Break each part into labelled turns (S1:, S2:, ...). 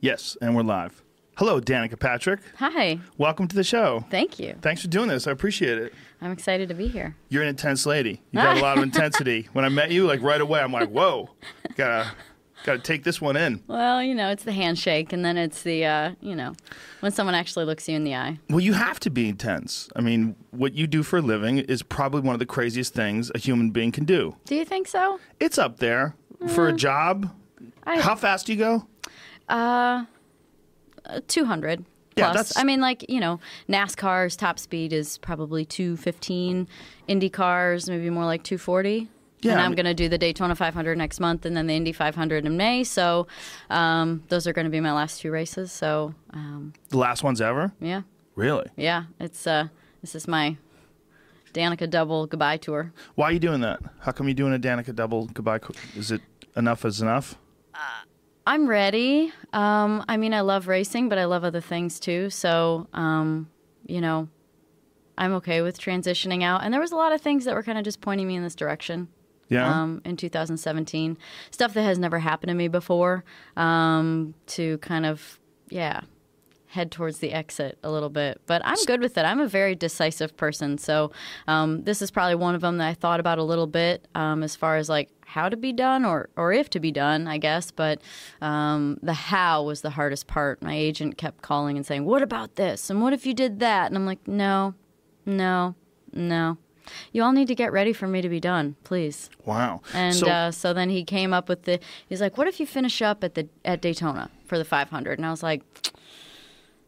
S1: Yes, and we're live. Hello, Danica Patrick.
S2: Hi.
S1: Welcome to the show.
S2: Thank you.
S1: Thanks for doing this. I appreciate it.
S2: I'm excited to be here.
S1: You're an intense lady. You got a lot of intensity. When I met you, like right away, I'm like, whoa, gotta gotta take this one in.
S2: Well, you know, it's the handshake, and then it's the, uh, you know, when someone actually looks you in the eye.
S1: Well, you have to be intense. I mean, what you do for a living is probably one of the craziest things a human being can do.
S2: Do you think so?
S1: It's up there for a job.
S2: Mm. I-
S1: How fast do you go?
S2: Uh, 200
S1: Yeah,
S2: plus.
S1: that's-
S2: I mean, like, you know, NASCAR's top speed is probably 215. IndyCar's maybe more like 240.
S1: Yeah,
S2: and
S1: I
S2: I'm
S1: mean-
S2: going to do the Daytona 500 next month and then the Indy 500 in May. So um, those are going to be my last two races. So, um,
S1: The last ones ever?
S2: yeah.
S1: Really?
S2: Yeah. It's uh, This is my Danica double goodbye tour.
S1: Why are you doing that? How come you're doing a Danica double goodbye? co- Is it enough is enough?
S2: I'm ready. Um, I mean, I love racing, but I love other things too. So, um, you know, I'm okay with transitioning out. And there was a lot of things that were kind of just pointing me in this direction.
S1: Yeah.
S2: Um, in 2017, stuff that has never happened to me before. Um, to kind of, yeah, head towards the exit a little bit. But I'm good with it. I'm a very decisive person. So um, this is probably one of them that I thought about a little bit um, as far as like how to be done or, or if to be done, I guess. But um, the how was the hardest part. My agent kept calling and saying, What about this? And what if you did that? And I'm like, No, no, no. You all need to get ready for me to be done, please.
S1: wow.
S2: And
S1: so,
S2: uh, so then he came up with the. He's like, "What if you finish up at the at Daytona for the 500?" And I was like,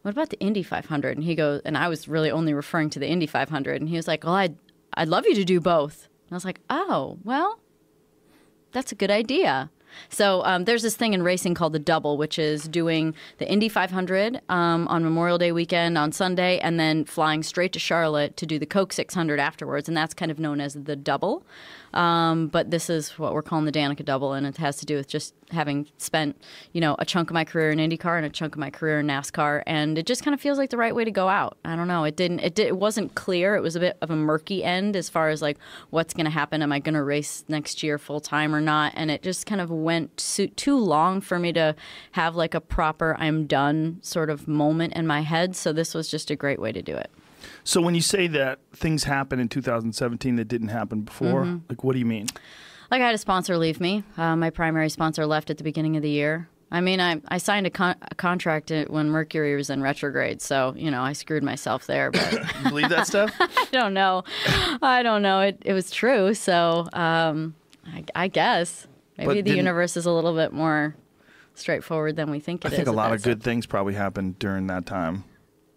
S2: "What about the Indy 500?" And he goes, and I was really only referring to the Indy 500. And he was like, "Well, I'd I'd love you to do both." And I was like, "Oh, well, that's a good idea." So um, there's this thing in racing called the double, which is doing the Indy 500 um, on Memorial Day weekend on Sunday, and then flying straight to Charlotte to do the Coke 600 afterwards, and that's kind of known as the double but this is what we're calling the Danica double, and it has to do with just having spent, you know, a chunk of my career in IndyCar and a chunk of my career in NASCAR, and it just kind of feels like the right way to go out. I don't know. It didn't. It did, It wasn't clear. It was a bit of a murky end as far as like what's going to happen. Am I going to race next year full time or not? And it just kind of went too, too long for me to have like a proper I'm done sort of moment in my head. So this was just a great way to do it.
S1: so when you say that things happen in 2017 that didn't happen before,
S2: Mm-hmm.
S1: like what do you mean?
S2: Like I had a sponsor leave me. Uh, my primary sponsor left at the beginning of the year. I mean, I, I signed a, con- a contract uh, when Mercury was in retrograde, so you know I screwed myself there. But
S1: You believe that stuff?
S2: I don't know. I don't know. It it was true, so um, I, I guess
S1: But
S2: maybe the
S1: didn't-
S2: universe is a little bit more straightforward than we think it
S1: I
S2: is.
S1: think a
S2: at
S1: lot
S2: that
S1: of good things probably happened during that time.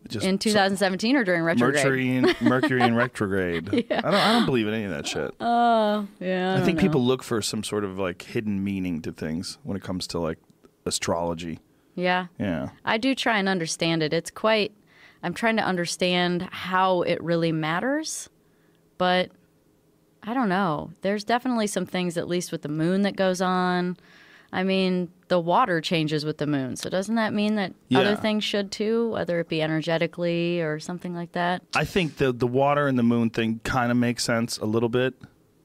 S1: Just
S2: se- in 2017 or during retrograde.
S1: Mercury in, Mercury in retrograde. I don't I don't believe in any of that shit.
S2: Yeah,
S1: I,
S2: don't
S1: think
S2: know.
S1: people look for some sort of like hidden meaning to things when it comes to like astrology.
S2: Yeah.
S1: Yeah.
S2: I do try and understand it. It's quite, I'm trying to understand how it really matters, but I don't know. There's definitely some things, at least with the moon, that goes on. I mean, the water changes with the moon. So doesn't that mean that
S1: Yeah.
S2: other things should too, whether it be energetically or something like that?
S1: I think the the water and the moon thing kind of makes sense a little bit,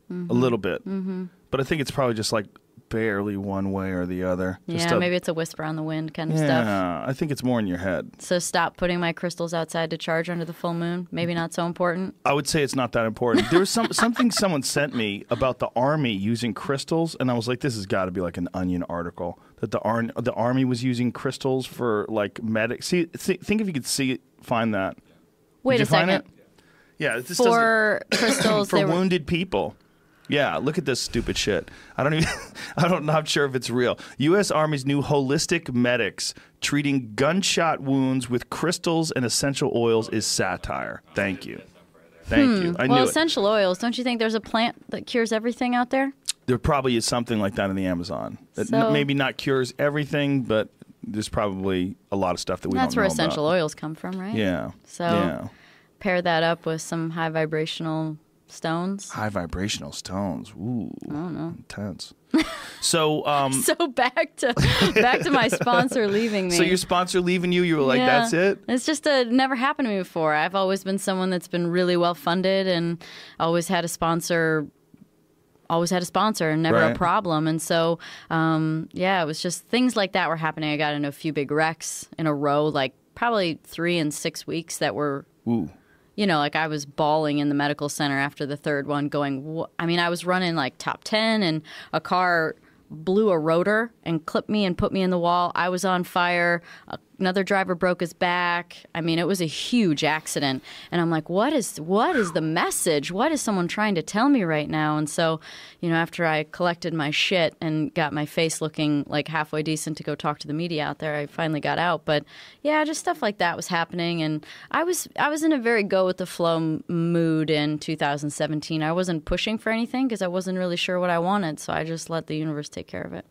S1: a little bit. Mm-hmm. But I think it's probably just like barely one way or the other. Just
S2: yeah,
S1: a-
S2: maybe it's a whisper on the wind kind of stuff.
S1: Yeah, I think it's more in your head.
S2: So stop putting my crystals outside to charge under the full moon. Maybe not so important.
S1: I would say it's not that important. There was some something someone sent me about the army using crystals, and I was like, this has got to be like an Onion article that the ar- the army was using crystals for like medic. See, see, think if you could see it, find that.
S2: Wait
S1: Did you
S2: a
S1: find
S2: second.
S1: it? Yeah, this doesn't-
S2: For crystals,
S1: for
S2: they were,
S1: wounded people. Yeah, look at this stupid shit. I don't even. I don't. Not sure if it's real. U.S. Army's new holistic medics treating gunshot wounds with crystals and essential oils is satire. Thank you. Thank you. I knew
S2: Hmm. well,
S1: it.
S2: essential oils. Don't you think there's a plant that cures everything out there?
S1: there probably is something like that in the Amazon. That n-
S2: So-
S1: maybe not cures everything, but there's probably a lot of stuff that we
S2: That's
S1: don't
S2: where
S1: know
S2: essential
S1: about.
S2: oils come from, right?
S1: Yeah.
S2: So-
S1: yeah.
S2: Pair that up with some high vibrational stones.
S1: High vibrational stones. Ooh. Intense. So um.
S2: So back to back to my sponsor leaving me.
S1: So your sponsor leaving you, you were like,
S2: Yeah.
S1: "That's it."
S2: It's just uh never happened to me before. I've always been someone that's been really well funded and always had a sponsor always had a sponsor and never a
S1: Right.
S2: problem. And so, um, yeah, it was just things like that were happening. I got into a few big wrecks in a row, like probably three and six weeks that were
S1: Ooh.
S2: you know, like I was bawling in the medical center after the third one, going, wh- I mean, I was running like top 10 and a car blew a rotor and clipped me and put me in the wall. I was on fire. Another driver broke his back. I mean, it was a huge accident. And I'm like, what is what is the message? What is someone trying to tell me right now? And so, you know, after I collected my shit and got my face looking like halfway decent to go talk to the media out there, I finally got out. But yeah, just stuff like that was happening, and I was I was in a very go with the flow m- mood in 2017. I wasn't pushing for anything because I wasn't really sure what I wanted, so I just let the universe take care of it.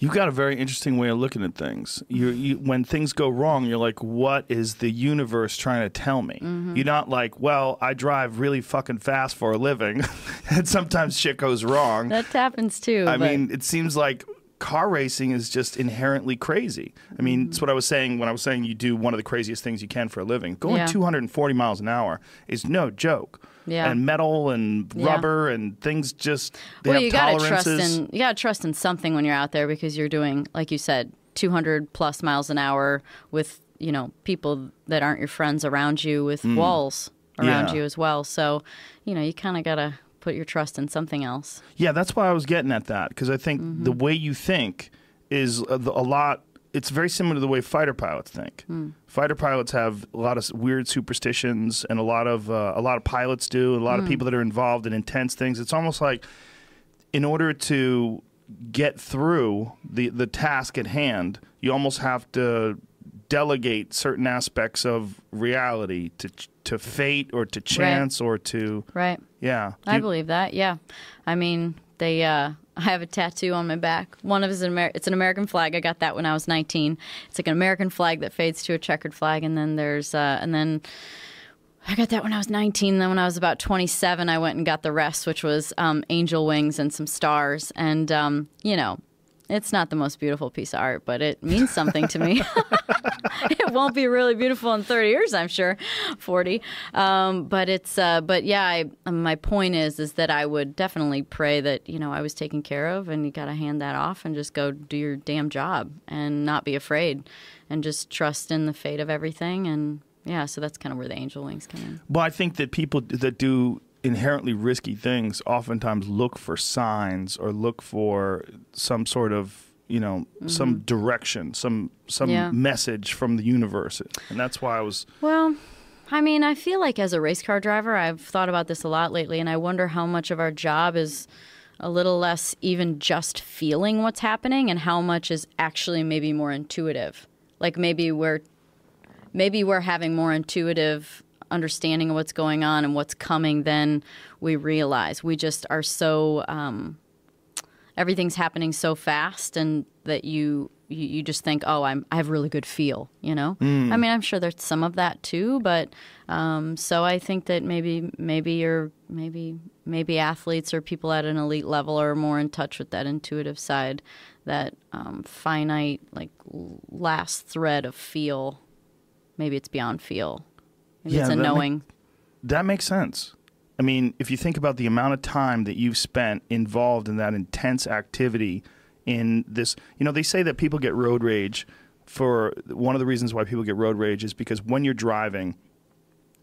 S1: You've got a very interesting way of looking at things. You, you when things go wrong, you're like, "What is the universe trying to tell me?"
S2: Mm-hmm.
S1: You're not like, "Well, I drive really fucking fast for a living, and sometimes shit goes wrong."
S2: That happens too.
S1: I
S2: but-
S1: mean, it seems like car racing is just inherently crazy. I mean,
S2: Mm-hmm.
S1: it's what I was saying when I was saying you do one of the craziest things you can for a living. Going
S2: Yeah.
S1: 240 miles an hour is no joke.
S2: Yeah.
S1: And metal and
S2: Yeah.
S1: rubber and things just they
S2: well,
S1: have
S2: you gotta
S1: tolerances.
S2: trust in you gotta trust in something when you're out there because you're doing, like you said, 200 plus miles an hour with you know people that aren't your friends around you with walls around
S1: Hmm. Yeah.
S2: you as well. So, you know, you kind of gotta put your trust in something else.
S1: Yeah, that's why I was getting at that because I think the way you think is a, a lot. It's very similar to the way fighter pilots think. Fighter pilots have a lot of s- weird superstitions, and a lot of uh, a lot of pilots do. and A lot of people that are involved in intense things. It's almost like in order to get through the the task at hand, you almost have to delegate certain aspects of reality to ch- to fate or to chance or to
S2: Right.
S1: yeah.
S2: I
S1: You-
S2: believe that. Yeah, I mean, they. Uh, I have a tattoo on my back. One of is an Amer- it's an American flag. I got that when I was 19. It's like an American flag that fades to a checkered flag, and then there's uh, and then. I got that when I was 19. Then, when I was about 27, I went and got the rest, which was um, angel wings and some stars. And, um, you know, it's not the most beautiful piece of art, but it means something to me. it won't be really beautiful in 30 years, I'm sure, 40. Um, but it's, uh, but yeah, I, my point is, is that I would definitely pray that you know I was taken care of, and you got to hand that off and just go do your damn job and not be afraid, and just trust in the fate of everything. And yeah, so that's kind of where the angel wings come in.
S1: Well, I think that people d- that do inherently risky things oftentimes look for signs or look for some sort of you know some direction some some
S2: Yeah.
S1: message from the universe and that's why i was
S2: Well, I mean, I feel like as a race car driver, I've thought about this a lot lately, and I wonder how much of our job is a little less even just feeling what's happening and how much is actually maybe more intuitive. Like maybe we're maybe we're having more intuitive understanding of what's going on and what's coming than we realize. We just are so um, everything's happening so fast and that you you, you just think oh i'm i have really good feel you know
S1: Mm.
S2: i mean i'm sure there's some of that too but um, so i think that maybe maybe you're maybe maybe athletes or people at an elite level are more in touch with that intuitive side that um, finite like l- last thread of feel maybe it's beyond feel maybe
S1: Yeah,
S2: it's a
S1: that ma-
S2: knowing
S1: that makes sense i mean if you think about the amount of time that you've spent involved in that intense activity in this you know they say that people get road rage for one of the reasons why people get road rage is because when you're driving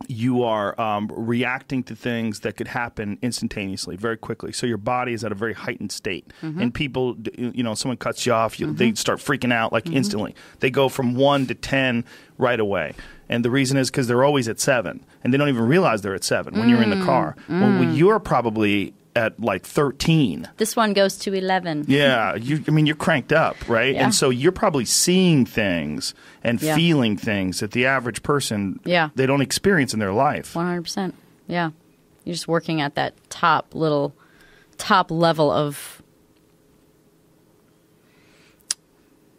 S1: you are um, reacting to things that could happen instantaneously, very quickly. So your body is at a very heightened state,
S2: Mm-hmm.
S1: and people, d- you know, someone cuts you off, you, they start freaking out like
S2: Mm-hmm.
S1: instantly. They go from one to ten right away, and the reason is because they're always at seven, and they don't even realize they're at seven when you're in
S2: Mm.
S1: the car. Well, you're probably at like thirteen.
S2: this one goes to 11
S1: Yeah, you, I mean, you're cranked up, right?
S2: Yeah.
S1: And so you're probably seeing things and
S2: Yeah.
S1: feeling things that the average person,
S2: Yeah.
S1: they don't experience in their life.
S2: One hundred percent. Yeah, you're just working at that top little, top level of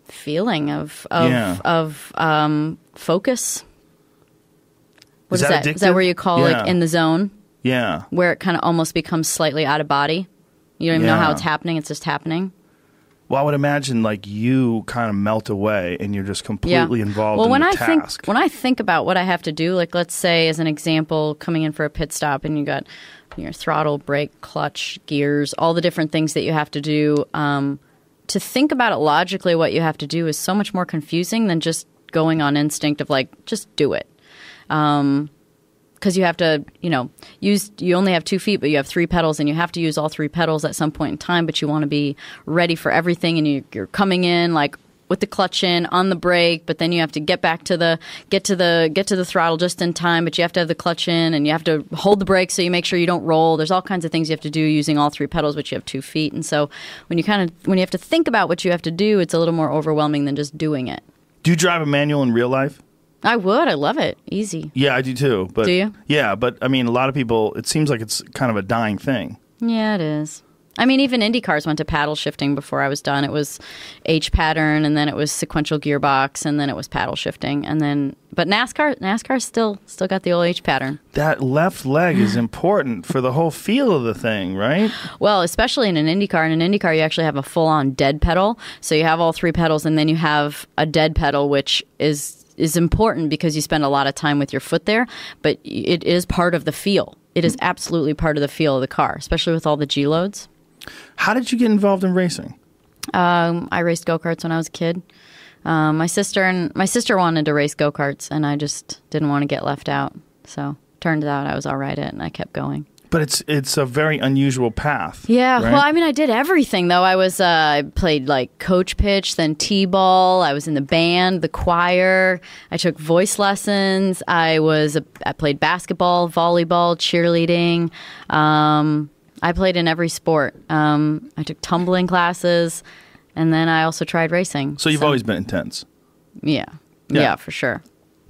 S2: feeling of of
S1: Yeah.
S2: of um, focus. What
S1: Is
S2: is
S1: that
S2: Is that
S1: addictive?
S2: where you call like
S1: Yeah.
S2: in the zone,
S1: Yeah.
S2: where it kind of almost becomes slightly out of body? You don't even know
S1: Yeah.
S2: how it's happening; it's just happening.
S1: Well, I would imagine like you kind of melt away and you're just completely involved
S2: well,
S1: in
S2: when
S1: the
S2: I
S1: task.
S2: Think, when I think about what I have to do, like let's say as an example, coming in for a pit stop and you got your throttle, brake, clutch, gears, all the different things that you have to do. Um, to think about it logically, what you have to do is so much more confusing than just going on instinct of like, just do it. Because you have to, you know, use, you only have two feet, but you have three pedals and you have to use all three pedals at some point in time, but you want to be ready for everything and you, you're coming in like, with the clutch in on the brake, but then you have to get back to the get to the get to the throttle just in time. But you have to have the clutch in, and you have to hold the brake so you make sure you don't roll. There's all kinds of things you have to do using all three pedals, but you have two feet. And so when you kind of when you have to think about what you have to do, it's a little more overwhelming than just doing it.
S1: Do you drive a manual in real life?
S2: I would, I love it, easy.
S1: Yeah, I do too. But
S2: Do you?
S1: Yeah, but I mean, a lot of people. It seems like it's kind of a dying thing.
S2: Yeah, it is. I mean, even Indy cars went to paddle shifting before I was done. It was H pattern, and then it was sequential gearbox, and then it was paddle shifting, and then but NASCAR NASCAR still still got the old H pattern.
S1: That left leg is important for the whole feel of the thing, right?
S2: Well, especially in an IndyCar. In an IndyCar, you actually have a full-on dead pedal, so you have all three pedals, and then you have a dead pedal, which is is important because you spend a lot of time with your foot there. But it is part of the feel. It is absolutely part of the feel of the car, especially with all the G loads.
S1: How did you get involved in racing?
S2: Um, I raced go karts when I was a kid. Um, my sister and my sister wanted to race go karts, and I just didn't want to get left out. So turns out I was all right at it, and I kept going.
S1: But it's it's a very unusual path.
S2: Yeah,
S1: right?
S2: well, I mean, I did everything though. I was uh, I played like coach pitch, then t-ball. I was in the band, the choir. I took voice lessons. I was a, I played basketball, volleyball, cheerleading. Um, I played in every sport. Um, I took tumbling classes, and then I also tried racing.
S1: so you've always been intense.
S2: yeah,
S1: Yeah.
S2: yeah, for sure.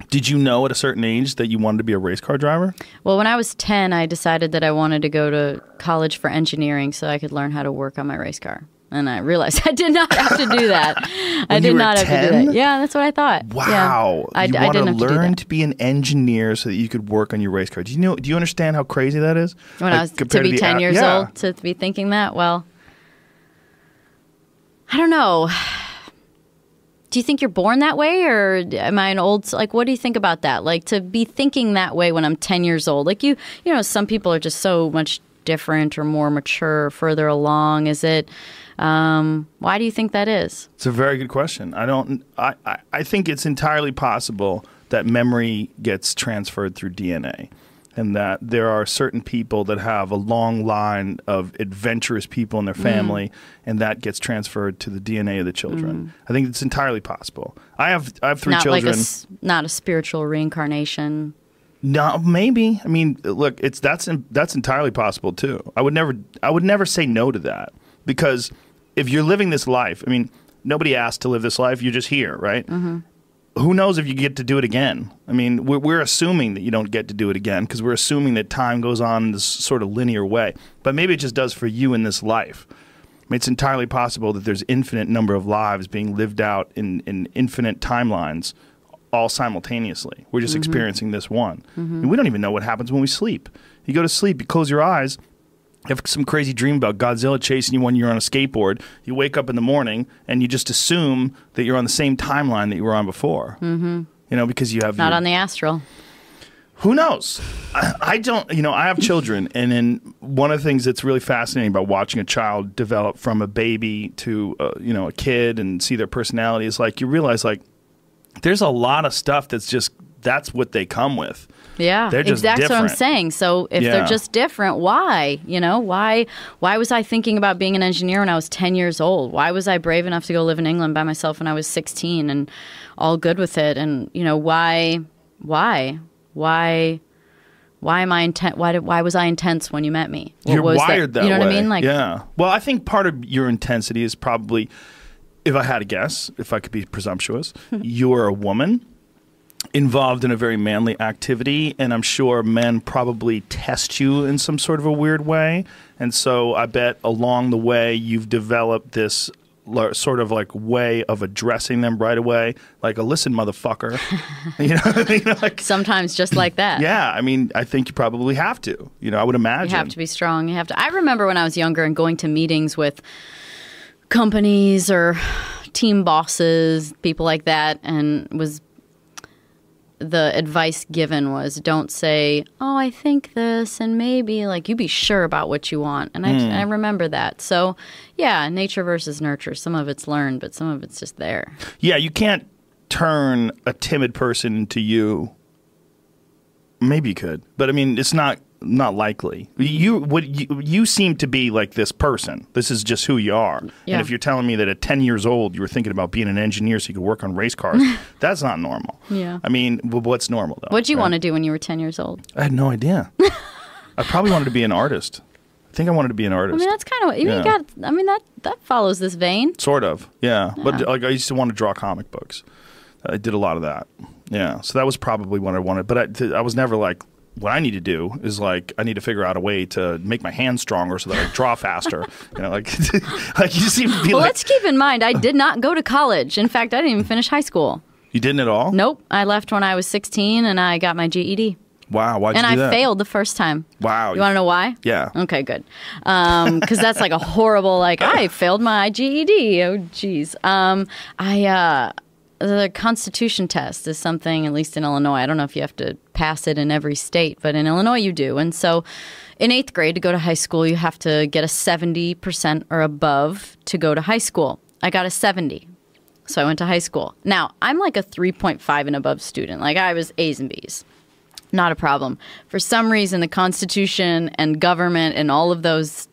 S1: Did you know at a certain age that you wanted to be a race car driver?
S2: Well, when I was ten, I decided that I wanted to go to college for engineering so I could learn how to work on my race car. And I realized I did not have to do that. I
S1: When you
S2: did
S1: were
S2: not have to
S1: 10?
S2: do that. Yeah, that's what I thought. Yeah.
S1: Wow.
S2: I,
S1: you
S2: I
S1: want
S2: didn't
S1: to
S2: have to do
S1: learn
S2: that.
S1: to be an engineer so that you could work on your race car. Do you know do you understand how crazy that is?
S2: When
S1: Like,
S2: I was to
S1: compared
S2: be
S1: the
S2: ten
S1: a-
S2: years
S1: yeah.
S2: old to be thinking that, well, I don't know. Do you think you're born that way, or am I an old? Like, what do you think about that? Like to be thinking that way when I'm ten years old. Like you, you know, some people are just so much different or more mature, further along. Is it? Um, why do you think that is?
S1: It's a very good question. I don't. I, I, I think it's entirely possible that memory gets transferred through DNA, and that there are certain people that have a long line of adventurous people in
S2: Mm.
S1: their family, and that gets transferred to the DNA of the children. I think it's entirely possible. I have I have three
S2: Mm. not
S1: children.
S2: like a s- not a spiritual reincarnation.
S1: No, maybe. I mean, look, it's that's that's entirely possible too. I would never I would never say no to that because if you're living this life, I mean, nobody asked to live this life. You're just here, right? Who knows if you get to do it again? I mean, we're, we're assuming that you don't get to do it again because we're assuming that time goes on in this sort of linear way. But maybe it just does for you in this life. I mean, it's entirely possible that there's infinite number of lives being lived out in, in infinite timelines all simultaneously. We're just experiencing this one. And we don't even know what happens when we sleep. You go to sleep, you close your eyes, you have some crazy dream about Godzilla chasing you when you're on a skateboard. You wake up in the morning and you just assume that you're on the same timeline that you were on before. Mm-hmm. You know, because you have
S2: Not
S1: your-
S2: on the astral.
S1: who knows? I, I don't, you know, I have children, and then one of the things that's really fascinating about watching a child develop from a baby to, uh, you know, a kid and see their personality is like you realize, like, there's a lot of stuff that's just, that's what they come with.
S2: Yeah,
S1: They're just
S2: exactly what I'm
S1: different.
S2: saying. So if
S1: Yeah.
S2: they're just different, why? You know, why? Why was I thinking about being an engineer when I was 10 years old? Why was I brave enough to go live in England by myself when I was 16 and all good with it? And you know, why? Why? Why? Why am I intent? Why did? Why was I intense when you met me? What
S1: You're
S2: was
S1: wired that,
S2: You know
S1: way.
S2: what I mean? Like,
S1: yeah. Well, I think part of your intensity is probably, if I had a guess, if I could be presumptuous, you're a woman involved in a very manly activity, and I'm sure men probably test you in some sort of a weird way. And so I bet along the way you've developed this lar- sort of like way of addressing them right away, like a listen, motherfucker. you know, what I mean? like
S2: sometimes just like that.
S1: yeah. I mean, I think you probably have to. You know, I would imagine
S2: You have to be strong. You have to. I remember when I was younger and going to meetings with companies or team bosses, people like that, and was the advice given was don't say, "Oh, I think this," and maybe like you be sure about what you want. And I, I remember that. So, yeah, nature versus nurture. Some of it's learned, but some of it's just there.
S1: Yeah, you can't turn a timid person into you. Maybe you could, but I mean, it's not not likely. You what you, you seem to be like this person. This is just who you are.
S2: Yeah.
S1: And if you're telling me that at 10 years old you were thinking about being an engineer so you could work on race cars, that's not normal.
S2: Yeah.
S1: I mean, w- what's normal though?
S2: What'd you
S1: right?
S2: want to do when you were ten years old?
S1: I had no idea. I probably wanted to be an artist. I think I wanted to be an
S2: I
S1: artist.
S2: mean, that's kind of what you
S1: Yeah.
S2: got. I mean, that that follows this vein.
S1: Sort of, yeah. But like, I used to want to draw comic books. I did a lot of that. Yeah, so that was probably what I wanted. But I, th- I was never like, what I need to do is like, I need to figure out a way to make my hands stronger so that I draw faster. you know, like, like you seem to be
S2: Well,
S1: like,
S2: let's keep in mind, I did not go to college. In fact, I didn't even finish high school.
S1: you didn't at all.
S2: Nope, I left when I was 16 and I got my E GED.
S1: Wow, why'd
S2: And
S1: you do
S2: I
S1: that?
S2: failed the first time.
S1: Wow,
S2: You want to know why?
S1: Yeah.
S2: Okay, good. Because that's like a horrible, like, I failed my GED. Oh, geez. Um, I, uh, the constitution test is something, at least in Illinois, I don't know if you have to pass it in every state, but in Illinois you do. And so in eighth grade, to go to high school, you have to get a 70% or above to go to high school. I got a 70. So I went to high school. Now, I'm like a 3.5 and above student. Like, I was A's and B's not a problem. For some reason, the Constitution and government and all of those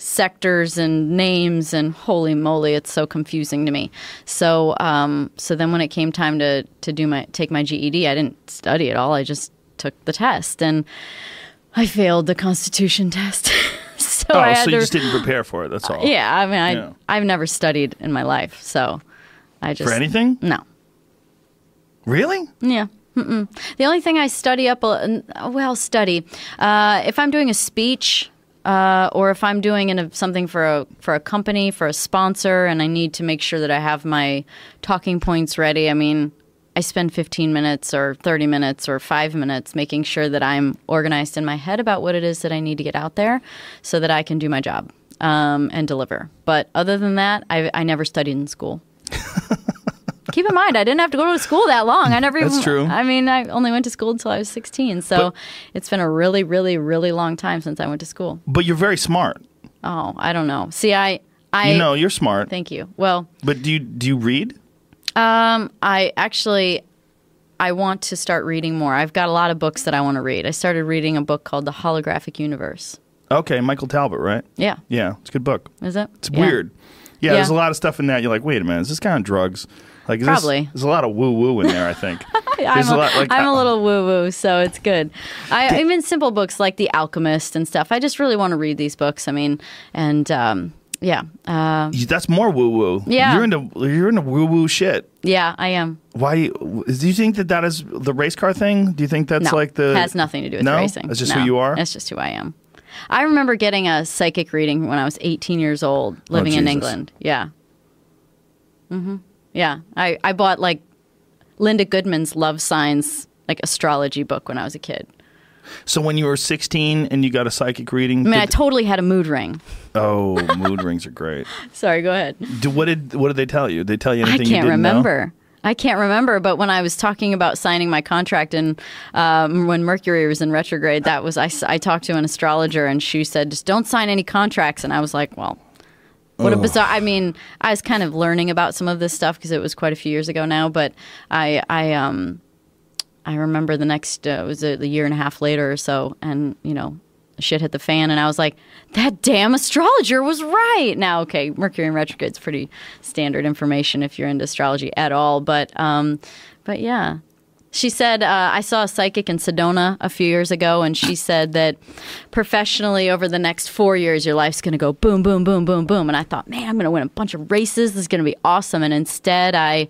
S2: sectors and names and holy moly, it's so confusing to me. So, um, so then when it came time to to do my take my GED, I didn't study at all. I just took the test and I failed the Constitution test. so
S1: Oh,
S2: I had
S1: so you
S2: to,
S1: just didn't prepare for it. That's all.
S2: Uh, yeah. I mean, I
S1: Yeah.
S2: I've never studied in my life, so I just Mm.
S1: For anything?
S2: no.
S1: Really?
S2: Yeah. Mm-mm. The only thing I study up, a- well, study. Uh, if I'm doing a speech, uh, or if I'm doing an, something for a for a company for a sponsor, and I need to make sure that I have my talking points ready. I mean, I spend 15 minutes or 30 minutes or five minutes making sure that I'm organized in my head about what it is that I need to get out there, so that I can do my job um, and deliver. But other than that, I, I never studied in school. Keep in mind, I didn't have to go to school that long. I never.
S1: That's
S2: even,
S1: true.
S2: I mean, I only went to school until I was 16. So
S1: But-
S2: it's been a really, really, really long time since I went to school.
S1: But you're very smart.
S2: Oh, I don't know. See, I, I
S1: you know, you're smart.
S2: thank you. Well,
S1: But do you do you read?
S2: um, I actually, I want to start reading more. I've got a lot of books that I want to read. I started reading a book called The Holographic Universe.
S1: Okay, Michael Talbot, right?
S2: Yeah,
S1: Yeah, it's a good book.
S2: is it?
S1: It's weird. Yeah,
S2: Yeah.
S1: there's a lot of stuff in that. You're like, wait a minute, is this guy on drugs? Like, is this-
S2: Probably.
S1: there's a lot of woo woo in there. I think.
S2: I'm
S1: there's
S2: a,
S1: lot. Like, uh,
S2: am a
S1: I-
S2: little woo woo, so it's good. I even simple books like The Alchemist and stuff. I just really want to read these books. I mean, and um, yeah, uh,
S1: you- That's more woo woo.
S2: Yeah.
S1: You're into you're into woo woo shit.
S2: yeah, I am.
S1: Why? Do you think that that is the race car thing? Do you think that's
S2: no,
S1: like the
S2: has nothing to do with
S1: no?
S2: racing.
S1: That's just
S2: No,
S1: who you are.
S2: That's just who I am. I remember getting a psychic reading when I was 18 years old, living in
S1: Oh, Jesus.
S2: England. Yeah. Mm-hmm. Yeah, I I bought like Linda Goodman's love signs like astrology book when I was a kid.
S1: So when you were 16 and you got a psychic reading,
S2: I mean, I
S1: did-
S2: totally had a mood ring.
S1: oh, mood rings are great.
S2: Sorry, go ahead.
S1: Do, what did what did they tell you? Did they tell you
S2: I
S1: anything? you
S2: can't
S1: didn't know?
S2: remember. I can't remember, but when I was talking about signing my contract and um, when Mercury was in retrograde, that was I, s- I talked to an astrologer and she said, just don't sign any contracts. And I was like, well, what a bizarre. I mean, I was kind of learning about some of this stuff because it was quite a few years ago now, but I, I, um, I remember the next, uh, it was a, a year and a half later or so, and, you know, shit hit the fan, and I was like, that damn astrologer was right. Now, okay, Mercury in retrograde's pretty standard information if you're into astrology at all, but, um, but yeah. She said, uh, I saw a psychic in Sedona a few years ago, and she said that professionally over the next four years, your life's going to go boom, boom, boom, boom, boom. And I thought, man, I'm going to win a bunch of races. This is going to be awesome. And instead, I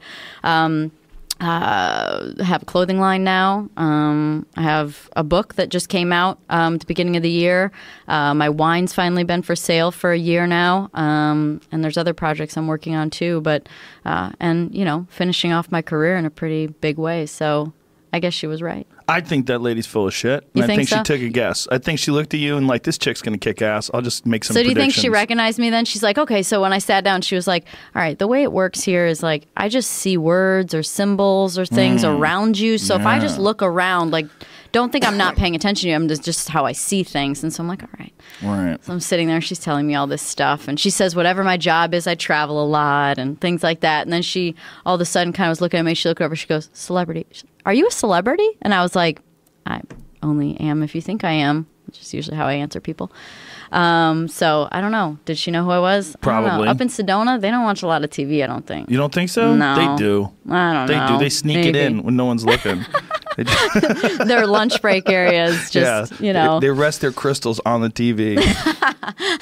S2: uh, have a clothing line now. Um, I have a book that just came out um, at the beginning of the year. Uh, my wine's finally been for sale for a year now, um, and there's other projects I'm working on too. But uh, and you know, finishing off my career in a pretty big way. So I guess she was right.
S1: I think that lady's full of shit.
S2: You
S1: and I
S2: think
S1: think she
S2: so?
S1: took a guess. I think she looked at you and like this chick's gonna kick ass. I'll just make some.
S2: So do you think she
S1: predictions."
S2: recognized me then? She's like, okay. So when I sat down, she was like, all right, the way it works here is like I just see words or symbols or things around you. So if I just
S1: Mm. yeah.
S2: look around, like, don't think I'm not paying attention to you. I'm just, just how I see things. And so I'm like, all right.
S1: Right.
S2: So I'm sitting there, she's telling me all this stuff, and she says, Whatever my job is, I travel a lot and things like that. And then she all of a sudden kind of was looking at me, she looked over, she goes, Celebrity, are you a celebrity? And I was like, I only am if you think I am, which is usually how I answer people. Um, so I don't know. Did she know who I was? I don't know.
S1: Probably.
S2: Up in Sedona, they don't watch a lot of TV, I don't think.
S1: You don't think so?
S2: No.
S1: They do.
S2: I don't
S1: They
S2: know.
S1: do. They sneak
S2: Maybe.
S1: it in when no one's looking. They just-
S2: Their lunch break area is just, you know,
S1: They, they rest their crystals on the TV. I,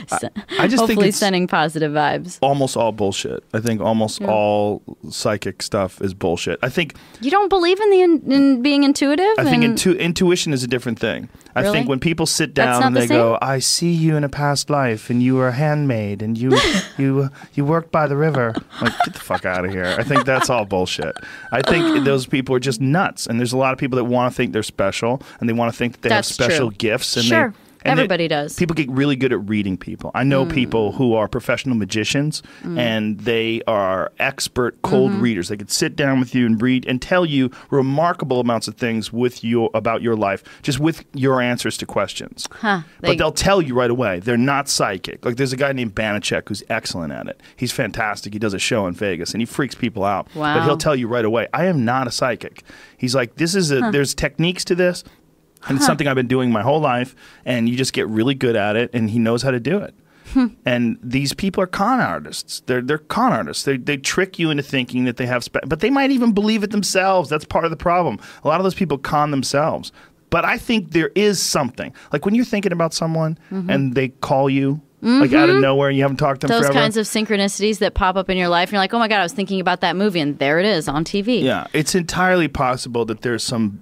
S1: I just think
S2: hopefully
S1: it's
S2: sending positive vibes.
S1: almost all bullshit. I think almost all psychic stuff is bullshit. I think
S2: You don't believe in the in, in being intuitive?
S1: I think
S2: and-
S1: intu- intuition is a different thing. I
S2: Really?
S1: think when people sit
S2: That's
S1: down
S2: not
S1: and
S2: the
S1: they go, "I see you in a past life, and you were a handmaid, and you you you worked by the river," I'm like get the fuck out of here. I think that's all bullshit. I think those people are just nuts, and there's a lot of people that want to think they're special, and they want to think that they
S2: That's
S1: have special
S2: true.
S1: gifts. And
S2: Sure.
S1: they, and they-
S2: Everybody does.
S1: People get really good at reading people. I know people who are professional magicians and they are expert cold readers. They could sit down with you and read and tell you remarkable amounts of things with your about your life, just with your answers to questions.
S2: Huh. They-
S1: but they'll tell you right away they're not psychic. Like there's a guy named Banachek who's excellent at it. He's fantastic. He does a show in Vegas and he freaks people out. But
S2: Wow.
S1: he'll tell you right away, I am not a psychic. He's like, this is a there's techniques to this. And it's something I've been doing my whole life, and you just get really good at it, and he knows how to do it. and these people are con artists. They're they're con artists. They they trick you into thinking that they have, spe- but they might even believe it themselves. That's part of the problem. A lot of those people con themselves. But I think there is something like when you're thinking about someone and they call you like out of nowhere, and you haven't talked to them
S2: Mm-hmm. those
S1: forever.
S2: kinds of synchronicities that pop up in your life and you're like oh my god i was thinking about that movie and there it is on tv
S1: Yeah, it's entirely possible that there's some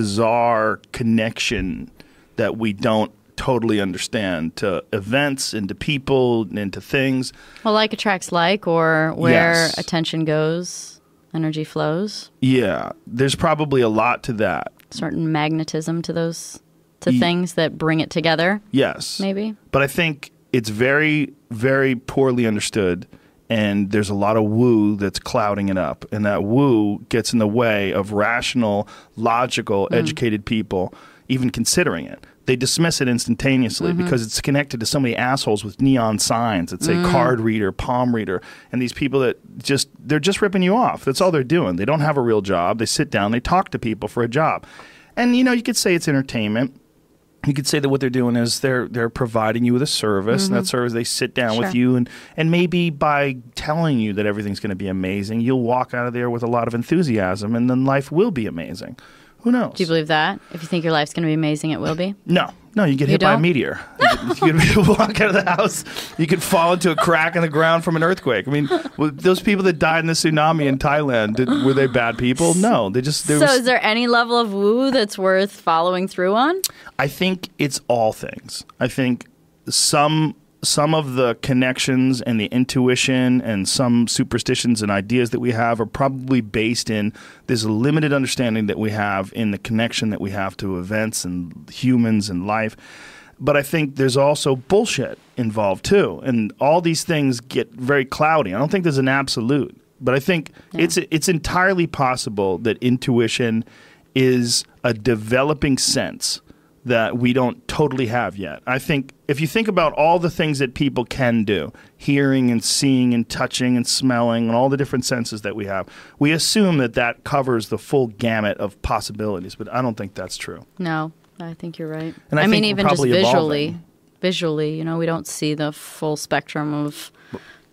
S1: bizarre connection that we don't totally understand to events and to people and to things.
S2: well like attracts like or where
S1: Yes.
S2: attention goes energy flows
S1: Yeah, there's probably a lot to that.
S2: certain magnetism to those to things that bring it together
S1: Yes.
S2: maybe
S1: But I think it's very, very poorly understood, and there's a lot of woo that's clouding it up. And that woo gets in the way of rational, logical, educated people even considering it. They dismiss it instantaneously because it's connected to so many assholes with neon signs that say card reader, palm reader, and these people that just they're just ripping you off. That's all they're doing. They don't have a real job. They sit down, they talk to people for a job. And you know, you could say it's entertainment you could say that what they're doing is they're they're providing you with a service, and that service they sit down with
S2: Mm-hmm. Sure.
S1: you, and and maybe by telling you that everything's going to be amazing, you'll walk out of there with a lot of enthusiasm, and then life will be amazing. Who knows?
S2: do you believe that if you think your life's going to be amazing it will be
S1: no, no, you get hit by a
S2: don't?
S1: meteor. you could you could walk out of the house. You could fall into a crack in the ground from an earthquake. I mean, with those people that died in the tsunami in Thailand, did, were they bad people? No, they just they
S2: so
S1: were
S2: is there any level of woo that's worth following through on
S1: I think it's all things. I think some some of the connections and the intuition and some superstitions and ideas that we have are probably based in this limited understanding that we have in the connection that we have to events and humans and life. But I think there's also bullshit involved too, and all these things get very cloudy. I don't think there's an absolute, but I think it's it's entirely possible that intuition is a developing sense that we don't totally have yet. I think if you think about all the things that people can do, hearing and seeing and touching and smelling and all the different senses that we have, we assume that that covers the full gamut of possibilities, but I don't think that's true.
S2: No, I think you're right.
S1: And I
S2: I,
S1: think
S2: mean,
S1: we're
S2: even just
S1: probably
S2: visually,
S1: evolving.
S2: visually, you know, we don't see the full spectrum of.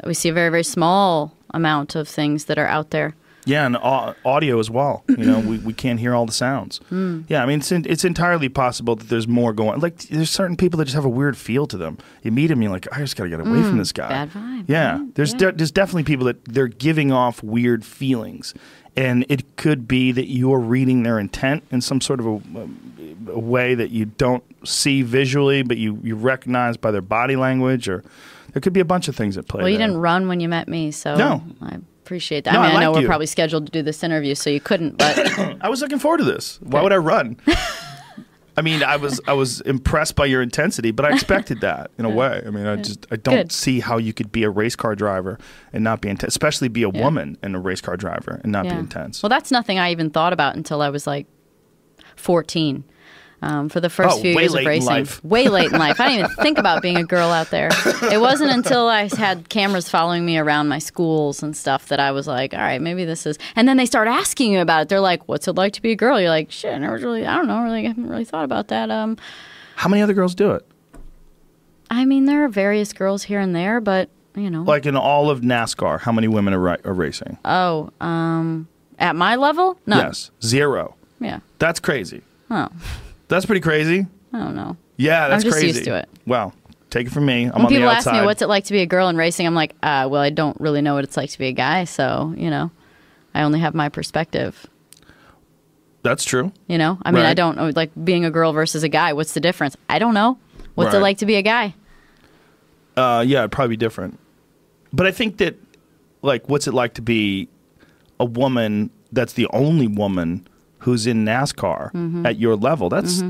S2: We see a very, very small amount of things that are out there.
S1: Yeah, and au- audio as well. You know, we, we can't hear all the sounds.
S2: Hmm.
S1: Yeah, I mean, it's, in, it's entirely possible that there's more going. Like, there's certain people that just have a weird feel to them. You meet them, you're like, I just gotta get away from this guy.
S2: Hmm, bad vibe,
S1: Yeah,
S2: right?
S1: there's
S2: Yeah.
S1: De- there's definitely people that they're giving off weird feelings, and it could be that you're reading their intent in some sort of a, um, a way that you don't see visually, but you you recognize by their body language, or there could be a bunch of things at play.
S2: Well, you
S1: there.
S2: didn't run when you met me, so
S1: No.
S2: I appreciate that.
S1: No,
S2: I mean,
S1: I
S2: I, know
S1: like
S2: we're
S1: you.
S2: probably scheduled to do this interview, so you couldn't, but
S1: I was looking forward to this. Why would I run? I mean, I was I was impressed by your intensity, but I expected that in a way. I mean, I just I don't
S2: Good.
S1: see how you could be a race car driver and not be intense, especially be a woman and a race car driver and not
S2: yeah.
S1: be intense.
S2: Well, that's nothing I even thought about until I was like 14. Um, for the first
S1: Oh,
S2: few
S1: way
S2: years
S1: late
S2: of
S1: in
S2: racing,
S1: life.
S2: way late in life, I didn't even think about being a girl out there. It wasn't until I had cameras following me around my schools and stuff that I was like, "All right, maybe this is." And then they start asking you about it. They're like, "What's it like to be a girl?" You're like, "Shit, I never really, I don't know, really, I haven't really thought about that." Um,
S1: how many other girls do it?
S2: I mean, there are various girls here and there, but you know,
S1: Like in all of NASCAR, how many women are, ri- are racing?
S2: oh, um, at my level, no,
S1: Yes, zero.
S2: yeah,
S1: That's crazy.
S2: oh,
S1: That's pretty crazy.
S2: I don't know.
S1: Yeah, that's
S2: just
S1: crazy.
S2: used to it.
S1: Wow, take it from me. I'm on
S2: when people
S1: the
S2: ask
S1: outside.
S2: me what's it like to be a girl in racing, I'm like, uh, well, I don't really know what it's like to be a guy, so you know, I only have my perspective.
S1: That's true.
S2: You know, I mean, I
S1: Right.
S2: don't know, like being a girl versus a guy. What's the difference? I don't know. What's it
S1: Right.
S2: like to be a guy?
S1: Uh, yeah, it'd probably be different. But I think that, like, what's it like to be a woman that's the only woman who's in NASCAR
S2: Mm-hmm.
S1: at your level? That's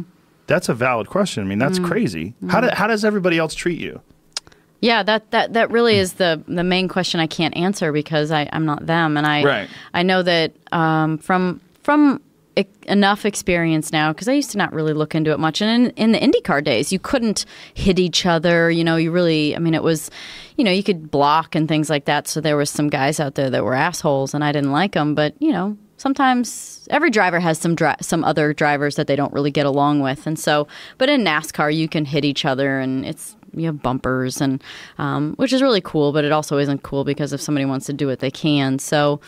S1: that's a valid question. I mean, that's crazy.
S2: Mm-hmm.
S1: How do, how does everybody else treat you?
S2: Yeah, that, that, that really is the, the main question I can't answer because I, I'm not them. And I,
S1: Right.
S2: I know that um, from, from e- enough experience now, because I used to not really look into it much. And in, in the IndyCar days, you couldn't hit each other. You know, you really, I mean, it was, you know, you could block and things like that. So there was some guys out there that were assholes and I didn't like them. But, you know, sometimes every driver has some dri- some other drivers that they don't really get along with. And so, but in NASCAR, you can hit each other and it's, you have bumpers and um, which is really cool but it also isn't cool because if somebody wants to do it they can so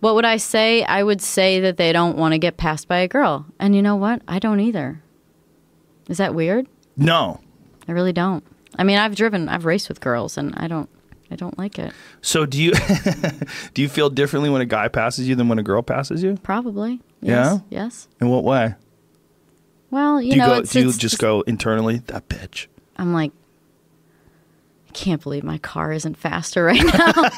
S2: what would i say i would say that they don't want to get passed by a girl and you know what i don't either is that weird
S1: No.
S2: i really don't i mean i've driven i've raced with girls and i don't i don't like it
S1: So do you do you feel differently when a guy passes you than when a girl passes you?
S2: probably yes yes
S1: In what way?
S2: well you
S1: do you
S2: know
S1: go?
S2: it's,
S1: do you
S2: it's
S1: just go internally? That bitch.
S2: i'm like i can't believe my car isn't faster right now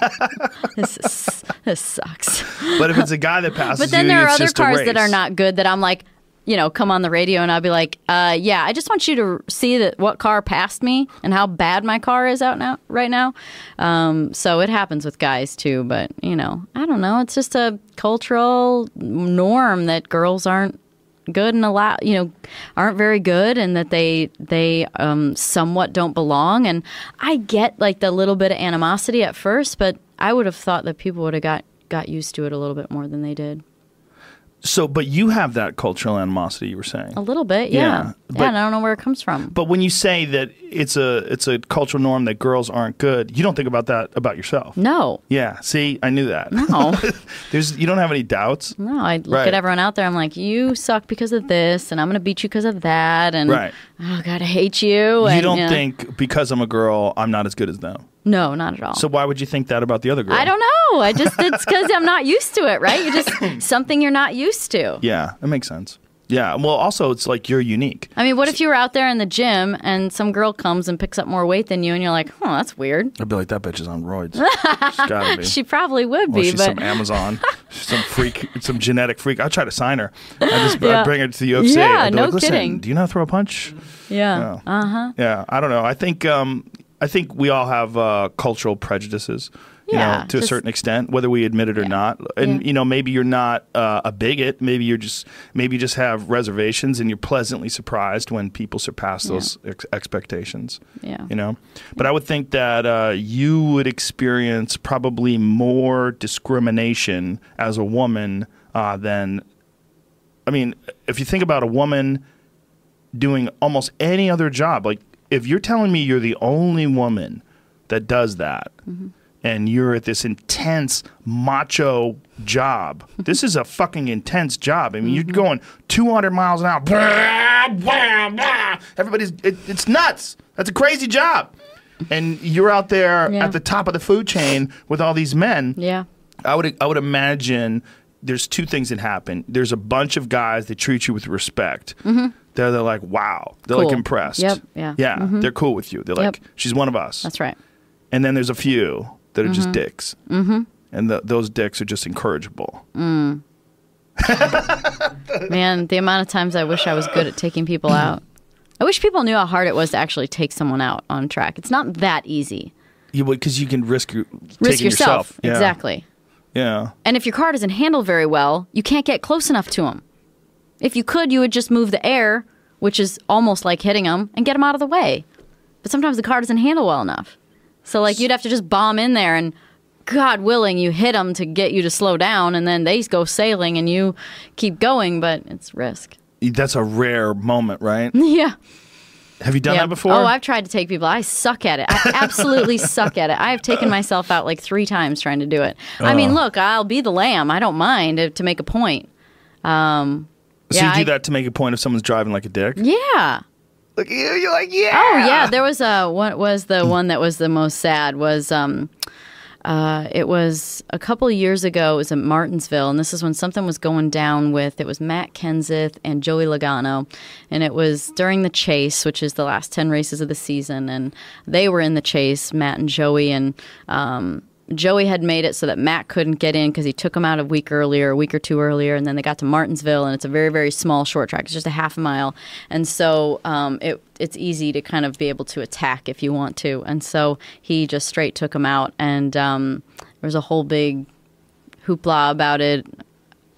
S2: this, is, this sucks
S1: But if it's a guy that passes
S2: But then
S1: you,
S2: there are
S1: it's
S2: other
S1: just a
S2: cars that
S1: race.
S2: are not good that I'm like, you know, come on the radio and I'll be like, uh, yeah, I just want you to see that what car passed me and how bad my car is out now right now. Um, so it happens with guys too, but you know, I don't know. It's just a cultural norm that girls aren't good and allow you know aren't very good and that they they um, somewhat don't belong and i get like the little bit of animosity at first but i would have thought that people would have got got used to it a little bit more than they did
S1: So, but you have that cultural animosity. You were saying.
S2: A little bit,
S1: Yeah,
S2: yeah. Yeah,
S1: but-
S2: and I don't know where it comes from.
S1: But when you say that it's a it's a cultural norm that girls aren't good, you don't think about that about yourself.
S2: No,
S1: Yeah. See, I knew that.
S2: no,
S1: There's you don't have any doubts.
S2: no. I look
S1: Right.
S2: at everyone out there. I'm like, you suck because of this, and I'm gonna beat you because of that, and
S1: Right.
S2: oh god, I hate you.
S1: You
S2: and,
S1: don't
S2: know.
S1: think because I'm a girl, I'm not as good as them.
S2: No, not at all.
S1: So why would you think that about the other girl?
S2: Oh. I don't know. I just it's because I'm not used to it, right? You just something you're not used to.
S1: Yeah, that makes sense. Yeah. Well, also it's like you're unique.
S2: I mean, what if you were out there in the gym and some girl comes and picks up more weight than you, and you're like, "Huh, that's weird."
S1: I'd be like, that bitch is on roids. She's gotta be.
S2: She probably would
S1: Well,
S2: be,
S1: she's
S2: but
S1: some Amazon, she's some freak, some genetic freak. I try to sign her. I just I
S2: Yeah.
S1: bring her to the UFC.
S2: Yeah,
S1: I'd be
S2: no
S1: like, Listen,
S2: kidding.
S1: Do you know how to throw a punch?
S2: yeah, Uh-huh.
S1: Uh huh. Yeah, I don't know. I think um, I think we all have uh, cultural prejudices. You
S2: Yeah,
S1: know, to a
S2: just-
S1: certain extent, whether we admit it or not, and
S2: Yeah.
S1: you know, maybe you're not uh, a bigot. Maybe you're just maybe you just have reservations, and you're pleasantly surprised when people surpass those ex- expectations.
S2: Yeah.
S1: you know. But I would think that uh, you would experience probably more discrimination as a woman uh, than, I mean, if you think about a woman doing almost any other job. Like if you're telling me you're the only woman that does that and you're at this intense macho job. this is a fucking intense job. I mean, you're going 200 miles an hour. Blah, blah, blah. Everybody's it, it's nuts. That's a crazy job. And you're out there
S2: Yeah.
S1: at the top of the food chain with all these men.
S2: yeah,
S1: I would I would imagine there's two things that happen. There's a bunch of guys that treat you with respect. They're they're like wow. They're like
S2: Mm-hmm. Cool.
S1: impressed.
S2: Yep, yeah. Mm-hmm.
S1: Yeah. They're cool with you. They're like
S2: Yep.
S1: she's one of us.
S2: that's right.
S1: And then there's a few that are just dicks. Mm-hmm. and th those dicks are just incorrigible.
S2: Man, the amount of times I wish I was good at taking people out. I wish people knew how hard it was to actually take someone out on track. It's not that easy.
S1: You would because you can risk your,
S2: Risk
S1: taking yourself. Yeah.
S2: Exactly.
S1: Yeah.
S2: And if your car doesn't handle very well, you can't get close enough to them. If you could, you would just move the air, which is almost like hitting them, and get them out of the way. But sometimes the car doesn't handle well enough. So, like, you'd have to just bomb in there and, God willing, you hit them to get you to slow down, and then they go sailing and you keep going, but it's risk.
S1: That's a rare moment, right?
S2: Yeah.
S1: Have you done
S2: yeah.
S1: that before?
S2: Oh, I've tried to take people. I suck at it. I absolutely suck at it. I have taken myself out like three times trying to do it. I
S1: Oh.
S2: mean, look, I'll be the lamb. I don't mind if, to make a point.
S1: so
S2: yeah,
S1: you do
S2: I-
S1: that to make a point if someone's driving like a dick.
S2: Yeah.
S1: Like you, you're like yeah.
S2: Oh yeah, there was a what was the one that was the most sad was um uh it was a couple years ago it was in Martinsville and this is when something was going down with it was Matt Kenseth and Joey Logano and it was during the chase which is the last 10 races of the season and they were in the chase Matt and Joey and um Joey had made it so that Matt couldn't get in because he took him out a week earlier, a week or two earlier, and then they got to Martinsville, and it's a very, very small short track. It's just a half a mile, and so um, it it's easy to kind of be able to attack if you want to, and so he just straight took him out, and um, there was a whole big hoopla about it.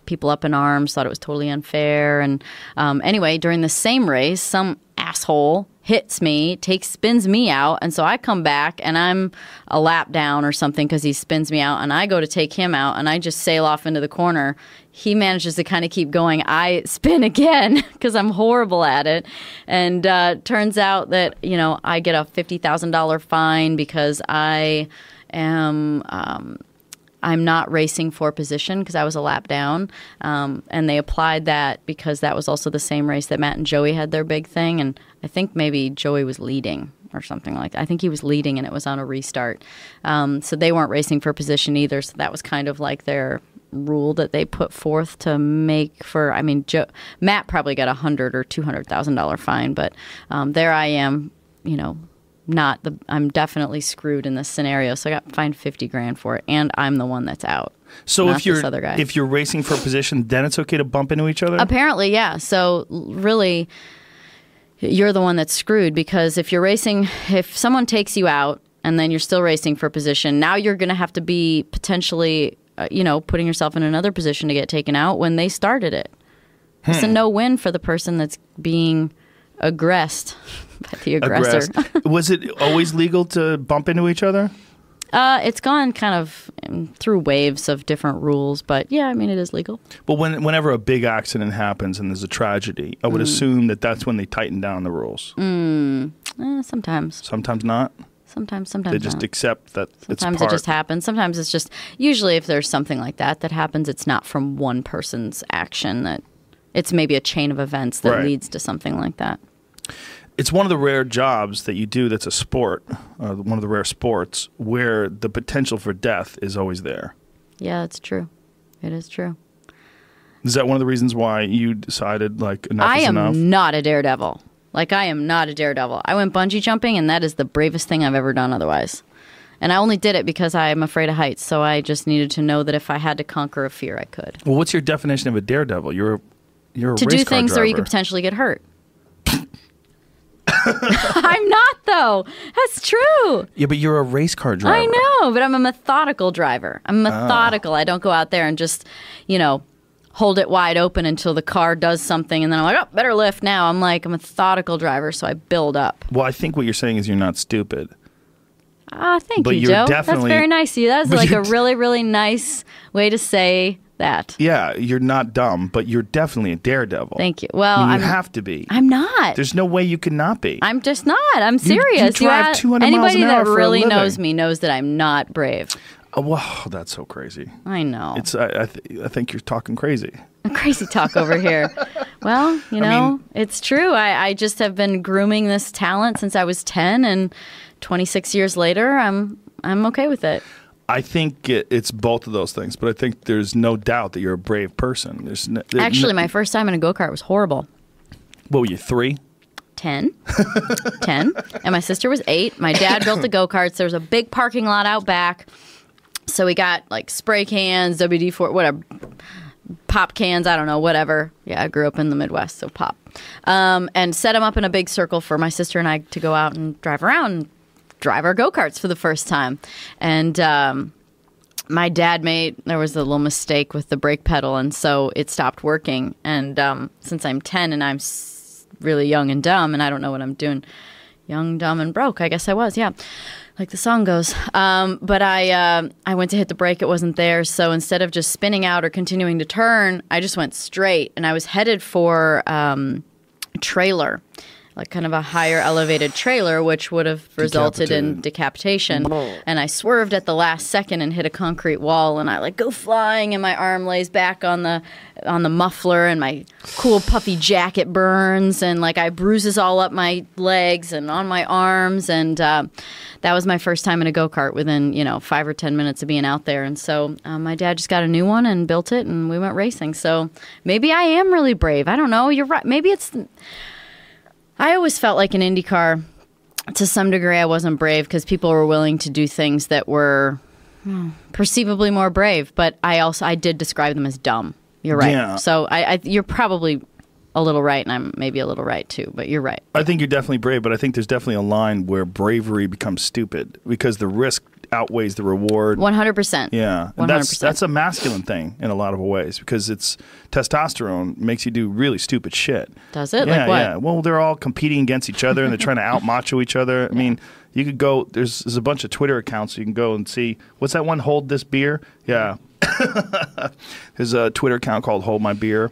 S2: People up in arms thought it was totally unfair. And um, anyway, during the same race, some asshole hits me, takes spins me out, and so I come back and I'm a lap down or something because he spins me out, and I go to take him out, and I just sail off into the corner. He manages to kind of keep going. I spin again because I'm horrible at it, and uh, turns out that you know I get a fifty thousand dollar fine because I am I'm not racing for position because I was a lap down. Um, and they applied that because that was also the same race that Matt and Joey had their big thing. And I think maybe Joey was leading or something like that. I think he was leading and it was on a restart. Um, so they weren't racing for position either. So that was kind of like their rule that they put forth to make for I mean jo- Matt probably got a hundred or two hundred thousand dollar fine but um, there I am you know not the I'm definitely screwed in this scenario. So I got fined fifty grand for it, and I'm the one that's out.
S1: So
S2: Not
S1: if you're
S2: this other guy.
S1: if you're racing for a position, then it's okay to bump into each other.
S2: Apparently, yeah. So l- really, you're the one that's screwed because if you're racing, if someone takes you out and then you're still racing for position, now you're going to have to be potentially, uh, you know, putting yourself in another position to get taken out when they started it. It's a
S1: Hmm.
S2: no win for the person that's being aggressed by the aggressor.
S1: Aggressed. Was it always legal to bump into each other?
S2: Uh, it's gone kind of um, through waves of different rules, but yeah, I mean it is legal.
S1: Well, when, whenever a big accident happens and there's a tragedy, I
S2: Mm.
S1: would assume that that's when they tighten down the rules.
S2: Eh, sometimes,
S1: Sometimes not.
S2: sometimes, sometimes
S1: They just
S2: not.
S1: accept that it's
S2: sometimes
S1: part.
S2: it just happens. Sometimes it's just usually if there's something like that that happens, it's not from one person's action that it's maybe a chain of events that
S1: Right.
S2: leads to something like that.
S1: it's one of the rare jobs that you do that's a sport, uh, one of the rare sports where the potential for death is always there.
S2: Yeah, it's true. It is true.
S1: Is that one of the reasons why you decided like enough
S2: I
S1: is
S2: am
S1: enough?
S2: not a daredevil. Like I am not a daredevil. I went bungee jumping, and that is the bravest thing I've ever done. Otherwise, and I only did it because I am afraid of heights. So I just needed to know that if I had to conquer a fear, I could.
S1: Well, what's your definition of a daredevil? You're a, you're a
S2: to
S1: race
S2: do
S1: car
S2: things
S1: driver.
S2: where you could potentially get hurt. I'm not though. That's true.
S1: yeah, but you're a race car driver. Ah.
S2: I know, but I'm a methodical driver. I'm methodical. I don't go out there and just, you know, hold it wide open until the car does something and then I'm like, "Oh, better lift now." I'm like a methodical driver, so I build up.
S1: Well, I think what you're saying is you're not stupid.
S2: Ah, thank
S1: But
S2: you,
S1: you're
S2: Joe. That's
S1: definitely-
S2: very nice of you. That's
S1: But
S2: like
S1: you're
S2: a
S1: d-
S2: really really nice way to say that.
S1: Yeah, you're not dumb, but you're definitely a daredevil.
S2: Thank you. Well,
S1: I mean, you
S2: I'm-
S1: have to be.
S2: I'm not.
S1: There's no way you could not be.
S2: I'm just not. I'm serious.
S1: drive
S2: ha-
S1: 200 miles
S2: anybody
S1: an hour
S2: that
S1: for a
S2: really
S1: living.
S2: knows me knows that I'm not brave.
S1: oh, wow, that's so crazy.
S2: I know.
S1: It's I I, th- I think you're talking crazy.
S2: crazy talk over here. Well, you know, it's true. I, I just have been grooming this talent since I was 10 and 26 years later, I'm I'm okay with it.
S1: I think it, it's both of those things, but I think there's no doubt that you're a brave person. There's no, there-
S2: Actually,
S1: no-
S2: my first time in a go-kart was horrible.
S1: what were you three?
S2: 10 10 and my sister was 8 my dad built the go-karts there was a big parking lot out back So we got like spray cans, WD-4, whatever, pop cans, I don't know, whatever. Yeah, I grew up in the Midwest, so pop. Um, and set them up in a big circle for my sister and I to go out and drive around, and drive our go-karts for the first time. And um, my dad made, there was a little mistake with the brake pedal, and so it stopped working. And um, since I'm 10 and I'm s- really young and dumb and I don't know what I'm doing, young, dumb, and broke, I guess I was, yeah like the song goes. Um, but I uh, I went to hit the brake, it wasn't there. So instead of just spinning out or continuing to turn, I just went straight, and I was headed for um, a trailer, like kind of a higher elevated trailer, which would have resulted in decapitation. And I swerved at the last second and hit a concrete wall, and I like go flying, and my arm lays back on the on the muffler, and my cool puffy jacket burns, and like I bruises all up my legs and on my arms, and uh, that was my first time in a go kart within you know five or ten minutes of being out there. And so um, my dad just got a new one and built it, and we went racing. So maybe I am really brave. I don't know. You're right. Maybe it's. I always felt like an IndyCar. To some degree, I wasn't brave because people were willing to do things that were hmm, perceivably more brave. But I also I did describe them as dumb. You're right.
S1: Yeah.
S2: So I, I you're probably a little right, and I'm maybe a little right too. But you're right.
S1: I think you're definitely brave, but I think there's definitely a line where bravery becomes stupid because the risk outweighs the reward.
S2: One hundred percent.
S1: Yeah,
S2: One
S1: and
S2: hundred
S1: that's
S2: percent.
S1: that's a masculine thing in a lot of ways because it's testosterone makes you do really stupid shit.
S2: Does it?
S1: Yeah,
S2: Like what?
S1: yeah. Well, they're all competing against each other and they're trying to out macho each other. I mean, you could go. There's there's a bunch of Twitter accounts you can go and see. What's that one? Hold this beer. Yeah. there's a Twitter account called Hold My Beer.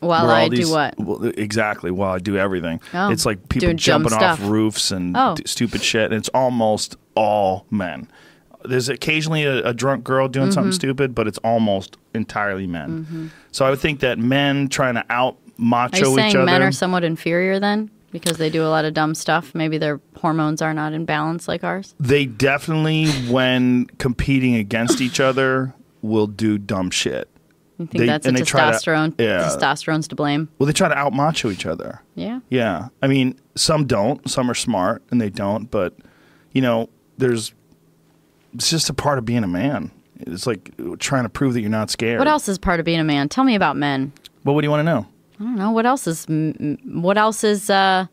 S2: While
S1: where all
S2: I do
S1: these-
S2: what?
S1: Well, e, exactly. While I do everything.
S2: Oh,
S1: it's like people
S2: doing dumb
S1: jumping off
S2: stuff.
S1: roofs and
S2: Oh.
S1: d- stupid shit. And it's almost all men. There's occasionally a, a drunk girl doing something
S2: Mm-hmm.
S1: stupid, but it's almost entirely men. So I would think that men trying to out
S2: Are you
S1: macho each
S2: saying
S1: other.
S2: men are somewhat inferior then because they do a lot of dumb stuff? Maybe their hormones are not in balance like ours.
S1: they definitely, when competing against each other, will do dumb shit.
S2: You think
S1: They-
S2: that's a
S1: and they try to-
S2: testosterone?
S1: yeah.
S2: Testosterone's to blame.
S1: Well, they try to out macho each other.
S2: Yeah.
S1: Yeah. I mean, some don't, some are smart and they don't, but you know, there's it's just a part of being a man. It's like trying to prove that you're not scared.
S2: What else is part of being a man? Tell me about men.
S1: Well, what do you want to know?
S2: I don't know what else is m- m- what else is uh,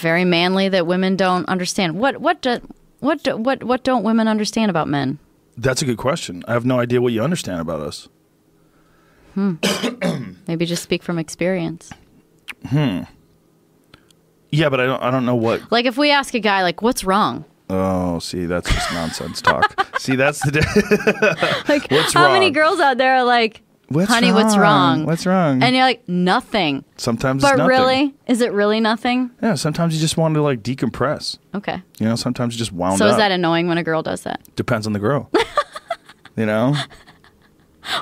S2: very manly that women don't understand. What what do, what do, what what don't women understand about men?
S1: That's a good question. I have no idea what you understand about us.
S2: Maybe just speak from experience.
S1: Yeah, but I don't I don't know what
S2: Like if we ask a guy like what's wrong?
S1: Oh, see, that's just nonsense talk. see, that's the
S2: Like
S1: What's
S2: how many
S1: wrong?
S2: girls out there are like
S1: What's
S2: honey what's
S1: wrong?
S2: wrong?
S1: What's wrong?
S2: And you're like nothing.
S1: sometimes it's
S2: But
S1: nothing.
S2: really, is it really nothing?
S1: Yeah, sometimes you just want to like decompress.
S2: Okay.
S1: You know, sometimes you just wound
S2: So
S1: up.
S2: is that annoying when a girl does that?
S1: depends on the girl. you know?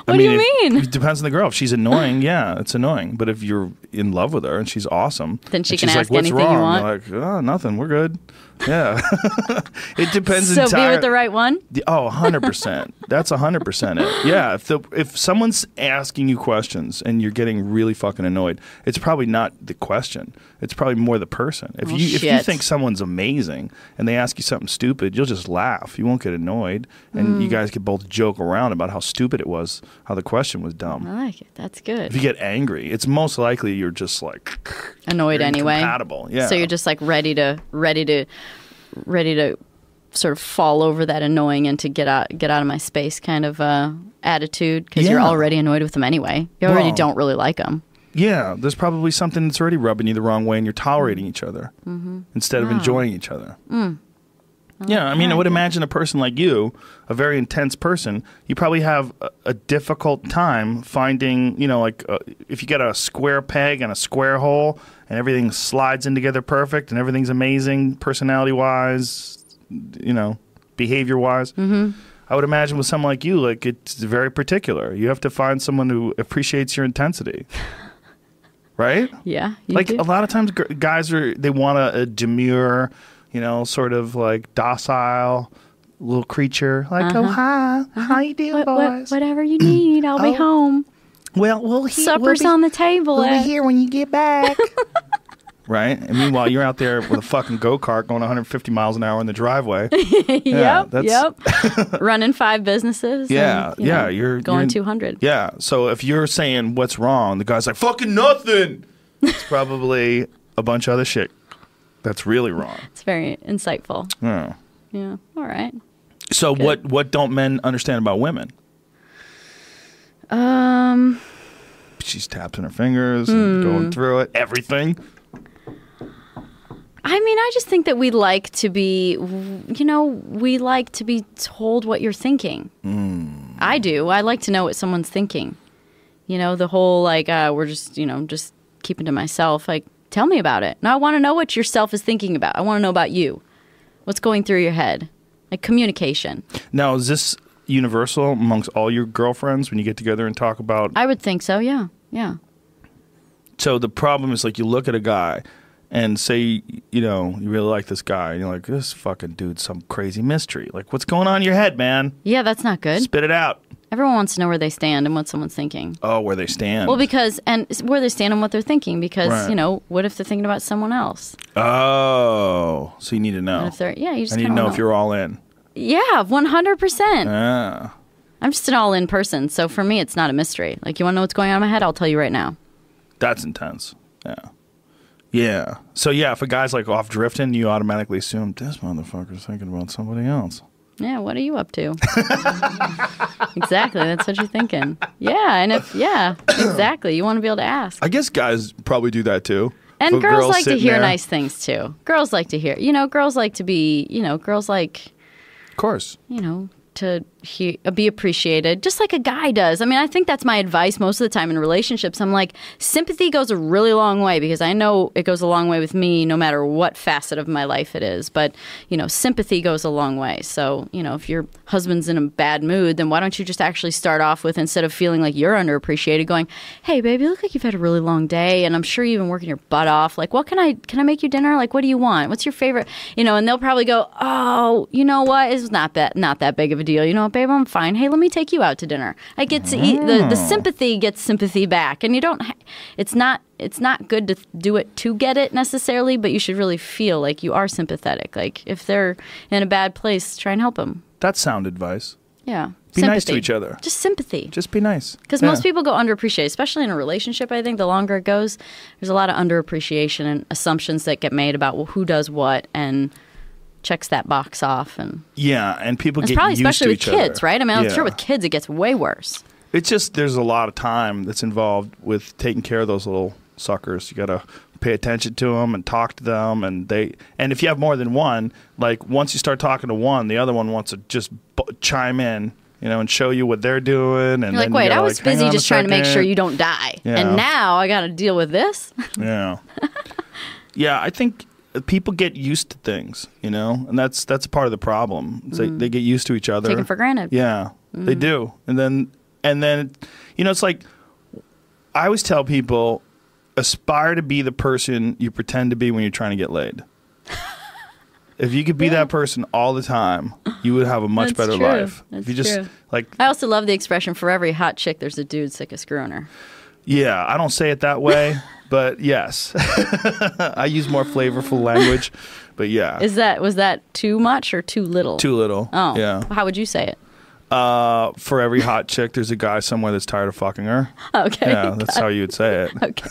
S2: What do you
S1: if-
S2: mean?
S1: It depends on the girl. If she's annoying, yeah, it's annoying. But if you're in love with her and she's awesome,
S2: Then she
S1: and
S2: can
S1: she's
S2: ask
S1: like, What's
S2: anything you
S1: wrong?
S2: want.
S1: You're like, oh, nothing. We're good. Yeah. it depends
S2: So
S1: entire-
S2: be with the right one.
S1: the- Oh, 100%. That's 100% it. Yeah, if the if someone's asking you questions and you're getting really fucking annoyed, it's probably not the question. It's probably more the person. If
S2: Oh,
S1: you if you
S2: shit.
S1: think someone's amazing and they ask you something stupid, you'll just laugh. You won't get annoyed and you guys could both joke around about how stupid it was, how the question was dumb.
S2: I like it. That's
S1: If you
S2: good.
S1: get angry, it's most likely you're just like
S2: Annoyed anyway.
S1: incompatible. Yeah.
S2: So you're just like ready to ready to ready to sort of fall over that annoying and to get out get out of my space kind of uh, attitude because you're
S1: Yeah.
S2: already annoyed with them anyway. You already
S1: Well-
S2: don't really like them.
S1: Yeah, there's probably something that's already rubbing you the wrong way, and you're tolerating each other instead of enjoying each other. Yeah, I mean, I would imagine a person like you, a very intense person, you probably have a, a difficult time finding, you know, like uh, if you get a square peg and a square hole, and everything slides in together perfect, and everything's amazing, personality wise, you know, behavior wise. I would imagine with someone like you, like it's very particular. You have to find someone who appreciates your intensity, right?
S2: Yeah. You
S1: like uh,
S2: do.
S1: a lot of times, gr- guys are they want a, a demure, you know, sort of like docile little creature. Like, oh hi, how you doing,
S2: Uh-huh. What- what-
S1: boys?
S2: whatever you need, I'll be
S1: Oh.
S2: home.
S1: Well, we'll he-
S2: Supper's
S1: we'll be,
S2: on the table.
S1: we'll be
S2: at-
S1: here when you get back. right? And meanwhile, you're out there with a fucking go kart going 150 miles an hour in the driveway. Yeah,
S2: yep. Yep. Running five businesses.
S1: Yeah,
S2: and, you
S1: yeah,
S2: know,
S1: you're
S2: going
S1: you're-
S2: 200.
S1: Yeah, so if you're saying what's wrong, the guy's like fucking nothing. It's probably a bunch of other shit that's really wrong.
S2: It's very insightful.
S1: Yeah.
S2: Yeah. All right.
S1: So what what don't men understand about women?
S2: Um. Hmm.
S1: She's tapping her fingers and going through it. Everything.
S2: I mean, I just think that we like to be, you know, we like to be told what you're thinking. I do. I like to know what someone's thinking. You know, the whole like, uh, we're just, you know, just keeping to myself. Like, tell me about it. No, I want to know what yourself is thinking about. I want to know about you. What's going through your head? Like communication.
S1: Now, is this universal amongst all your girlfriends when you get together and talk about
S2: I would think so. Yeah. Yeah.
S1: so the problem is like you look at a guy and say you know you really like this guy and you're like this fucking dude's some crazy mystery like what's going on in your head man
S2: Yeah, that's not good.
S1: spit it out
S2: Everyone wants to know where they stand and what someone's thinking.
S1: oh where they stand
S2: Well, because, and where they stand and what they're thinking, because,
S1: Right.
S2: you know, what if they're thinking about someone else?
S1: oh so you need to know
S2: And if they're, yeah, you just
S1: i need to
S2: kinda
S1: know
S2: wanna
S1: if you're all in
S2: Yeah, one hundred percent.
S1: ah
S2: I'm just an all-in person, so for me, it's not a mystery. Like you want to know what's going on in my head, I'll tell you right now.
S1: that's intense yeah yeah so yeah if a guy's like off drifting you automatically assume this motherfucker's thinking about somebody else
S2: Yeah, what are you up to? exactly, that's what you're thinking. Yeah, and if yeah, exactly, you want to be able to ask.
S1: i guess guys probably do that too
S2: And
S1: If a
S2: girls
S1: girl's
S2: like to
S1: sitting
S2: hear
S1: there-
S2: nice things too. Girls like to hear, you know, girls like to be, you know, girls like,
S1: of course
S2: you know, to he- uh, be appreciated, just like a guy does. I mean, I think that's my advice most of the time in relationships. I'm like, sympathy goes a really long way because I know it goes a long way with me, no matter what facet of my life it is. But you know, sympathy goes a long way. So you know, if your husband's in a bad mood, then why don't you just actually start off with instead of feeling like you're underappreciated, going, "Hey, baby, you look like you've had a really long day, and I'm sure you've been working your butt off. Like, what can I can I make you dinner? Like, what do you want? What's your favorite? You know?" And they'll probably go, "Oh, you know what? It's not that not that big of a deal. You know what, babe? I'm fine. Hey, let me take you out to dinner. I get to eat. The,
S1: Oh.
S2: the sympathy gets sympathy back, and you don't. ha- It's not it's not good to do it to get it necessarily, but you should really feel like you are sympathetic. Like if they're in a bad place, try and help them.
S1: that's sound advice
S2: Yeah,
S1: Be nice to
S2: Sympathy.
S1: each other.
S2: Just sympathy.
S1: Just be nice.
S2: Because most people go underappreciated, especially in a relationship. I think the longer it goes, there's a lot of underappreciation and assumptions that get made about who does what and checks that box off. And
S1: Yeah, and people
S2: it's
S1: get
S2: probably
S1: used
S2: especially
S1: to
S2: with
S1: each
S2: kids,
S1: other.
S2: right? I mean, I'm
S1: Yeah.
S2: sure with kids it gets way worse.
S1: It's just there's a lot of time that's involved with taking care of those little suckers. You gotta pay attention to them and talk to them, and they and if you have more than one, like once you start talking to one, the other one wants to just b- chime in, you know, and show you what they're doing. And
S2: You're like,
S1: then
S2: wait,
S1: you
S2: I
S1: gotta,
S2: was
S1: like, hang
S2: busy
S1: on a
S2: just trying to make sure
S1: second."
S2: you don't die,
S1: Yeah.
S2: and now I got to deal with this.
S1: Yeah. yeah, I think people get used to things, you know, and that's that's part of the problem. It's like they get used to each other.
S2: Mm. Taken for granted. Mm.
S1: Yeah, they do. And then and then you know, it's like I always tell people aspire to be the person you pretend to be when you're trying to get laid. if you could be that person all the time, you would have a much
S2: That's
S1: better
S2: true.
S1: life.
S2: That's
S1: if you just
S2: true.
S1: like
S2: I also love the expression: "For every hot chick, there's a dude sick of screwing her."
S1: yeah, I don't say it that way, but yes. I use more flavorful language, but yeah.
S2: Is that was that too much or too little?
S1: too little.
S2: Oh,
S1: Yeah.
S2: How would you say it?
S1: Uh, for every hot chick, there's a guy somewhere that's tired of fucking her.
S2: Okay.
S1: Yeah, that's how you'd say it.
S2: Okay.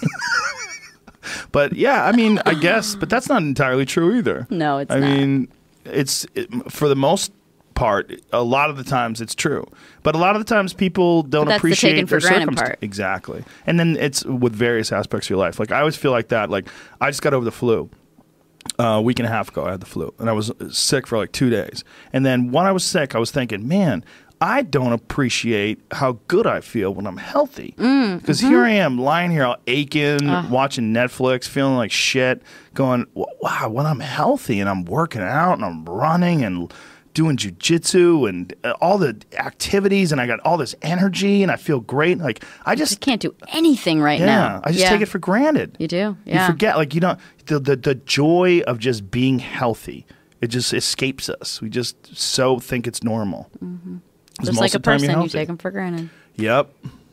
S1: But yeah, I mean, I guess, but that's not entirely true either.
S2: No, it's
S1: I
S2: not.
S1: mean, it's it, for the most part, a lot of the times it's true, but a lot of the times people don't
S2: that's the
S1: appreciate
S2: taken for
S1: their
S2: granted
S1: circumstance.
S2: part.
S1: Exactly, and then it's with various aspects of your life. Like I always feel like that. Like I just got over the flu. uh, a week and a half ago. I had the flu, and I was sick for like two days. And then when I was sick, I was thinking, man, I don't appreciate how good I feel when I'm healthy. Because here I am, lying here all aching, watching Netflix, feeling like shit, going, "W- wow, when I'm healthy and I'm working out and I'm running and doing jujitsu and uh, all the activities, and I got all this energy and I feel great. Like, I just,
S2: can't do anything right
S1: yeah,
S2: now.
S1: I just take it for granted.
S2: You do. Yeah.
S1: You forget, like you don't the, the the joy of just being healthy. It just escapes us. We just so think it's normal. Mm-hmm.
S2: Just like a person, you take them for granted.
S1: Yep,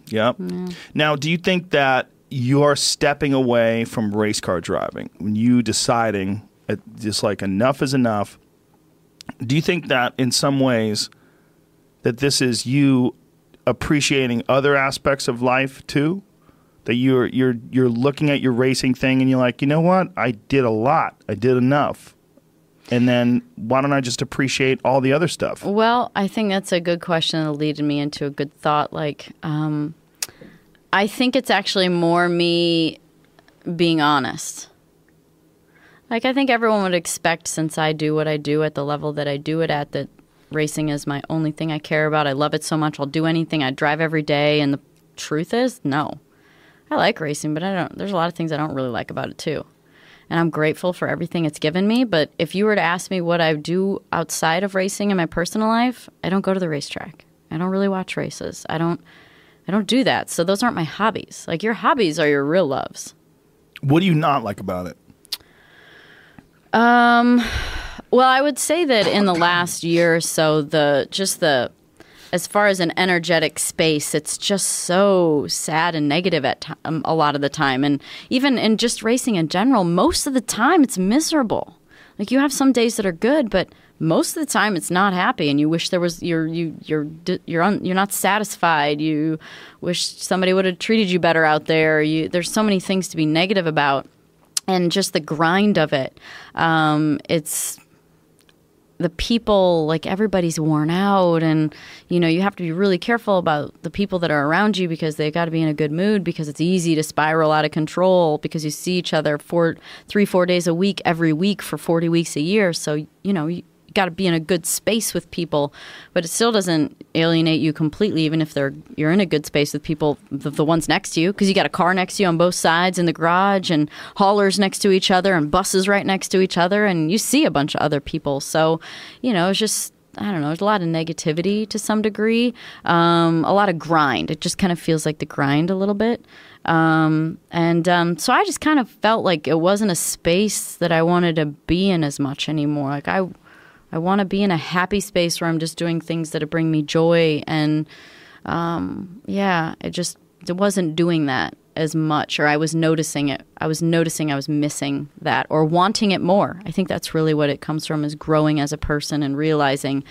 S1: yep. Now, do you think that you're stepping away from race car driving when you deciding at just like enough is enough do you think that in some ways that this is you appreciating other aspects of life too that you're you're you're looking at your racing thing and you're like you know what I did a lot I did enough and then why don't I just appreciate all the other stuff
S2: Well, I think that's a good question that leaded me into a good thought. Like, um, I think it's actually more me being honest. Like, I think everyone would expect, since I do what I do at the level that I do it at, that racing is my only thing I care about. I love it so much. I'll do anything. I drive every day. And the truth is, no. I like racing, but I don't, there's a lot of things I don't really like about it, too and I'm grateful for everything it's given me. But if you were to ask me what I do outside of racing in my personal life, I don't go to the racetrack. I don't really watch races. I don't I don't do that. So those aren't my hobbies. Like your hobbies are your real loves.
S1: what do you not like about it
S2: Well, I would say that in the last year or so, the just the as far as an energetic space, it's just so sad and negative at ti- um, a lot of the time, and even in just racing in general, most of the time it's miserable. Like you have some days that are good, but most of the time it's not happy, and you wish there was you're you you're d- you're un, you're not satisfied. You wish somebody would have treated you better out there. You, there's so many things to be negative about, and just the grind of it. Um, it's the people like everybody's worn out and you know you have to be really careful about the people that are around you because they got to be in a good mood because it's easy to spiral out of control because you see each other four three four days a week every week for 40 weeks a year so you know you got to be in a good space with people but it still doesn't alienate you completely even if they're you're in a good space with people the, the ones next to you because you got a car next to you on both sides in the garage and haulers next to each other and buses right next to each other and you see a bunch of other people so you know it's just I don't know. There's a lot of negativity to some degree, um, a lot of grind. It just kind of feels like the grind a little bit. Um, and um, so I just kind of felt like it wasn't a space that I wanted to be in as much anymore. Like I, I want to be in a happy space where I'm just doing things that bring me joy. And um, yeah, it just it wasn't doing that as much, or I was noticing it. I was noticing I was missing that, or wanting it more. I think that's really what it comes from: is growing as a person and realizing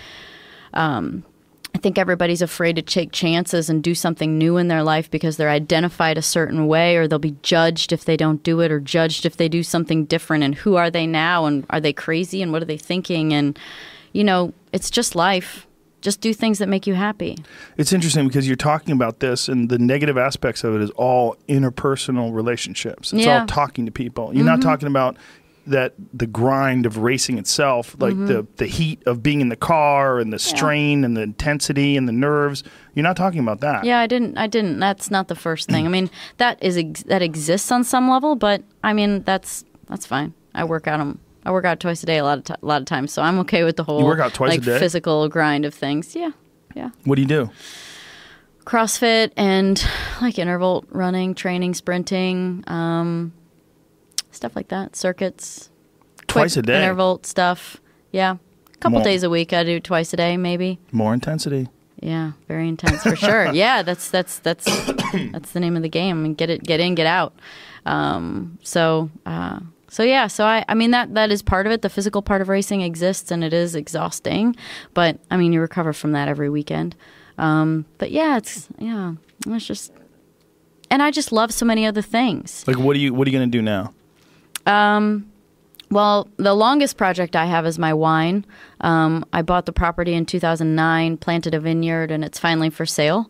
S2: I think everybody's afraid to take chances and do something new in their life because they're identified a certain way or they'll be judged if they don't do it or judged if they do something different and who are they now and are they crazy and what are they thinking and you know it's just life just do things that make you happy
S1: It's interesting because you're talking about this, and the negative aspects of it is all interpersonal relationships. It's
S2: Yeah. Mm-hmm.
S1: all talking to people. You're not talking about that the grind of racing itself, like the
S2: Mm-hmm.
S1: the heat of being in the car and the strain and the intensity and the nerves. You're not talking about that.
S2: yeah I didn't I didn't that's not the first thing I mean that is ex- that exists on some level but I mean that's that's fine I work out 'em- I work out twice a day a lot of t- a lot of times so I'm okay with the whole
S1: work out twice a
S2: like
S1: day?
S2: physical grind of things yeah yeah
S1: What do you do?
S2: CrossFit and like interval running, training, sprinting, um, stuff like that. Circuits,
S1: Twice a
S2: quick
S1: day.
S2: interval stuff. Yeah, a couple
S1: More.
S2: days a week. I do twice a day, maybe.
S1: More intensity.
S2: Yeah, very intense for sure. Yeah, that's that's that's that's the name of the game. I mean, get it, get in, get out. Um, so uh, so yeah, so I I mean that that is part of it. The physical part of racing exists, and it is exhausting. But I mean, you recover from that every weekend. Um, but yeah, it's yeah, it's just. And I just love so many other things.
S1: Like, what do you what are you gonna do now?
S2: Well, the longest project I have is my wine. Um, I bought the property in 2009, planted a vineyard, and it's finally for sale.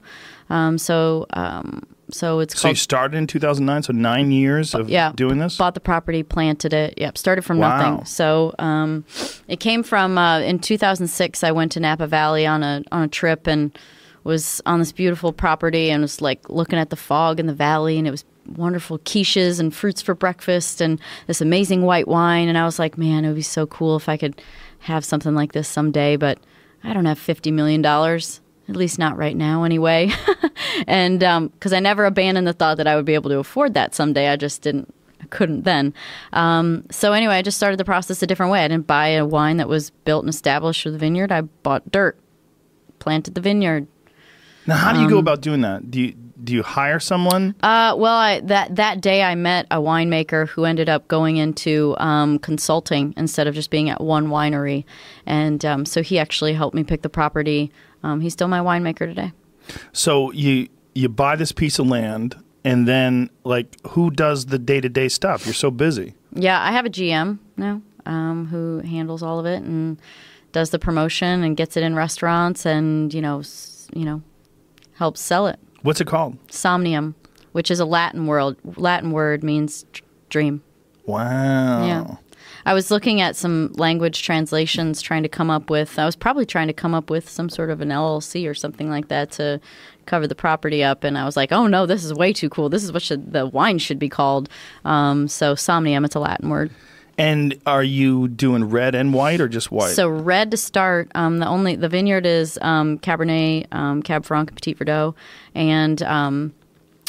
S2: Um, so, um, so it's
S1: So you
S2: called.
S1: started in 2009, so nine years of
S2: yeah,
S1: doing this.
S2: Bought the property, planted it. Yep, started from
S1: Wow.
S2: nothing. So um, it came from uh, in 2006. I went to Napa Valley on a on a trip and was on this beautiful property and was like looking at the fog in the valley and it was wonderful quiches and fruits for breakfast and this amazing white wine and I was like, man, it would be so cool if I could have something like this someday, but I don't have 50 million dollars. At least not right now, anyway. and because I never abandoned the thought that I would be able to afford that someday, I just didn't I couldn't then. Um, so anyway, I just started the process a different way. I didn't buy a wine that was built and established with a vineyard. I bought dirt, planted the vineyard. um,
S1: now, how do you go about doing that? Do you do you hire someone?
S2: Uh, well, I, that that day I met a winemaker who ended up going into um, consulting instead of just being at one winery, and um, so he actually helped me pick the property. Um, he's still my winemaker today.
S1: so you you buy this piece of land and then like who does the day-to-day stuff? You're so busy.
S2: Yeah, I have a GM now um, who handles all of it and does the promotion and gets it in restaurants and you know s- you know helps sell it.
S1: What's it called?
S2: Somnium, which is a Latin word. Latin word means d- dream.
S1: Wow.
S2: Yeah. I was looking at some language translations, trying to come up with. I was probably trying to come up with some sort of an LLC or something like that to cover the property up. And I was like, "Oh no, this is way too cool. This is what should, the wine should be called." Um, so somnium, it's a Latin word.
S1: And are you doing red and white or just white?
S2: So red to start. Um, the only the vineyard is um, Cabernet, um, Cab Franc, and Petit Verdot, and um,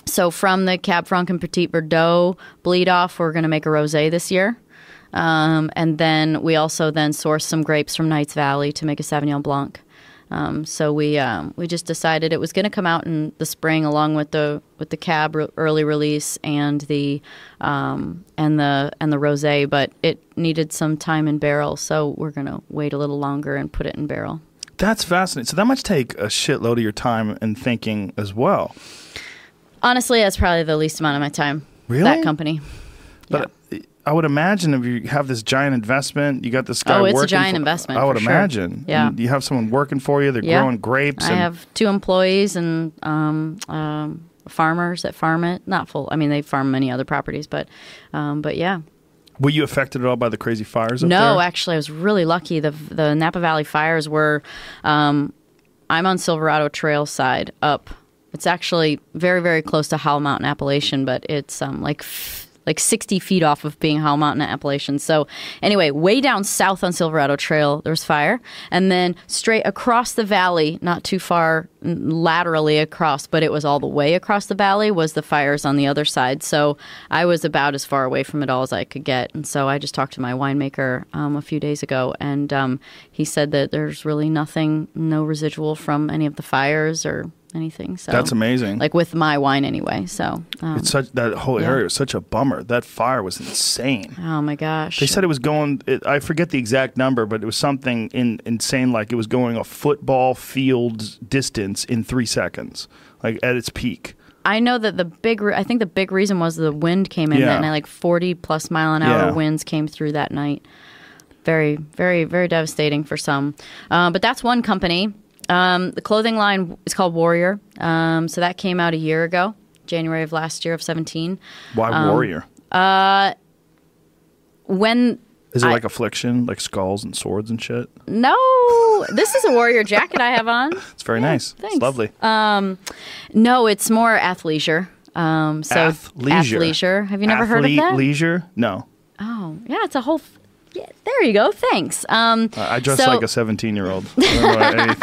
S2: so from the Cab Franc and Petit Verdot bleed off, we're going to make a rosé this year, um, and then we also then source some grapes from Knights Valley to make a Sauvignon Blanc. Um, so we um, we just decided it was going to come out in the spring along with the with the cab re- early release and the um, and the and the rosé, but it needed some time in barrel, so we're going to wait a little longer and put it in barrel.
S1: That's fascinating. So that must take a shitload of your time and thinking as well.
S2: Honestly, that's probably the least amount of my time.
S1: Really?
S2: That company.
S1: But I would imagine if you have this giant investment, you got this guy.
S2: Oh, it's a
S1: working
S2: giant
S1: for-
S2: investment,
S1: I would
S2: for sure.
S1: imagine.
S2: Yeah.
S1: And you have someone working for you. They're
S2: Yeah.
S1: growing grapes.
S2: I
S1: and
S2: have two employees and um, um, farmers that farm it. Not full. I mean, they farm many other properties, but um, but yeah.
S1: Were you affected at all by the crazy fires? Up
S2: No,
S1: there?
S2: actually, I was really lucky. The the Napa Valley fires were. Um, I'm on Silverado Trail side up. It's actually very very close to Howell Mountain Appalachian, but it's um like. f- Like 60 feet off of being Howell Mountain Appalachian. So, anyway, way down south on Silverado Trail, there was fire. And then straight across the valley, not too far n- laterally across, but it was all the way across the valley, was the fires on the other side. So, I was about as far away from it all as I could get. And so I just talked to my winemaker um, a few days ago, and um, he said that there's really nothing, no residual from any of the fires or anything. So
S1: That's amazing.
S2: Like with my wine anyway. So, um,
S1: it's such that whole area was such a bummer. That fire was insane.
S2: oh my gosh.
S1: They said it was going. It, I forget the exact number, but it was something in, insane. Like it was going a football field's distance in three seconds, like at its peak.
S2: I know that the big, re- I think the big reason was the wind came in
S1: Yeah.
S2: that night, like 40 plus mile an hour
S1: Yeah.
S2: winds came through that night. Very, very, very devastating for some. Uh, but that's one company. Um, the clothing line is called Warrior. Um, so that came out a year ago, January of last year of 17.
S1: Why
S2: Um,
S1: warrior?
S2: When,
S1: Is it
S2: I-
S1: like affliction, like skulls and swords and shit?
S2: no, this is a Warrior jacket I have on.
S1: It's very nice. It's
S2: thanks. Uh,
S1: lovely.
S2: No, it's more athleisure. Um, so
S1: Athleisure.
S2: athleisure. Have you never heard of
S1: Athlete
S2: that?
S1: Leisure? No.
S2: Oh, yeah, it's a whole. F- yeah, there you go. Thanks. Um,
S1: I I dress
S2: so,
S1: like a 17 year old. I don't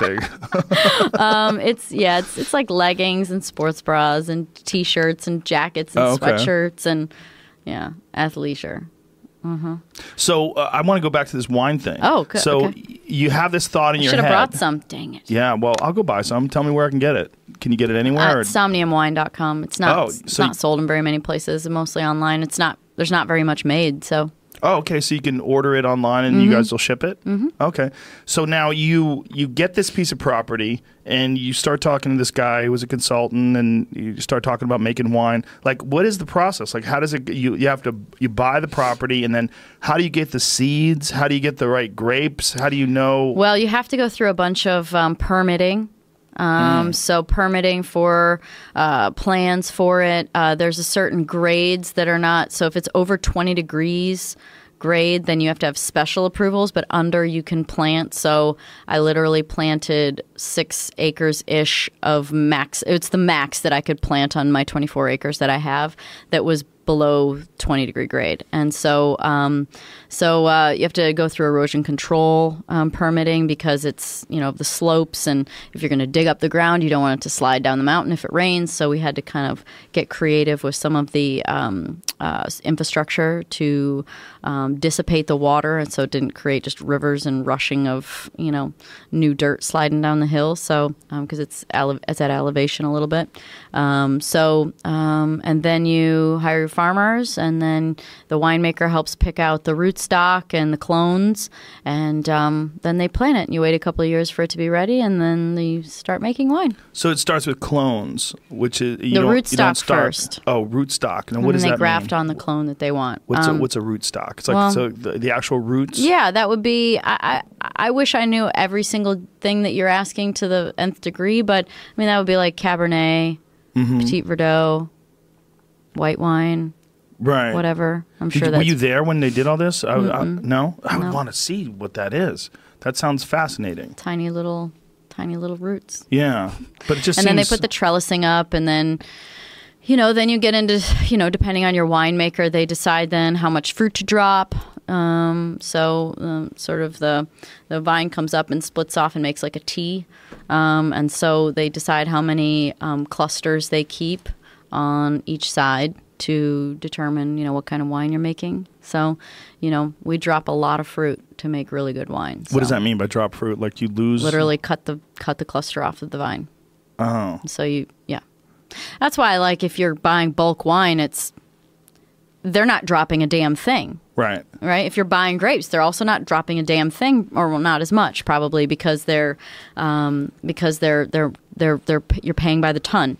S1: know anything.
S2: um, it's yeah, it's it's like leggings and sports bras and t-shirts and jackets and
S1: Oh, okay.
S2: sweatshirts and yeah, athleisure.
S1: So uh, I want to go back to this wine thing.
S2: Oh, good,
S1: So
S2: okay.
S1: y- you have this thought in your
S2: Should
S1: head.
S2: have brought some. Dang it.
S1: Yeah, well, I'll go buy some. Tell me where I can get it. Can you get it anywhere?
S2: At
S1: or-
S2: somniumwine.com. It's not
S1: Oh,
S2: it's
S1: so
S2: not
S1: you-
S2: sold in very many places, mostly online. It's not there's not very much made, so
S1: oh, okay. So you can order it online, and you guys will ship it. Mm-hmm. Okay. So now you you get this piece of property, and you start talking to this guy who was a consultant, and you start talking about making wine. Like, what is the process? Like, how does it? You you have to you buy the property, and then how do you get the seeds? How do you get the right grapes? How do you know?
S2: Well, you have to go through a bunch of um, permitting. Um, So permitting for uh, plans for it. Uh, there's a certain grades that are not. So if it's over 20 degrees grade, then you have to have special approvals. But under, you can plant. So I literally planted six acres ish of max. It's the max that I could plant on my 24 acres that I have. That was below 20 degree grade. And so, um, so uh, you have to go through erosion control um, permitting because it's you know the slopes, and if you're going to dig up the ground, you don't want it to slide down the mountain if it rains. So we had to kind of get creative with some of the um, uh, infrastructure to um, dissipate the water, and so it didn't create just rivers and rushing of you know new dirt sliding down the hill. So because it's ele- it's at elevation a little bit, um, so um, and then you hire your farmers, and then the winemaker helps pick out the rootstock and the clones, and um, then they plant it. And you wait a couple of years for it to be ready, and then you start making wine.
S1: So it starts with clones, which is you
S2: The
S1: don't, you don't
S2: rootstock
S1: start,
S2: first.
S1: Oh, rootstock. Now what
S2: and
S1: does
S2: then they
S1: that
S2: graft
S1: mean?
S2: on the clone that they want.
S1: What's
S2: Um,
S1: a, what's a rootstock? It's like
S2: well-
S1: so the, the actual roots.
S2: Yeah, that would be. I, I I wish I knew every single thing that you're asking to the nth degree, but I mean that would be like Cabernet,
S1: Mm-hmm.
S2: Petit Verdot, white wine,
S1: right.
S2: whatever. I'm
S1: Did
S2: sure
S1: you-
S2: that
S1: were you there when they did all this? I, I, no, I would want to see what that is. That sounds fascinating.
S2: tiny little, tiny little roots.
S1: Yeah, but it just
S2: and
S1: seems
S2: then they put the trellising up and then you know then you get into you know depending on your winemaker they decide then how much fruit to drop um, so um, sort of the the vine comes up and splits off and makes like a T um, and so they decide how many um, clusters they keep on each side to determine you know what kind of wine you're making so you know we drop a lot of fruit to make really good wine
S1: what does
S2: So
S1: that mean by drop fruit? Like you lose
S2: literally cut the cut the cluster off of the vine
S1: Oh,
S2: so you, yeah. That's why, like, if you're buying bulk wine, it's they're not dropping a damn thing,
S1: right.
S2: right? If you're buying grapes, they're also not dropping a damn thing, or well, not as much probably because they're um, because they're they're they're they're you're paying by the ton.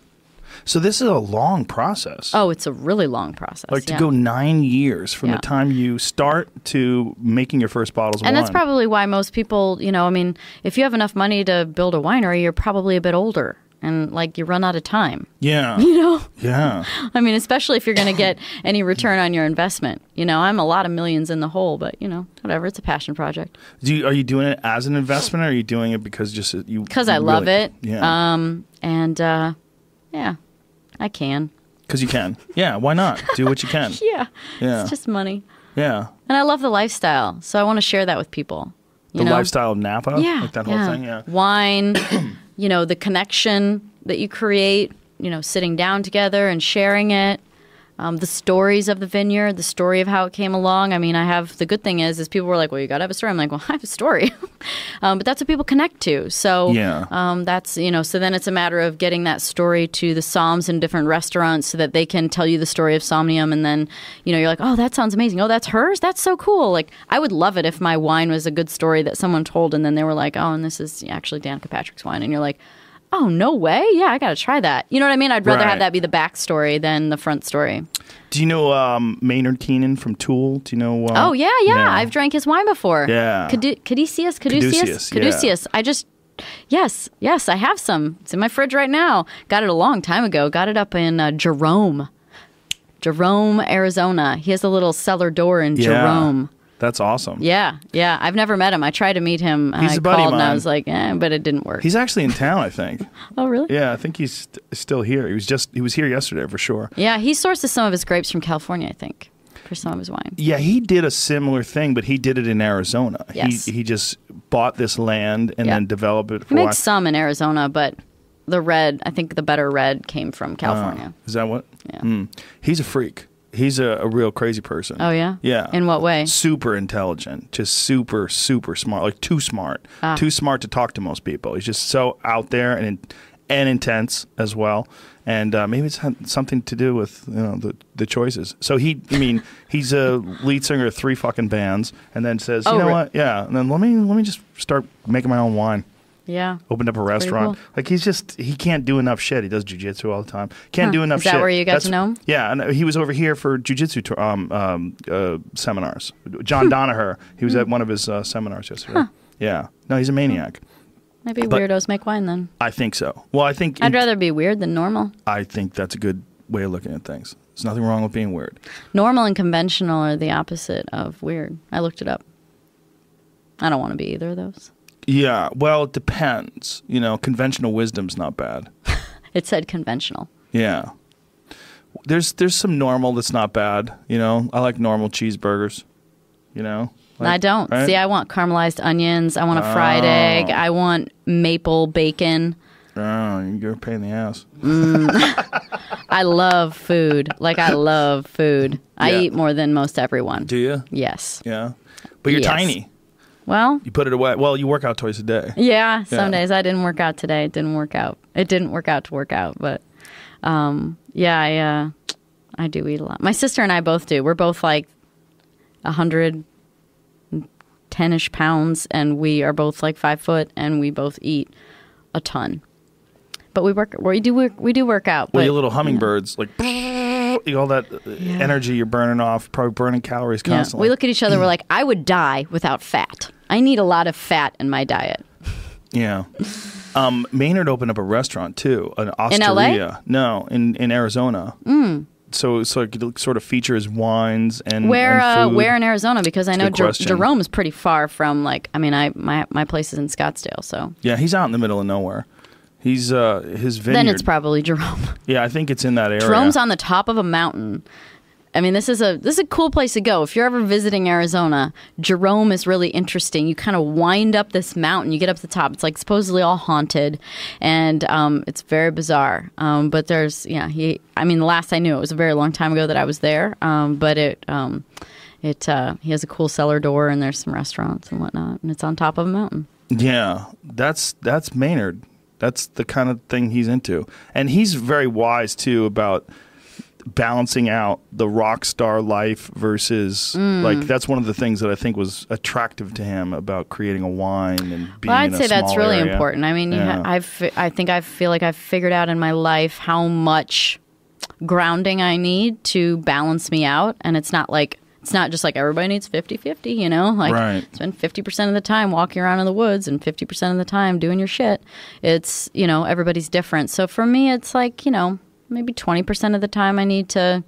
S1: So this is a long process.
S2: Oh, it's a really long process.
S1: like to
S2: yeah.
S1: go nine years from
S2: Yeah.
S1: the time you start to making your first bottles of
S2: And
S1: wine.
S2: that's probably why most people, you know, I mean, if you have enough money to build a winery, you're probably a bit older and like you run out of time.
S1: yeah,
S2: You know,
S1: yeah.
S2: I mean, especially if you're going to get any return on your investment. You know, I'm a lot of millions in the hole, but you know, whatever. It's a passion project
S1: Do you, are you doing it as an investment, or are you doing it because just uh, you?
S2: because I
S1: you
S2: love
S1: really-
S2: it.
S1: Yeah,
S2: Um, and uh, yeah, I can.
S1: because you can. Yeah, why not? Do what you can.
S2: Yeah.
S1: Yeah.
S2: It's just money,
S1: yeah,
S2: and I love the lifestyle, so I want to share that with people. You
S1: the
S2: know?
S1: lifestyle of Napa.
S2: Yeah.
S1: like that whole thing. Yeah,
S2: Wine, you know, the connection that you create, you know, sitting down together and sharing it. Um, the stories of the vineyard, the story of how it came along. I mean, I have the good thing is, is people were like, "Well, you got to have a story." I'm like, "Well, I have a story," um, but that's what people connect to. So
S1: Yeah.
S2: um, that's you know. So then it's a matter of getting that story to the Psalms in different restaurants so that they can tell you the story of Somnium, and then you know you're like, "Oh, that sounds amazing. Oh, that's hers. That's so cool." Like I would love it if my wine was a good story that someone told, and then they were like, "Oh, and this is actually Danica Patrick's wine," and you're like. Oh no way! Yeah, I gotta try that. You know what I mean? I'd rather
S1: Right.
S2: have that be the backstory than the front story.
S1: Do you know um, Maynard Keenan from Tool? Do you know? Uh,
S2: Oh yeah, yeah. I've drank his wine before.
S1: Yeah.
S2: Cadu- Caduceus, Caduceus,
S1: Caduceus, yeah.
S2: Caduceus. I just, yes, yes, I have some. It's in my fridge right now. Got it a long time ago. Got it up in uh, Jerome, Jerome, Arizona. He has a little cellar door in
S1: Yeah.
S2: Jerome.
S1: That's awesome.
S2: Yeah, yeah. I've never met him. I tried to meet him. and
S1: He's
S2: I
S1: a buddy of
S2: called and I
S1: mine.
S2: was like, eh, but it didn't work.
S1: He's actually in town, I think.
S2: oh, really?
S1: Yeah, I think he's st- still here. He was just he was here yesterday for sure.
S2: Yeah, he sources some of his grapes from California, I think, for some of his wine.
S1: Yeah, he did a similar thing, but he did it in Arizona.
S2: Yes.
S1: He he just bought this land and
S2: Yeah.
S1: then developed it
S2: He
S1: for a while.
S2: makes some in Arizona, but the red, I think the better red came
S1: Ah.
S2: from California.
S1: Is that what?
S2: Yeah.
S1: Mm. He's a freak. He's a, a real crazy person.
S2: Oh yeah.
S1: Yeah.
S2: In what way?
S1: super intelligent, just super super smart, like too smart,
S2: Ah.
S1: too smart to talk to most people. He's just so out there and and intense as well. And uh, maybe it's had something to do with you know the the choices. So he, I mean, he's a lead singer of three fucking bands, and then says,
S2: Oh,
S1: you know
S2: re-
S1: what? Yeah, and then let me let me just start making my own wine.
S2: Yeah.
S1: Opened up a restaurant.
S2: cool.
S1: Like he's just he can't do enough shit. He does jujitsu all the time. Can't
S2: Huh.
S1: do enough.
S2: Is that
S1: shit.
S2: where you got to know him?
S1: Yeah, and he was over here for jujitsu tour- um, um, uh, seminars.
S2: Hmm.
S1: John Donaher, he was at one of his uh, seminars yesterday. Yeah, no,
S2: Hmm.
S1: he's a maniac.
S2: Maybe
S1: But-
S2: weirdos make wine then.
S1: I think so. Well, I think
S2: I'd rather be weird than normal.
S1: I think that's a good way of looking at things. There's nothing wrong with being weird.
S2: Normal and conventional are the opposite of weird. I looked it up. I don't want to be either of those.
S1: Yeah, well, it depends. You know, conventional wisdom's not bad.
S2: It said conventional.
S1: Yeah. There's there's some normal that's not bad. You know, I like normal cheeseburgers. You know,
S2: And I don't.
S1: right?
S2: See, I want caramelized onions. I want a fried egg. I want maple bacon.
S1: oh, you're a pain in the ass.
S2: I love food. Like, I love food. I
S1: Yeah.
S2: eat more than most everyone.
S1: Do you?
S2: Yes.
S1: Yeah, but you're
S2: Yes.
S1: tiny.
S2: Well,
S1: You put it away. Well, you work out twice a day.
S2: yeah, some
S1: Yeah.
S2: days I didn't work out today. It didn't work out. It didn't work out to work out, but um, yeah, I, uh, I do eat a lot. My sister and I both do. We're both like 110 ish pounds, and we are both like five foot, and we both eat a ton. But we work. We do work. We do work out.
S1: Well,
S2: but
S1: you little hummingbirds, like you- all that uh, energy you're burning off, probably burning calories
S2: yeah.
S1: constantly.
S2: we look at each other. We're like, I would die without fat. I need a lot of fat in my diet.
S1: Yeah. Um, Maynard opened up a restaurant too, an
S2: In LA?
S1: osteria. No, in in Arizona. Mm. So so it could sort of feature his wines and
S2: Where
S1: Mm, and
S2: uh,
S1: food.
S2: where in Arizona? Because I know
S1: good
S2: Jer-
S1: question.
S2: Jerome's pretty far from like I mean I my my place is in Scottsdale, so
S1: Yeah, he's out in the middle of nowhere. He's uh his vineyard.
S2: then it's probably Jerome.
S1: yeah, I think it's in that area.
S2: Jerome's on the top of a mountain. I mean, this is a this is a cool place to go if you're ever visiting Arizona. Jerome is really interesting. You kind of wind up this mountain, you get up to the top. It's like supposedly all haunted, and um, it's very bizarre. Um, but there's yeah, he. I mean, the last I knew, it was a very long time ago that I was there. Um, but it um, it uh, he has a cool cellar door, and there's some restaurants and whatnot, and it's on top of a mountain.
S1: Yeah, that's that's Maynard. That's the kind of thing he's into, and he's very wise too about balancing out the rock star life versus
S2: Mm.
S1: like that's one of the things that I think was attractive to him about creating a wine and being.
S2: Well, I'd
S1: in a
S2: say that's
S1: small
S2: really
S1: area.
S2: important. I mean, you ha-
S1: Yeah.
S2: I've fi- I think I feel like I've figured out in my life how much grounding I need to balance me out, and it's not like it's not just like everybody needs 50-50, you know? Like
S1: Right.
S2: spend 50% of the time walking around in the woods and 50% of the time doing your shit. It's, you know, everybody's different. So for me, it's like, you know, maybe 20% of the time I need to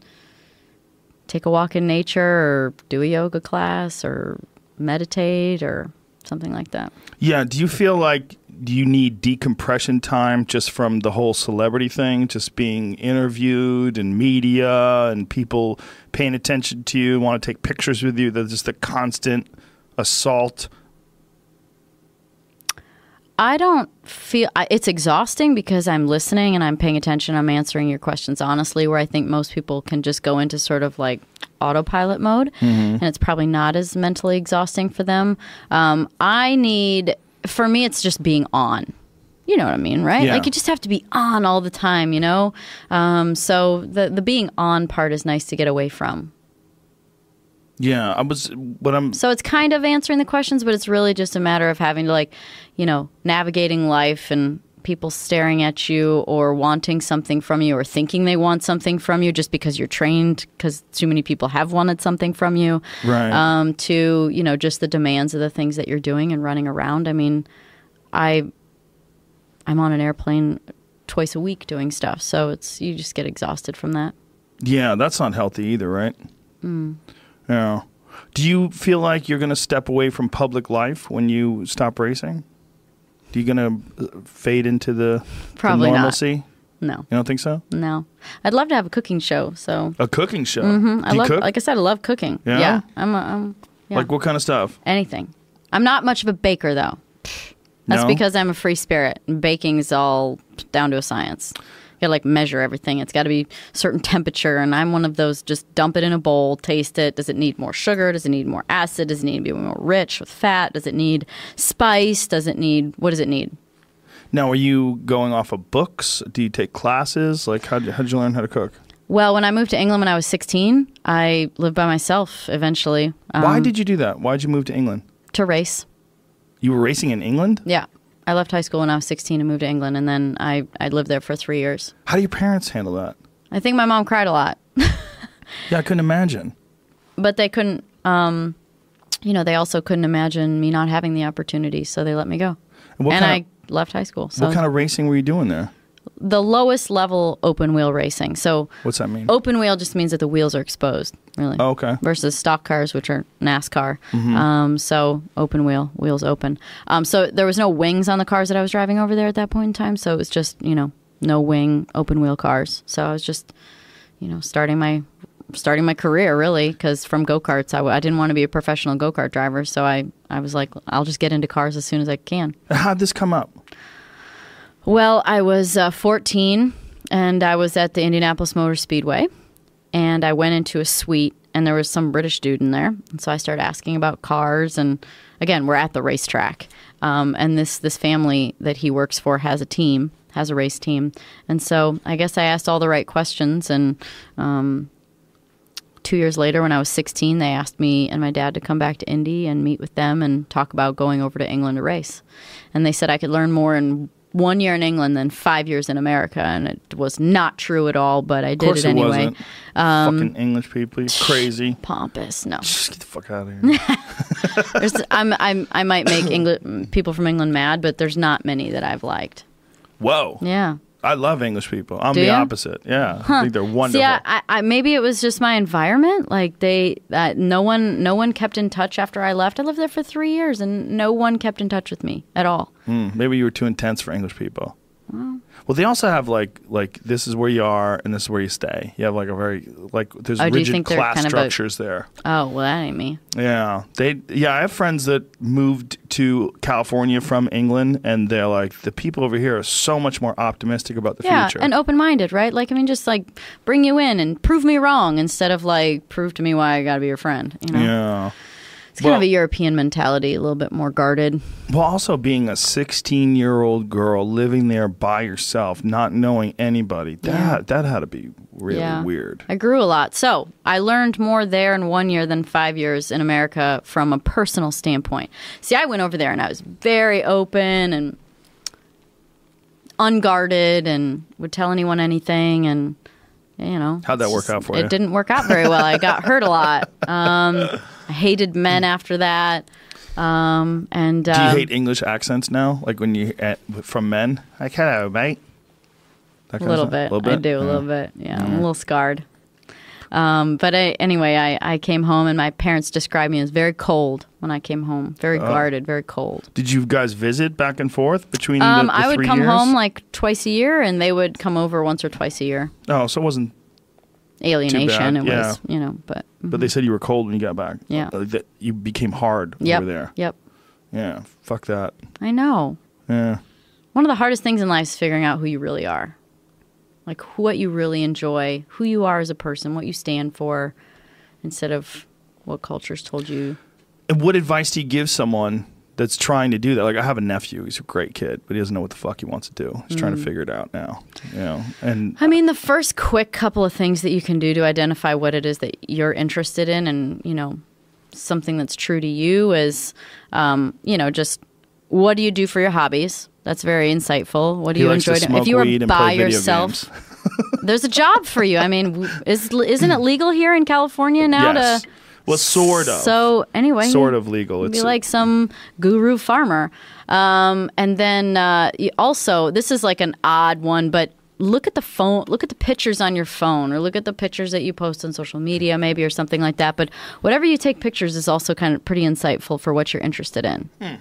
S2: take a walk in nature or do a yoga class or meditate or something like that.
S1: Yeah. Do you feel like do you need decompression time just from the whole celebrity thing, just being interviewed and media and people paying attention to you, want to take pictures with you? There's just a constant assault.
S2: I don't feel I, it's exhausting because I'm listening and I'm paying attention. I'm answering your questions honestly, where I think most people can just go into sort of like autopilot mode, and it's probably not as mentally exhausting for them. Um, I need, for me, it's just being on. You know what I mean, right?
S1: Yeah.
S2: Like you just have to be on all the time, you know. Um, so the the being on part is nice to get away from.
S1: Yeah, I was. What I'm.
S2: So it's kind of answering the questions, but it's really just a matter of having to like, you know, navigating life and people staring at you or wanting something from you or thinking they want something from you just because you're trained because too many people have wanted something from you.
S1: Right.
S2: Um, to, you know, just the demands of the things that you're doing and running around. I mean, I I'm on an airplane twice a week doing stuff. So it's you just get exhausted from that.
S1: Yeah, that's not healthy either, right?
S2: Mm.
S1: Yeah. Do you feel like you're going to step away from public life when you stop racing? Do you going to fade into the the
S2: Probably not.
S1: normalcy?
S2: No.
S1: You don't think so?
S2: No. I'd love to have a cooking show, so
S1: A cooking show.
S2: hmm
S1: Do
S2: I
S1: you
S2: love,
S1: cook?
S2: like I said, I love cooking.
S1: Yeah?
S2: I'm, a, I'm yeah.
S1: Like what kind of stuff?
S2: anything. I'm not much of a baker though. That's
S1: No?
S2: because I'm a free spirit. and Baking's all down to a science. You gotta like measure everything. It's got to be certain temperature, and I'm one of those. Just dump it in a bowl, taste it. Does it need more sugar? Does it need more acid? Does it need to be more rich with fat? Does it need spice? Does it need what does it need?
S1: Now, are you going off of books? Do you take classes? Like, how how'd you learn how to cook?
S2: Well, when I moved to England when I was 16, I lived by myself. Eventually, um,
S1: Why did you do that? Why'd you move to England?
S2: to race.
S1: You were racing in England?
S2: Yeah. I left high school when I was 16 and moved to England, and then I, I lived there for three years.
S1: How do your parents handle that?
S2: I think my mom cried a lot,
S1: Yeah, I couldn't imagine.
S2: but they couldn't, um, you know, they also couldn't imagine me not having the opportunity, so they let me go.
S1: what
S2: and
S1: kind
S2: I left high school.
S1: What
S2: So
S1: kind of racing were you doing there?
S2: the lowest level open wheel racing. So
S1: What's that mean?
S2: open wheel just means that the wheels are exposed, really.
S1: Oh, okay.
S2: versus stock cars, which are NASCAR. Um, so open wheel, wheels open. Um, so there was no wings on the cars that I was driving over there at that point in time. So it was just you know no wing, open wheel cars. So I was just you know, starting my starting my career really because from go-karts I, w- I didn't want to be a professional go-kart driver so I, I was like i'll just get into cars as soon as i can
S1: How'd this come up?
S2: well i was uh, 14 and i was at the indianapolis motor speedway and i went into a suite and there was some british dude in there and so i started asking about cars and again we're at the racetrack um, and this this family that he works for has a team has a race team and so i guess i asked all the right questions and um, two years later when i was 16 they asked me and my dad to come back to indy and meet with them and talk about going over to england to race and they said i could learn more in one year in england than five years in america and it was not true at all but i
S1: Of
S2: did
S1: course
S2: it
S1: it
S2: anyway Um,
S1: wasn't. Fucking English people, you crazy.
S2: pompous no
S1: Just get the fuck out of here.
S2: there's, I'm, I'm, i might make england people from england mad but there's not many that i've liked
S1: Whoa.
S2: yeah
S1: I love English people. I'm
S2: Do
S1: the
S2: ya?
S1: opposite. Yeah. I think they're wonderful.
S2: See, I, I, I, maybe it was just my environment. Like they, uh, no one, no one kept in touch after I left. I lived there for three years, and no one kept in touch with me at all.
S1: Mm, maybe you were too intense for English people. Well, they also have like like this is where you are and this is where you stay. You have like a very like there's
S2: Oh, do you
S1: rigid
S2: think they're
S1: class
S2: kind of a-
S1: structures there.
S2: Oh well, that ain't me.
S1: Yeah, they. Yeah, I have friends that moved to California from England, and they're like, the people over here are so much more optimistic about the
S2: Yeah,
S1: future.
S2: and open-minded, right? Like I mean, just like bring you in and prove me wrong instead of like prove to me why I got to be your friend. You know,
S1: yeah.
S2: it's kind
S1: well-
S2: of a European mentality, a little bit more guarded.
S1: Well, also being a 16 year old girl living there by yourself, not knowing anybody, that that had to be really
S2: Yeah.
S1: weird.
S2: I grew a lot. So I learned more there in one year than five years in America from a personal standpoint. See, I went over there and I was very open and unguarded and would tell anyone anything and you know
S1: How'd that
S2: it's
S1: work
S2: just-
S1: out for
S2: it
S1: you?
S2: didn't work out very well i got hurt a lot um i hated men after that um and
S1: Do you
S2: uh,
S1: hate English accents now? Like when you at, from men, like hello, mate. That
S2: a
S1: kind of
S2: little
S1: stuff?
S2: bit. I do a
S1: Yeah.
S2: little bit. Yeah, I'm a little scarred. Um, but I, anyway, I, I came home and my parents described me as very cold when I came home, very
S1: Oh.
S2: guarded, very cold.
S1: Did you guys visit back and forth between the,
S2: Um,
S1: the
S2: I would
S1: three
S2: come
S1: years?
S2: home like twice a year, and they would come over once or twice a year.
S1: oh, so it wasn't.
S2: Alienation, it
S1: yeah.
S2: was, you know, but
S1: But they said you were cold when you got back.
S2: Yeah.
S1: Uh, that you became hard
S2: yep,
S1: over there.
S2: yep,
S1: Yeah, fuck that.
S2: I know.
S1: Yeah.
S2: One of the hardest things in life is figuring out who you really are, like who, what you really enjoy, who you are as a person, what you stand for, instead of what culture's told you
S1: And what advice do you give someone that's trying to do that? Like, I have a nephew. He's a great kid, but he doesn't know what the fuck he wants to do. He's
S2: Mm.
S1: trying to figure it out now. You know, and
S2: I mean, the first quick couple of things that you can do to identify what it is that you're interested in and, you know, something that's true to you is, um, you know, just what do you do for your hobbies? That's very insightful. What do
S1: he
S2: you
S1: likes
S2: enjoy
S1: to
S2: doing?
S1: smoke
S2: If you were
S1: weed and
S2: by
S1: play video
S2: yourself,
S1: games.
S2: there's a job for you. I mean, w- is, isn't it legal here in California now
S1: yes.
S2: to.
S1: well, sort of.
S2: So, anyway.
S1: sort
S2: you-
S1: of legal.
S2: It'd
S1: It's
S2: be like some guru farmer. Um, and then uh, y- also, this is like an odd one, but look at the phone, look at the pictures on your phone, or look at the pictures that you post on social media, maybe, or something like that. But whatever you take pictures is also kind of pretty insightful for what you're interested in. I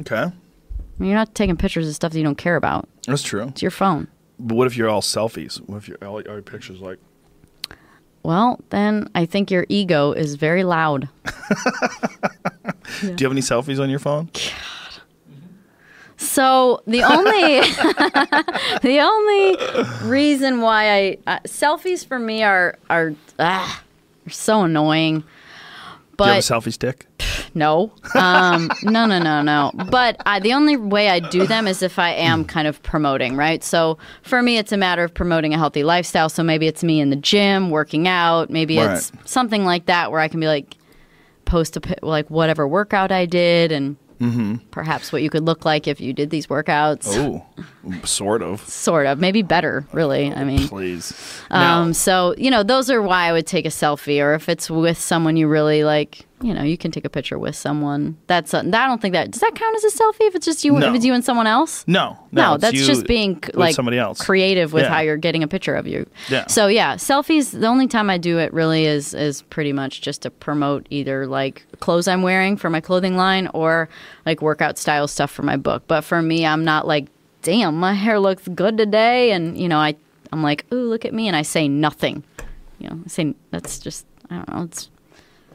S1: okay.
S2: mean, you're not taking pictures of stuff that you don't care about.
S1: That's true.
S2: It's your phone.
S1: But what if you're all selfies? What if you're, all, all your pictures like?
S2: Well, then I think your ego is very loud.
S1: Do you have any selfies on your phone?
S2: So the only the only reason why I uh, selfies for me are are ah, are so annoying.
S1: Do you have a
S2: But
S1: selfie stick?
S2: no, um, no, no, no, no. But I, the only way I do them is if I am kind of promoting, right? So for me, it's a matter of promoting a healthy lifestyle. So maybe it's me in the gym working out. Maybe it's
S1: Right.
S2: something like that where I can be like post a pi- like whatever workout I did and. Perhaps what you could look like if you did these workouts
S1: Mm-hmm. Oh, sort of.
S2: sort of maybe better really i mean
S1: Please.
S2: um,
S1: Now-
S2: so you know those are why i would take a selfie or if it's with someone you really like you know you can take a picture with someone that's a, i don't think that does that count as a selfie if it's just you
S1: No.
S2: if it's you and someone else
S1: no, no,
S2: no,
S1: it's
S2: that's
S1: you
S2: just being
S1: with
S2: like
S1: somebody else.
S2: creative with
S1: Yeah.
S2: how you're getting a picture of you.
S1: Yeah.
S2: So yeah, selfies. The only time I do it really is is pretty much just to promote either like clothes I'm wearing for my clothing line or like workout style stuff for my book. But for me, I'm not like, damn, my hair looks good today, and you know I I'm like, ooh, look at me, and I say nothing. You know, I say that's just I don't know. It's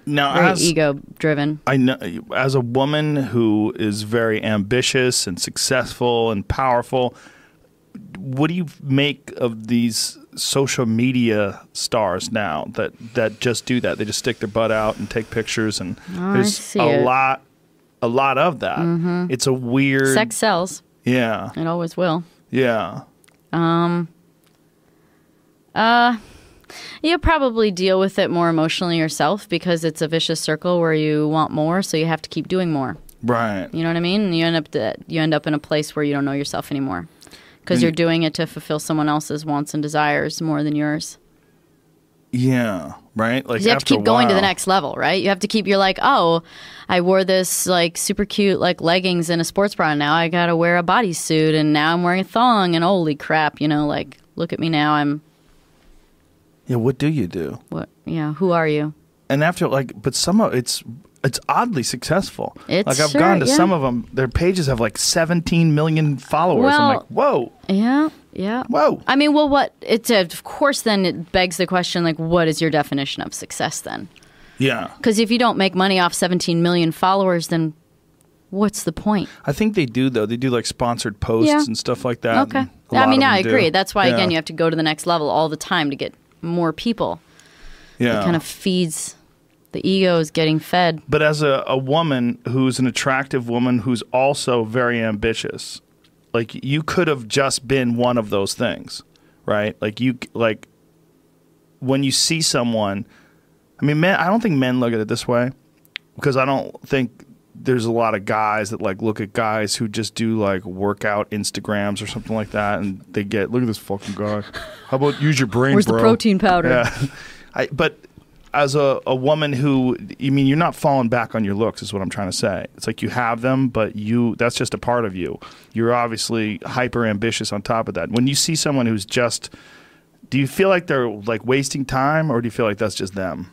S1: Now,
S2: very
S1: as
S2: ego driven.
S1: I know, as a woman who is very ambitious and successful and powerful, what do you make of these social media stars now that that just do that? They just stick their butt out and take pictures, and
S2: Oh, I
S1: there's
S2: see
S1: a
S2: it. Mm-hmm.
S1: lot, a lot of that. It's a weird,
S2: Sex sells.
S1: yeah,
S2: It always will.
S1: yeah.
S2: You probably deal with it more emotionally yourself because it's a vicious circle where you want more, so you have to keep doing more.
S1: Right.
S2: You know what I mean? And you end up to, you end up in a place where you don't know yourself anymore because you're doing it to fulfill someone else's wants and desires more than yours.
S1: Yeah. Right. Like
S2: 'Cause you have to
S1: after a
S2: keep going to the
S1: while-
S2: next level, right? You have to keep. You're like, oh, I wore this like super cute like leggings and a sports bra. and Now I gotta wear a bodysuit, and now I'm wearing a thong. And holy crap, you know, like look at me now. I'm
S1: Yeah. What do you do?
S2: what? Yeah, who are you?
S1: and after like but some of it's it's oddly successful
S2: It's
S1: like i've
S2: sure-
S1: gone to
S2: yeah.
S1: some of them their pages have like 17 million followers i'm
S2: Well-
S1: like whoa
S2: Yeah, yeah.
S1: whoa
S2: I mean, well, what? It's a, of course. Then it begs the question, like, what is your definition of success then?
S1: yeah
S2: Because if you don't make money off 17 million followers, then what's the point?
S1: i think they do though they do like sponsored posts
S2: Yeah.
S1: and stuff like that
S2: Okay.
S1: and Um, a
S2: I
S1: lot
S2: mean,
S1: of
S2: yeah,
S1: them
S2: I
S1: do.
S2: agree. That's why,
S1: Yeah.
S2: again, you have to go to the next level all the time to get more people.
S1: yeah
S2: It kind of feeds the ego is getting fed.
S1: but as a, a woman who's an attractive woman who's also very ambitious like you could have just been one of those things right like you like when you see someone i mean men i don't think men look at it this way because i don't think there's a lot of guys that like look at guys who just do like workout instagrams or something like that and they get look at this fucking guy how about use your brain
S2: Where's
S1: bro
S2: the protein powder?
S1: yeah. I, but as a, a woman who, you mean, you're not falling back on your looks, is what I'm trying to say. It's like you have them, but you that's just a part of you. You're obviously hyper ambitious on top of that. When you see someone who's just, do you feel like they're like wasting time or do you feel like that's just them?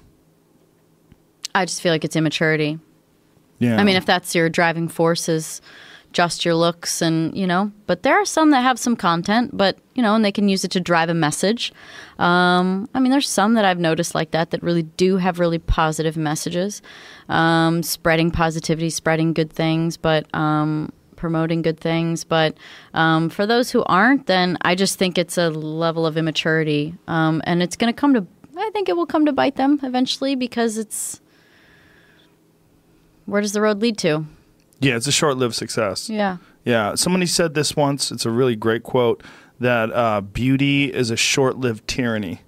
S2: I just feel like it's immaturity.
S1: Yeah.
S2: I mean, if that's your driving force is just your looks and, you know, but there are some that have some content, but, you know, and they can use it to drive a message. Um, I mean, there's some that I've noticed like that that really do have really positive messages, um, spreading positivity, spreading good things, but um, promoting good things. But um, for those who aren't, then I just think it's a level of immaturity. Um, and it's going to come to, I think it will come to bite them eventually because it's, where does the road lead to?
S1: yeah, it's a short lived success.
S2: Yeah.
S1: Yeah, somebody said this once. It's a really great quote that uh, beauty is a short lived tyranny.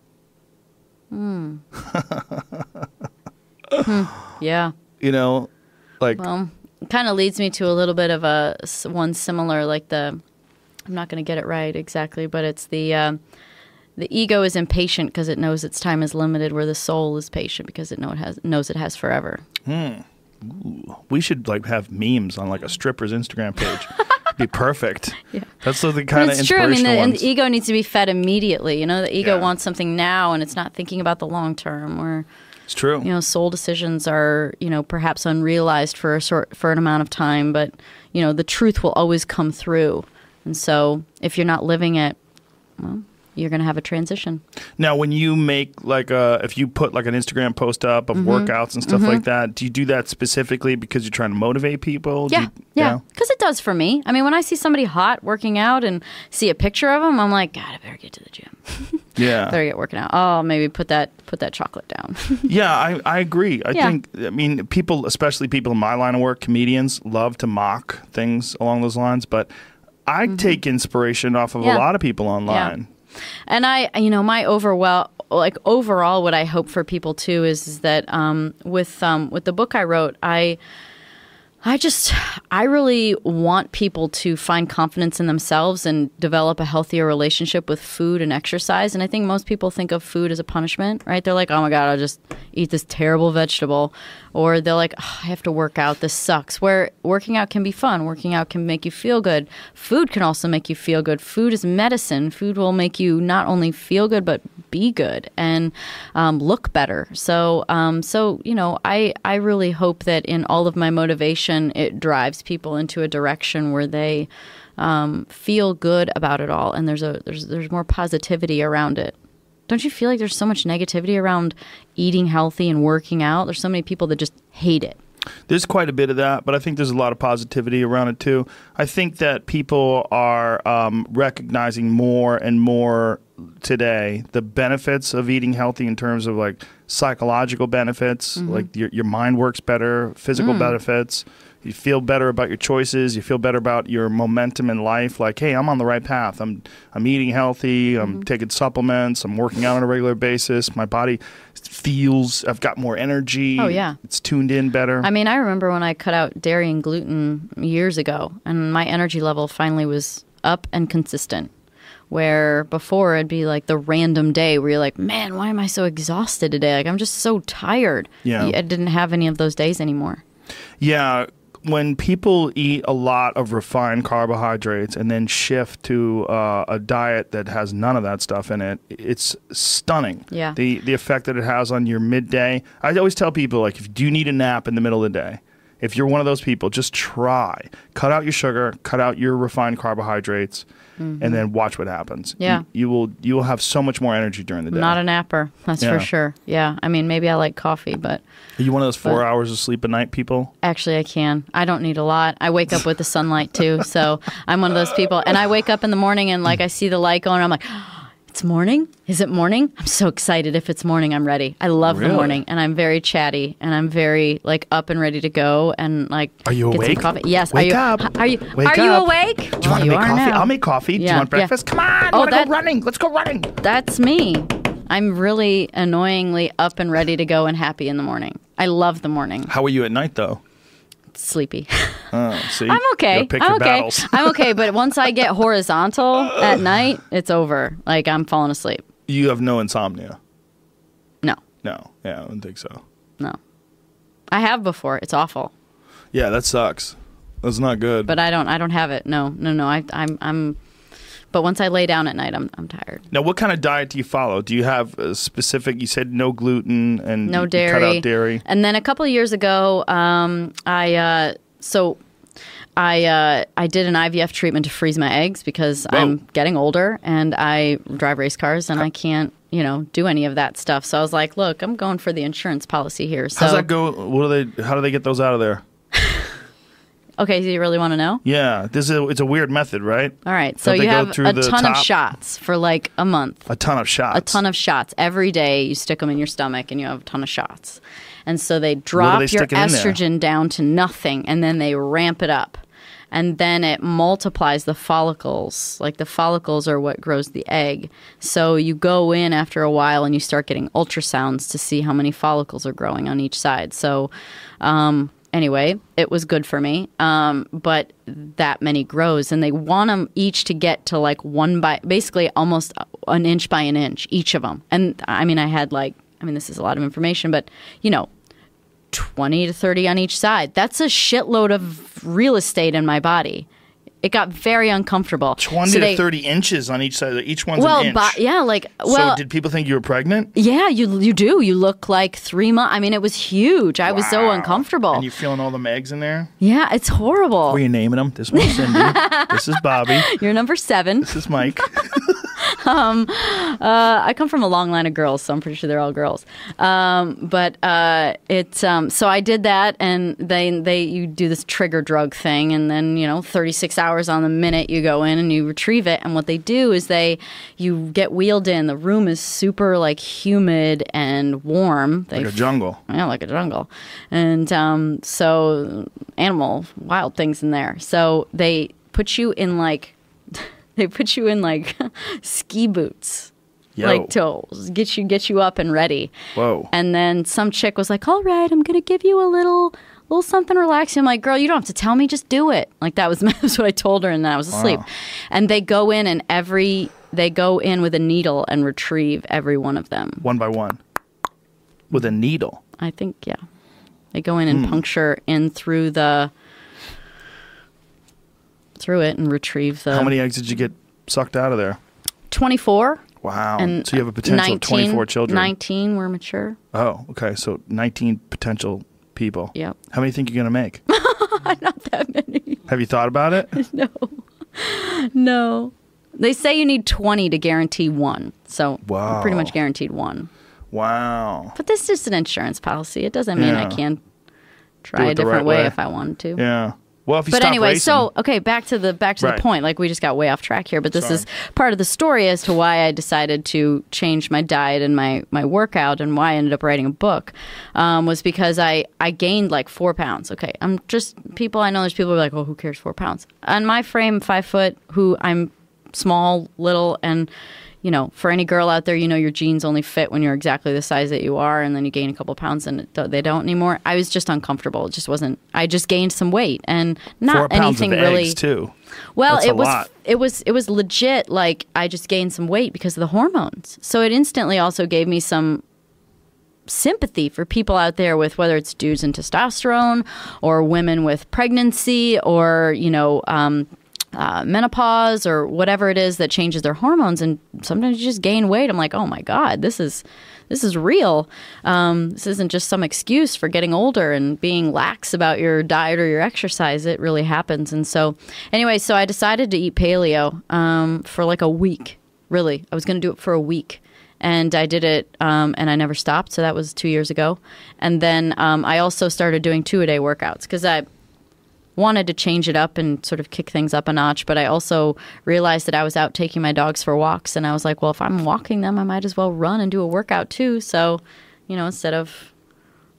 S2: Yeah.
S1: You know, like,
S2: Well, kind of leads me to a little bit of a s- one similar, like the, I'm not going to get it right exactly, but it's the, um the ego is impatient because it knows its time is limited, where the soul is patient because it know it has knows it has forever.
S1: we should like have memes on like a stripper's Instagram page. Be perfect. Yeah. That's the kind
S2: And
S1: of
S2: it's true. I
S1: inspirational
S2: mean, the, and e
S1: ones.
S2: the ego needs to be fed immediately. You know, the ego
S1: Yeah.
S2: wants something now, and it's not thinking about the long term. Or
S1: it's true.
S2: you know, soul decisions are you know perhaps unrealized for a sort for an amount of time, but you know the truth will always come through. And so, if you're not living it, well, you're going to have a transition.
S1: Now, when you make like a, if you put like an Instagram post up of
S2: Mm-hmm.
S1: workouts and stuff like that, do you do that specifically because you're trying to motivate people? Do
S2: Yeah,
S1: you-
S2: yeah, because it does for me. I mean, when I see somebody hot working out and see a picture of them, I'm like, God, I better get to the gym.
S1: Yeah.
S2: Better get working out. Oh, maybe put that put that chocolate down.
S1: Yeah, I, I agree. I
S2: Yeah.
S1: think, I mean, people, especially people in my line of work, comedians, love to mock things along those lines, but I take inspiration off of
S2: Mm-hmm. Yeah.
S1: a lot of people online.
S2: And I, you know, my overwhel like overall, what I hope for people too is, is that um, with um, with the book I wrote, I, I just, I really want people to find confidence in themselves and develop a healthier relationship with food and exercise. And I think most people think of food as a punishment, right? They're like, oh my god, I'll just eat this terrible vegetable, or they're like, "Ugh, I have to work out. This sucks. Where working out can be fun, working out can make you feel good. Food can also make you feel good. Food is medicine. Food will make you not only feel good but be good and um, look better. So, um, so you know, I I really hope that in all of my motivation, it drives people into a direction where they um, feel good about it all, and there's a there's there's more positivity around it. Don't you feel like there's so much negativity around eating healthy and working out? There's so many people that just hate it.
S1: There's quite a bit of that, but I think there's a lot of positivity around it too. I think that people are um, recognizing more and more today the benefits of eating healthy in terms of like psychological benefits,
S2: Mm-hmm.
S1: like your, your mind works better, physical
S2: Mm.
S1: benefits. You feel better about your choices. You feel better about your momentum in life. Like, hey, I'm on the right path. I'm I'm eating healthy. I'm
S2: Mm-hmm.
S1: taking supplements. I'm working out on a regular basis. My body feels. I've got more energy.
S2: Oh, yeah.
S1: it's tuned in better.
S2: I mean, I remember when I cut out dairy and gluten years ago, and my energy level finally was up and consistent. Where before it'd be like the random day where you're like, man, why am I so exhausted today? Like, I'm just so tired.
S1: Yeah.
S2: I didn't have any of those days anymore.
S1: Yeah, when people eat a lot of refined carbohydrates and then shift to uh, a diet that has none of that stuff in it, it's stunning.
S2: Yeah.
S1: The the effect that it has on your midday. I always tell people like, if do you need a nap in the middle of the day? If you're one of those people, just try. Cut out your sugar, cut out your refined carbohydrates, and then watch what happens.
S2: Mm-hmm. Yeah.
S1: You, you will you will have so much more energy during the day.
S2: Not a napper, that's
S1: Yeah.
S2: for sure. Yeah. I mean, maybe I like coffee, but
S1: Are you one of those four
S2: but-
S1: hours of sleep a night people?
S2: Actually, I can. I don't need a lot. I wake up with the sunlight too, so I'm one of those people. And I wake up in the morning and like I see the light going, I'm like, it's morning. Is it morning? I'm so excited. If it's morning, I'm ready. I love
S1: Really?
S2: the morning, and I'm very chatty, and I'm very like up and ready to go, and like.
S1: Are you
S2: get some
S1: awake?
S2: coffee. Yes.
S1: Wake
S2: are you?
S1: up.
S2: Are you?
S1: Wake
S2: are
S1: up.
S2: you awake?
S1: Do you want to make coffee? I'll make coffee. Do you
S2: Yeah,
S1: want
S2: yeah.
S1: breakfast? Come on,
S2: Oh,
S1: wanna
S2: that-
S1: go running. Let's go running.
S2: That's me. I'm really annoyingly up and ready to go and happy in the morning. I love the morning.
S1: How are you at night though?
S2: Sleepy.
S1: Oh, see,
S2: I'm okay.
S1: You pick
S2: I'm
S1: your
S2: okay.
S1: battles.
S2: I'm okay. But once I get horizontal at night, it's over. Like I'm falling asleep.
S1: You have no insomnia.
S2: No,
S1: No, yeah, I don't think so.
S2: no. I have before. It's awful.
S1: Yeah, that sucks. That's not good.
S2: But I don't. I don't have it. No, no, no. I, I'm. I'm. But once I lay down at night, I'm. I'm tired.
S1: now, what kind of diet do you follow? Do you have a specific? You said no gluten and
S2: No
S1: you
S2: dairy.
S1: Cut out dairy.
S2: And then a couple of years ago, um, I uh, so I uh, I did an IVF treatment to freeze my eggs because I'm getting older and I drive race cars and I can't you know do any of that stuff. So I was like, look, I'm going for the insurance policy here. So
S1: How's that go? What do they? How do they get those out of there?
S2: okay, do you really want to know?
S1: Yeah, this is a, it's a weird method, right?
S2: All right, so
S1: Don't they
S2: you
S1: go
S2: have
S1: through
S2: a
S1: the
S2: ton of
S1: top?
S2: shots for like a month.
S1: A ton of shots.
S2: a ton of shots every day. You stick them in your stomach, and you have a ton of shots. And so they drop
S1: they
S2: your
S1: sticking in there?
S2: estrogen down to nothing, and then they ramp it up, and then it multiplies the follicles. Like the follicles are what grows the egg. So you go in after a while, and you start getting ultrasounds to see how many follicles are growing on each side. So. Um, Anyway, it was good for me, um, but that many grows, and they want them each to get to like one by basically almost an inch by an inch, each of them. And I mean, I had like, I mean, this is a lot of information, but you know, 20 to 30 on each side. That's a shitload of real estate in my body. It got very uncomfortable.
S1: Twenty
S2: So
S1: to
S2: they-
S1: thirty inches on each side. Each one's
S2: Well,
S1: an inch.
S2: bi- yeah, like, well,
S1: so did people think you were pregnant?
S2: yeah, you you do. You look like three months. I mean, it was huge. I was so
S1: Wow.
S2: uncomfortable.
S1: And you feeling all the eggs in there?
S2: yeah, it's horrible.
S1: Were you naming them? This one's Cindy. this is Bobby.
S2: You're number seven.
S1: This is Mike.
S2: I come from a long line of girls, so I'm pretty sure they're all girls. Um, but uh, it's um, so I did that, and they they you do this trigger drug thing, and then you know 36 hours on the minute you go in and you retrieve it, and what they do is they you get wheeled in. The room is super like humid and warm. They
S1: like a jungle.
S2: yeah, like a jungle. And um, so, animal, wild things in there. So they put you in like, they put you in like ski boots,
S1: Yo.
S2: like to get you get you up and ready.
S1: Whoa.
S2: And then some chick was like, "All right, I'm gonna give you a little." Little something relaxing. I'm like, girl, you don't have to tell me. Just do it. Like that was, that was what I told her, and then I was asleep. And they go in, and every they go in with a needle and retrieve every one of them.
S1: one by one with a needle.
S2: I think yeah. They go in and
S1: Hmm.
S2: puncture in through the through it and retrieve the
S1: How many eggs did you get sucked out of there?
S2: 24
S1: Wow.
S2: and
S1: so you have a potential
S2: 19,
S1: of 24 children.
S2: 19 were mature.
S1: Oh, okay. So 19 potential people.
S2: Yep.
S1: How many think you're going to make? Not that many. Have you thought about it?
S2: No. no. They say you need 20 to guarantee one. So
S1: Wow.
S2: I'm pretty much guaranteed one.
S1: Wow.
S2: But this is an insurance policy. It doesn't mean I
S1: Yeah.
S2: can't
S1: it
S2: try a
S1: the
S2: different
S1: right
S2: way,
S1: way.
S2: if I wanted to.
S1: Yeah. Well, if you
S2: But
S1: stop
S2: anyway,
S1: racing,
S2: so okay, back to the back to
S1: Right.
S2: the point. Like we just got way off track here, but this
S1: Sorry.
S2: is part of the story as to why I decided to change my diet and my my workout and why I ended up writing a book um, was because I I gained like four pounds. Okay, I'm just people I know. There's people who are like, oh, who cares four pounds? On my frame, five foot, who I'm small, little, and you know, for any girl out there, you know your jeans only fit when you're exactly the size that you are, and then you gain a couple pounds, and it, they don't anymore. I was just uncomfortable. It just wasn't. I just gained some weight, and
S1: four
S2: not
S1: pounds
S2: anything
S1: of
S2: really.
S1: eggs too.
S2: Well,
S1: That's a
S2: it was
S1: lot.
S2: it was it was legit. Like I just gained some weight because of the hormones. So it instantly also gave me some sympathy for people out there with whether it's dudes and testosterone or women with pregnancy or you know um, uh, menopause or whatever it is that changes their hormones and sometimes you just gain weight i'm like oh my god this is this is real um, this isn't just some excuse for getting older and being lax about your diet or your exercise it really happens and so anyway so i decided to eat paleo um, for like a week really i was going to do it for a week and I did it, um, and I never stopped. So that was two years ago, and then um, I also started doing two a day workouts because I wanted to change it up and sort of kick things up a notch. But I also realized that I was out taking my dogs for walks, and I was like, well, if I'm walking them, I might as well run and do a workout too. So, you know, instead of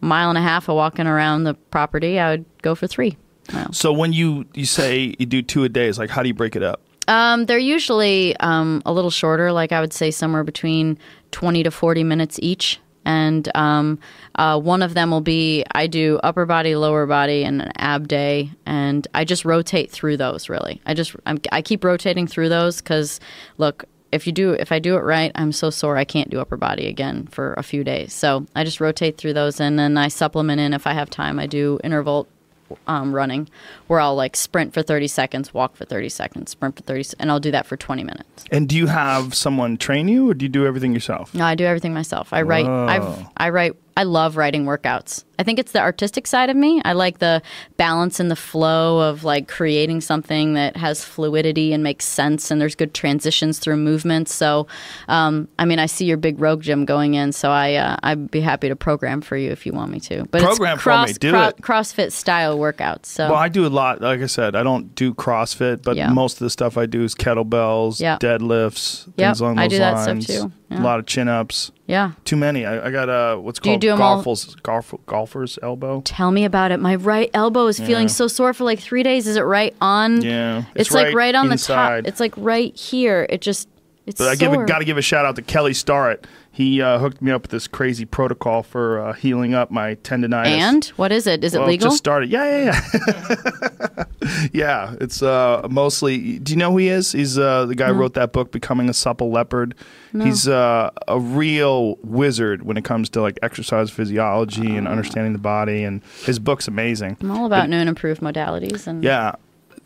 S2: mile and a half of walking around the property, I would go for three. miles.
S1: So when you you say you do two a day, it's like how do you break it up?
S2: Um, they're usually um, a little shorter, like I would say somewhere between 20 to 40 minutes each. And um, uh, one of them will be I do upper body, lower body, and an ab day. And I just rotate through those, really. I just, I'm, I keep rotating through those because, look, if you do, if I do it right, I'm so sore I can't do upper body again for a few days. So I just rotate through those and then I supplement in if I have time. I do interval um, running where I'll like sprint for 30 seconds, walk for 30 seconds, sprint for 30, se- and I'll do that for 20 minutes.
S1: And do you have someone train you, or do you do everything yourself?
S2: No, I do everything myself. I write, I've, I write, I love writing workouts. I think it's the artistic side of me. I like the balance and the flow of like creating something that has fluidity and makes sense and there's good transitions through movements. So, um, I mean, I see your big rogue gym going in, so I, uh, I'd be happy to program for you if you want me to. But
S1: Program
S2: it's
S1: for me.
S2: cross,
S1: Do
S2: cro-
S1: it.
S2: CrossFit style workouts. So
S1: Well, I do a lot. Like I said, I don't do CrossFit, but
S2: Yeah.
S1: most of the stuff I do is kettlebells,
S2: Yeah.
S1: deadlifts,
S2: Yep,
S1: things along those
S2: I do that stuff
S1: lines.
S2: too.
S1: A
S2: Yeah.
S1: lot of chin ups.
S2: yeah.
S1: Too many. I, I got a what's
S2: you
S1: called
S2: do 'em all-
S1: golfers, golf, golfer's elbow.
S2: Tell me about it. My right elbow is feeling so sore for like three days. Is it right on?
S1: Yeah,
S2: It's,
S1: it's
S2: like
S1: right
S2: right, on the
S1: inside.
S2: top. It's like right here. It just it's
S1: But I give
S2: sore.
S1: got to give a shout out to Kelly Starrett. He uh, hooked me up with this crazy protocol for uh, healing up my tendonitis.
S2: and what is it? Is it
S1: Well,
S2: legal?
S1: Just started. Yeah, yeah, yeah. yeah, it's uh, mostly. Do you know who he is? He's uh, the guy who wrote that book, Becoming a Supple Leopard. He's uh, a real wizard when it comes to like exercise physiology and understanding the body. And his book's amazing.
S2: Oh. I'm all about new and improved modalities and
S1: Yeah. Uh,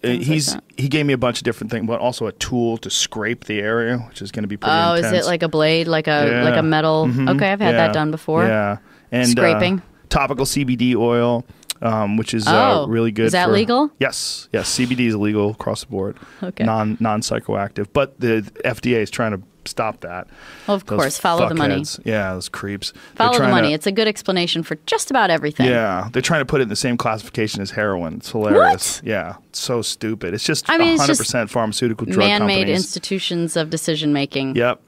S2: like
S1: He's
S2: that.
S1: he gave me a bunch of different things, but also a tool to scrape the area, which is going to be pretty
S2: Oh,
S1: intense.
S2: is it like a blade, like a
S1: Yeah. Mm-hmm.
S2: like a metal? Okay, I've had
S1: Yeah.
S2: that done before.
S1: Yeah, and uh,
S2: Scraping.
S1: topical CBD oil, um, which is uh,
S2: Oh,
S1: really good.
S2: is that
S1: for-
S2: legal?
S1: Yes, yes. CBD is illegal across the board.
S2: Okay.
S1: Non non psychoactive, but the FDA is trying to stop that.
S2: Well, of
S1: Those
S2: course, follow the money.
S1: fuckheads. Yeah, those creeps. They're
S2: Follow the
S1: trying
S2: money.
S1: To,
S2: It's a good explanation for just about everything.
S1: yeah, they're trying to put it in the same classification as heroin. It's hilarious.
S2: What?
S1: Yeah, it's so stupid. It's just
S2: I mean, it's
S1: 100%
S2: just
S1: pharmaceutical drug
S2: Man-made
S1: companies.
S2: institutions of decision making.
S1: Yep.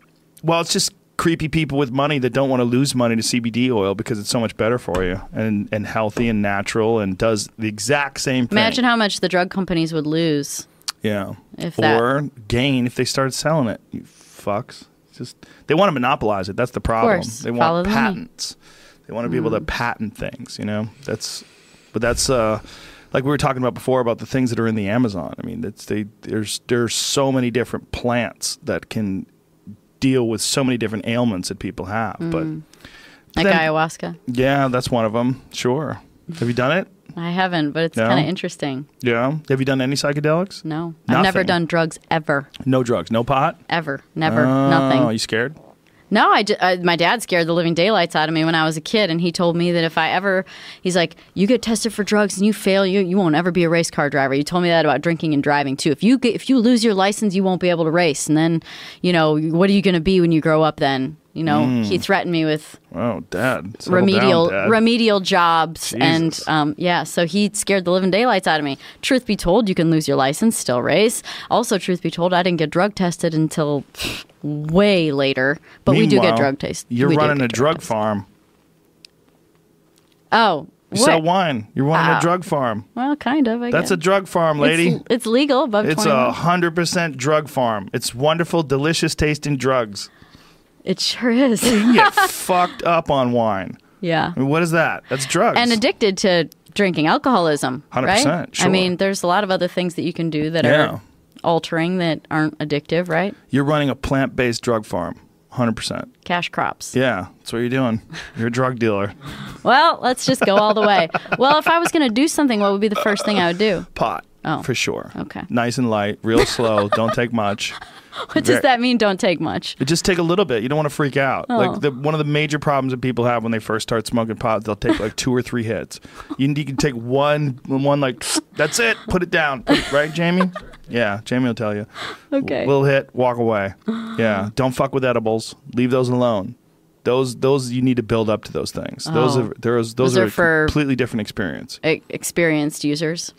S1: Well, it's just creepy people with money that don't want to lose money to CBD oil because it's so much better for you and and healthy and natural and does the exact same thing.
S2: Imagine how much the drug companies would lose.
S1: yeah.
S2: if that-
S1: or gain if they started selling it. You fucks. Just they want to monopolize it. That's the problem.
S2: course.
S1: They
S2: Follow
S1: want
S2: the money. Mm.
S1: patents. They want to be able to patent things, you know? That's but that's uh like we were talking about before about the things that are in the Amazon. I mean, that's they there's there's so many different plants that can deal with so many different ailments that people have.
S2: Mm.
S1: But
S2: Like
S1: Then-
S2: ayahuasca.
S1: yeah, that's one of them. Sure. Have you done it?
S2: I haven't, but it's
S1: No?
S2: kind of interesting.
S1: Yeah. Have you done any psychedelics?
S2: No, I've
S1: Nothing.
S2: never done drugs ever,
S1: No drugs, no pot.
S2: ever, never,
S1: Oh,
S2: nothing.
S1: you scared?
S2: No, I, ju- I my dad scared the living daylights out of me when I was a kid, and he told me that if I ever, he's like, you get tested for drugs and you fail, you you won't ever be a race car driver. You told me that about drinking and driving too. If you get if you lose your license, you won't be able to race, and then, you know, what are you going to be when you grow up? Then, you know,
S1: Hmm.
S2: he threatened me with
S1: Oh, Dad. Settle
S2: remedial
S1: down, Dad.
S2: remedial jobs and
S1: Jesus.
S2: um, yeah so he scared the living daylights out of me truth be told you can lose your license still race also truth be told i didn't get drug tested until way later but we do get
S1: Meanwhile,
S2: drug test
S1: You're
S2: we do
S1: running
S2: get
S1: a drug
S2: test.
S1: farm.
S2: oh
S1: You
S2: what?
S1: sell wine. You're running
S2: Wow.
S1: a drug farm.
S2: well kind of I
S1: That's a
S2: guess.
S1: drug farm, lady.
S2: it's, it's legal above
S1: It's
S2: 21
S1: a hundred percent drug farm. It's wonderful, delicious tasting drugs.
S2: it sure is
S1: You get fucked up on wine.
S2: yeah
S1: I mean, what is that? That's drugs.
S2: and addicted to drinking alcoholism right
S1: 100%,
S2: i
S1: sure.
S2: mean there's a lot of other things that you can do that
S1: Yeah.
S2: are altering that aren't addictive right
S1: you're running a plant-based drug farm. Hundred percent.
S2: cash crops
S1: Yeah, that's what you're doing. You're a drug dealer.
S2: Well, let's just go all the way. Well, if I was going to do something, what would be the first thing I would do?
S1: Pot.
S2: Oh,
S1: For sure.
S2: okay.
S1: Nice and light, real slow. don't take much.
S2: What does
S1: Very-
S2: that mean? Don't take much.
S1: It just take a little bit. You don't want to freak out.
S2: Oh.
S1: Like the, one of the major problems that people have when they first start smoking pot, they'll take like two or three hits. You, you can take one, one like that's it. Put it down, Put it- right, Jamie? Yeah, Jamie will tell you.
S2: Okay.
S1: Little hit, walk away. Yeah, don't fuck with edibles. Leave those alone. Those, those you need to build up to those things. Those
S2: Oh.
S1: are those, those,
S2: Those are
S1: a
S2: for-
S1: completely different experience.
S2: E- experienced users.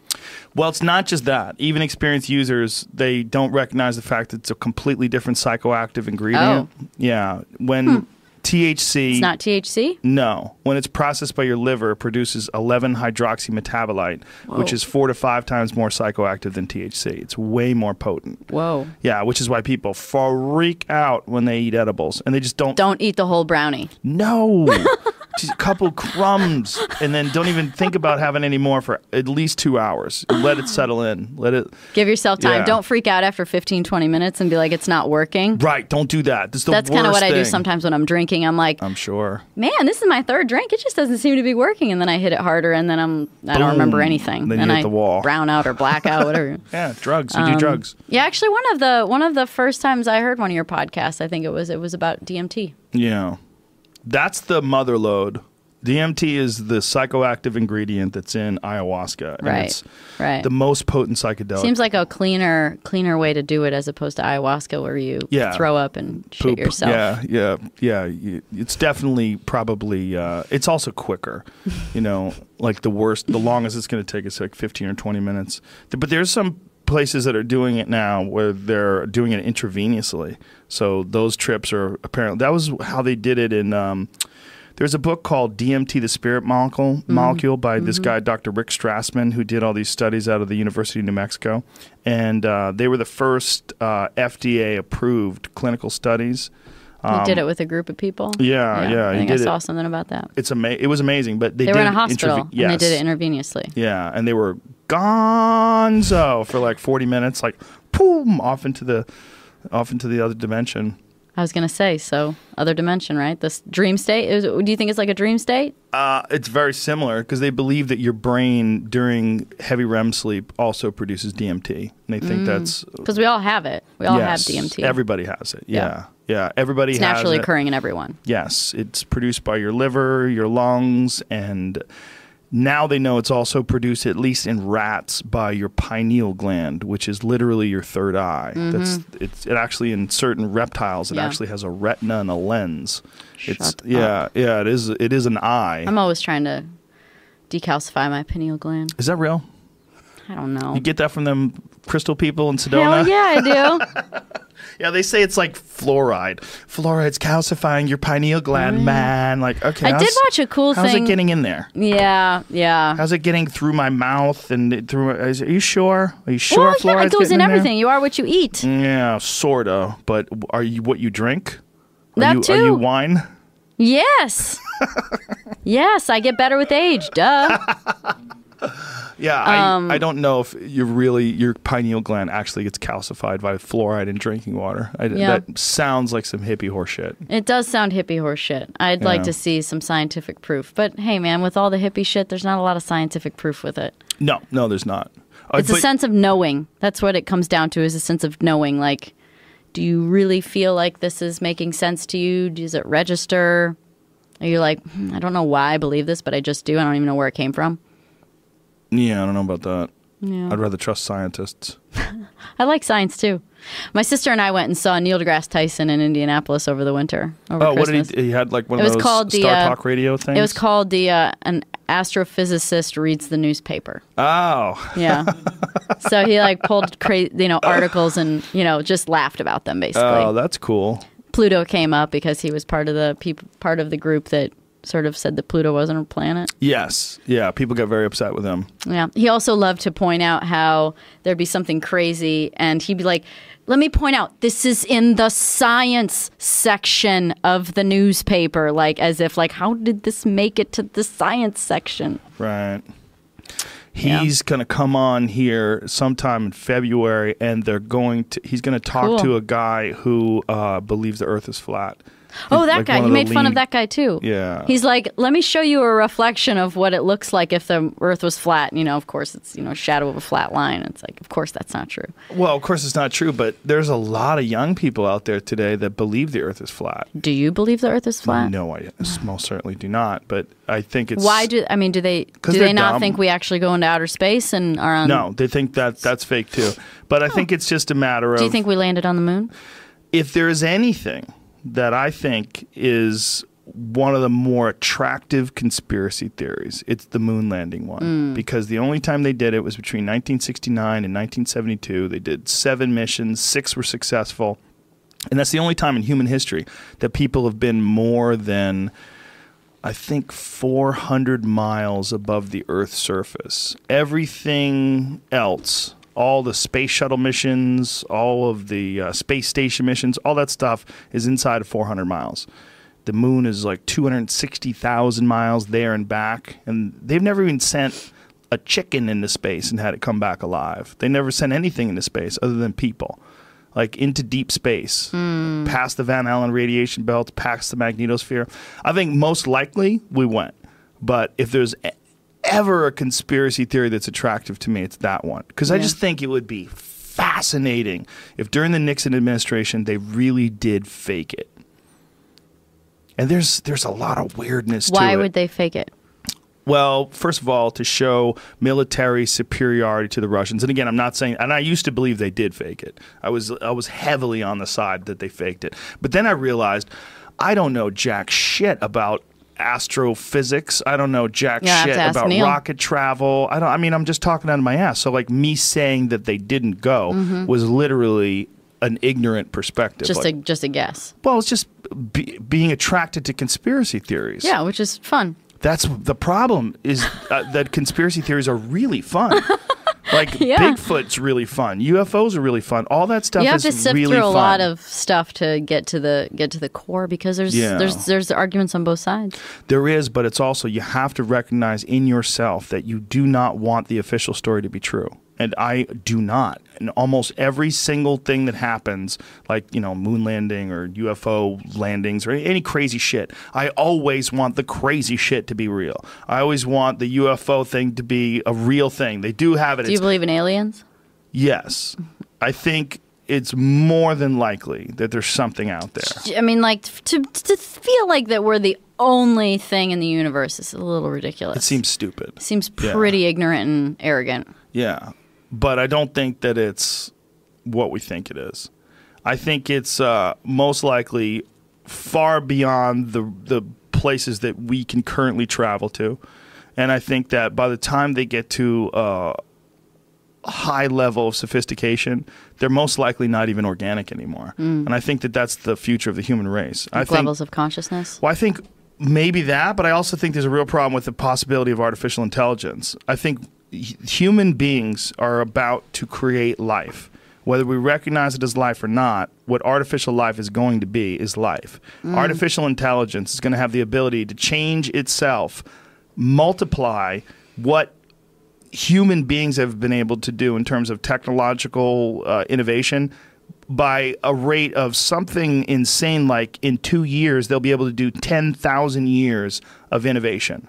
S1: Well, it's not just that. Even experienced users, they don't recognize the fact that it's a completely different psychoactive ingredient. Yeah. When THC
S2: Oh. Hmm. It's not THC.
S1: no. When it's processed by your liver, it produces 11 hydroxy metabolite, which is 4 to 5 times more psychoactive than THC. It's way more potent.
S2: Whoa.
S1: Yeah, which is why people freak out when they eat edibles and they just don't
S2: Don't eat the whole brownie.
S1: no. Just a couple crumbs, and then don't even think about having any more for at least two hours. Let it settle in. Let it.
S2: Give yourself time.
S1: Yeah.
S2: Don't freak out after 15, 20 minutes and be like, it's not working.
S1: Right. Don't do that. That's the
S2: That's kind of
S1: worst
S2: what I do
S1: thing. Uh.
S2: sometimes when I'm drinking. I'm like,
S1: I'm sure.
S2: man, this is my third drink. It just doesn't seem to be working. And then I hit it harder, and then I'm I don't
S1: Boom.
S2: remember anything.
S1: Then you
S2: and
S1: hit
S2: I
S1: the wall.
S2: brown out or black out, whatever.
S1: Yeah, drugs. You
S2: Um,
S1: do drugs.
S2: Yeah, actually, one of the one of the first times I heard one of your podcasts, I think it was it was about DMT.
S1: Yeah. That's the mother load. DMT is the psychoactive ingredient that's in ayahuasca. And
S2: Right,
S1: It's
S2: right.
S1: the most potent psychedelic.
S2: Seems like a cleaner cleaner way to do it as opposed to ayahuasca, where you
S1: Yeah.
S2: throw up and shit
S1: poop.
S2: yourself.
S1: Yeah, yeah, yeah. You- It's definitely probably. Uh, it's also quicker. You know, like the worst, the longest it's going to take is like fifteen or twenty minutes. Th- But there's some places that are doing it now where they're doing it intravenously. So those trips are apparently that was how they did it in. Um, there's a book called DMT, the Spirit Molecule,
S2: Mm-hmm.
S1: molecule by this guy, Dr. Rick Strassman, who did all these studies out of the University of New Mexico. And uh, they were the first uh, FDA approved clinical studies.
S2: You did it with a group of people.
S1: um, Yeah, yeah,
S2: I
S1: you
S2: think I
S1: did it.
S2: saw something about that.
S1: It's ama- It was amazing, but they,
S2: They
S1: did
S2: were in a
S1: it
S2: hospital
S1: intraven-
S2: and they did
S1: yes.
S2: it intravenously.
S1: Yeah, and they were gonzo for like 40 minutes, like boom, off into the off into the other dimension.
S2: I was gonna say so. Other dimension, right? This dream state. Is, do you think it's like a dream state?
S1: Uh, it's very similar because they believe that your brain during heavy REM sleep also produces DMT, and they think
S2: Mm.
S1: that's
S2: Because we all have it. We all
S1: yes,
S2: have DMT.
S1: Everybody has it.
S2: Yeah.
S1: Yeah, yeah, everybody
S2: it's
S1: has
S2: naturally
S1: it.
S2: occurring in everyone.
S1: Yes, it's produced by your liver, your lungs, and now they know it's also produced, at least in rats, by your pineal gland, which is literally your third eye. That's it's it actually in certain reptiles it
S2: Mm-hmm. Yeah.
S1: actually has a retina and a lens. it's
S2: Shut
S1: yeah, yeah, it is it is an eye.
S2: I'm always trying to decalcify my pineal gland.
S1: is that real?
S2: I don't know.
S1: You get that from them crystal people in Sedona?
S2: Hell yeah, I do.
S1: Yeah, they say it's like fluoride. Fluoride's calcifying your pineal gland, man. Like, okay.
S2: Mm. I
S1: how's-
S2: did watch a cool
S1: How's
S2: thing.
S1: it getting in there?
S2: Yeah, yeah.
S1: How's it getting through my mouth and it- through? Is, are you sure? Are you sure?
S2: well, yeah, it
S1: fluoride's
S2: goes
S1: getting
S2: in
S1: there?
S2: everything. You are what you eat.
S1: Yeah, sorta. But are you what you drink? Are
S2: That
S1: you, Are you
S2: too.
S1: wine?
S2: Yes. yes, I get better with age. Duh.
S1: Yeah,
S2: Um,
S1: I, I don't know if you really your pineal gland actually gets calcified by fluoride in drinking water. I,
S2: Yeah.
S1: That sounds like some hippie horseshit.
S2: It does sound hippie horse shit. I'd like
S1: Yeah.
S2: to see some scientific proof. But hey, man, with all the hippie shit, there's not a lot of scientific proof with it.
S1: No, no, there's not. Uh,
S2: It's a
S1: but-
S2: sense of knowing. That's what it comes down to is a sense of knowing. Like, do you really feel like this is making sense to you? Does it register? Are you like, "Hmm, I don't know why I believe this, but I just do. I don't even know where it came from.
S1: Yeah, I don't know about that.
S2: Yeah.
S1: I'd rather trust scientists.
S2: I like science too. My sister and I went and saw Neil deGrasse Tyson in Indianapolis over the winter. Over
S1: Oh, what
S2: Christmas.
S1: did he? d- He had like one
S2: It
S1: of
S2: was
S1: those
S2: called the,
S1: Star
S2: uh,
S1: Talk radio things.
S2: It was called the uh, an astrophysicist reads the newspaper.
S1: Oh,
S2: Yeah. so he like pulled cra- you know articles and you know just laughed about them basically.
S1: oh, that's cool.
S2: Pluto came up because he was part of the peop- part of the group that sort of said that Pluto wasn't a planet.
S1: Yes, yeah. People got very upset with him.
S2: Yeah. He also loved to point out how there'd be something crazy and he'd be like, let me point out, this is in the science section of the newspaper. Like, as if, like, how did this make it to the science section?
S1: Right.
S2: Yeah.
S1: He's going to come on here sometime in February, and they're going to. He's going to talk
S2: Cool.
S1: to a guy who uh, believes the Earth is flat.
S2: Oh, that
S1: Like
S2: guy.
S1: one
S2: He
S1: the
S2: made fun
S1: lean-
S2: of that guy, too.
S1: Yeah.
S2: He's like, let me show you a reflection of what it looks like if the earth was flat. And, you know, of course, it's, you know, shadow of a flat line. It's like, of course, that's not true.
S1: Well, of course, it's not true, but there's a lot of young people out there today that believe the Earth is flat.
S2: Do you believe the earth is flat?
S1: No, I most certainly do not. But I think it's
S2: Why do I mean? Do they
S1: 'Cause
S2: do they
S1: they're
S2: not
S1: dumb.
S2: think we actually go into outer space and are on?
S1: no, they think that that's fake too. But I think it's just a matter of
S2: Oh. Do you think we landed on the moon?
S1: if there is anything that I think is one of the more attractive conspiracy theories, it's the moon landing
S2: Mm.
S1: one. Because the only time they did it was between 1969 and 1972. They did seven missions, six were successful. And that's the only time in human history that people have been more than, I think, 400 miles above the Earth's surface. Everything else, all the space shuttle missions, all of the uh, space station missions, all that stuff is inside of 400 miles. The moon is like 260,000 miles there and back. And they've never even sent a chicken into space and had it come back alive. They never sent anything into space other than people like into deep space,
S2: Hmm.
S1: past the Van Allen radiation belt, past the magnetosphere. I think most likely we went. But if there's e- ever a conspiracy theory that's attractive to me, it's that one. Because I
S2: Yeah.
S1: just think it would be fascinating if during the Nixon administration they really did fake it. And there's there's a lot of weirdness to
S2: Why
S1: it.
S2: would they fake it?
S1: Well, first of all, to show military superiority to the Russians, and again, I'm not saying, and I used to believe they did fake it. I was I was heavily on the side that they faked it, but then I realized I don't know jack shit about astrophysics. I don't know jack
S2: Yeah, I have
S1: shit
S2: to ask
S1: about
S2: Neil.
S1: rocket travel. I don't. I mean, I'm just talking out of my ass. So like me saying that they didn't go was literally an ignorant perspective.
S2: Mm-hmm. Just
S1: Like,
S2: a just a guess.
S1: well, it's just be, being attracted to conspiracy theories.
S2: Yeah, which is fun.
S1: That's the problem is uh, that conspiracy theories are really fun. Like
S2: Yeah.
S1: Bigfoot's really fun. UFOs are really fun. All that stuff
S2: You have
S1: is
S2: to sift
S1: really
S2: through a
S1: fun.
S2: lot of stuff to get to the get to the core because there's
S1: Yeah.
S2: there's there's arguments on both sides.
S1: there is, but it's also you have to recognize in yourself that you do not want the official story to be true. And I do not. And almost every single thing that happens, like, you know, moon landing or UFO landings or any crazy shit, I always want the crazy shit to be real. I always want the UFO thing to be a real thing. They do have it.
S2: Do you
S1: It's-
S2: believe in aliens?
S1: Yes. I think it's more than likely that there's something out there.
S2: I mean, like to to feel like that we're the only thing in the universe is a little ridiculous.
S1: It seems stupid.
S2: seems
S1: Yeah.
S2: pretty ignorant and arrogant.
S1: Yeah. But I don't think that it's what we think it is. I think it's uh, most likely far beyond the the places that we can currently travel to. And I think that by the time they get to uh, high level of sophistication, they're most likely not even organic anymore. And I think that that's the future of the human race. I
S2: Like
S1: think
S2: Mm. levels of consciousness.
S1: Well, I think maybe that, but I also think there's a real problem with the possibility of artificial intelligence. I think h- human beings are about to create life. Whether we recognize it as life or not, what artificial life is going to be is life. Artificial intelligence is going to have the ability to change itself, multiply what human beings have been able to do in terms of technological uh, innovation by a rate of something insane like in two years they'll be able to do 10,000 years of innovation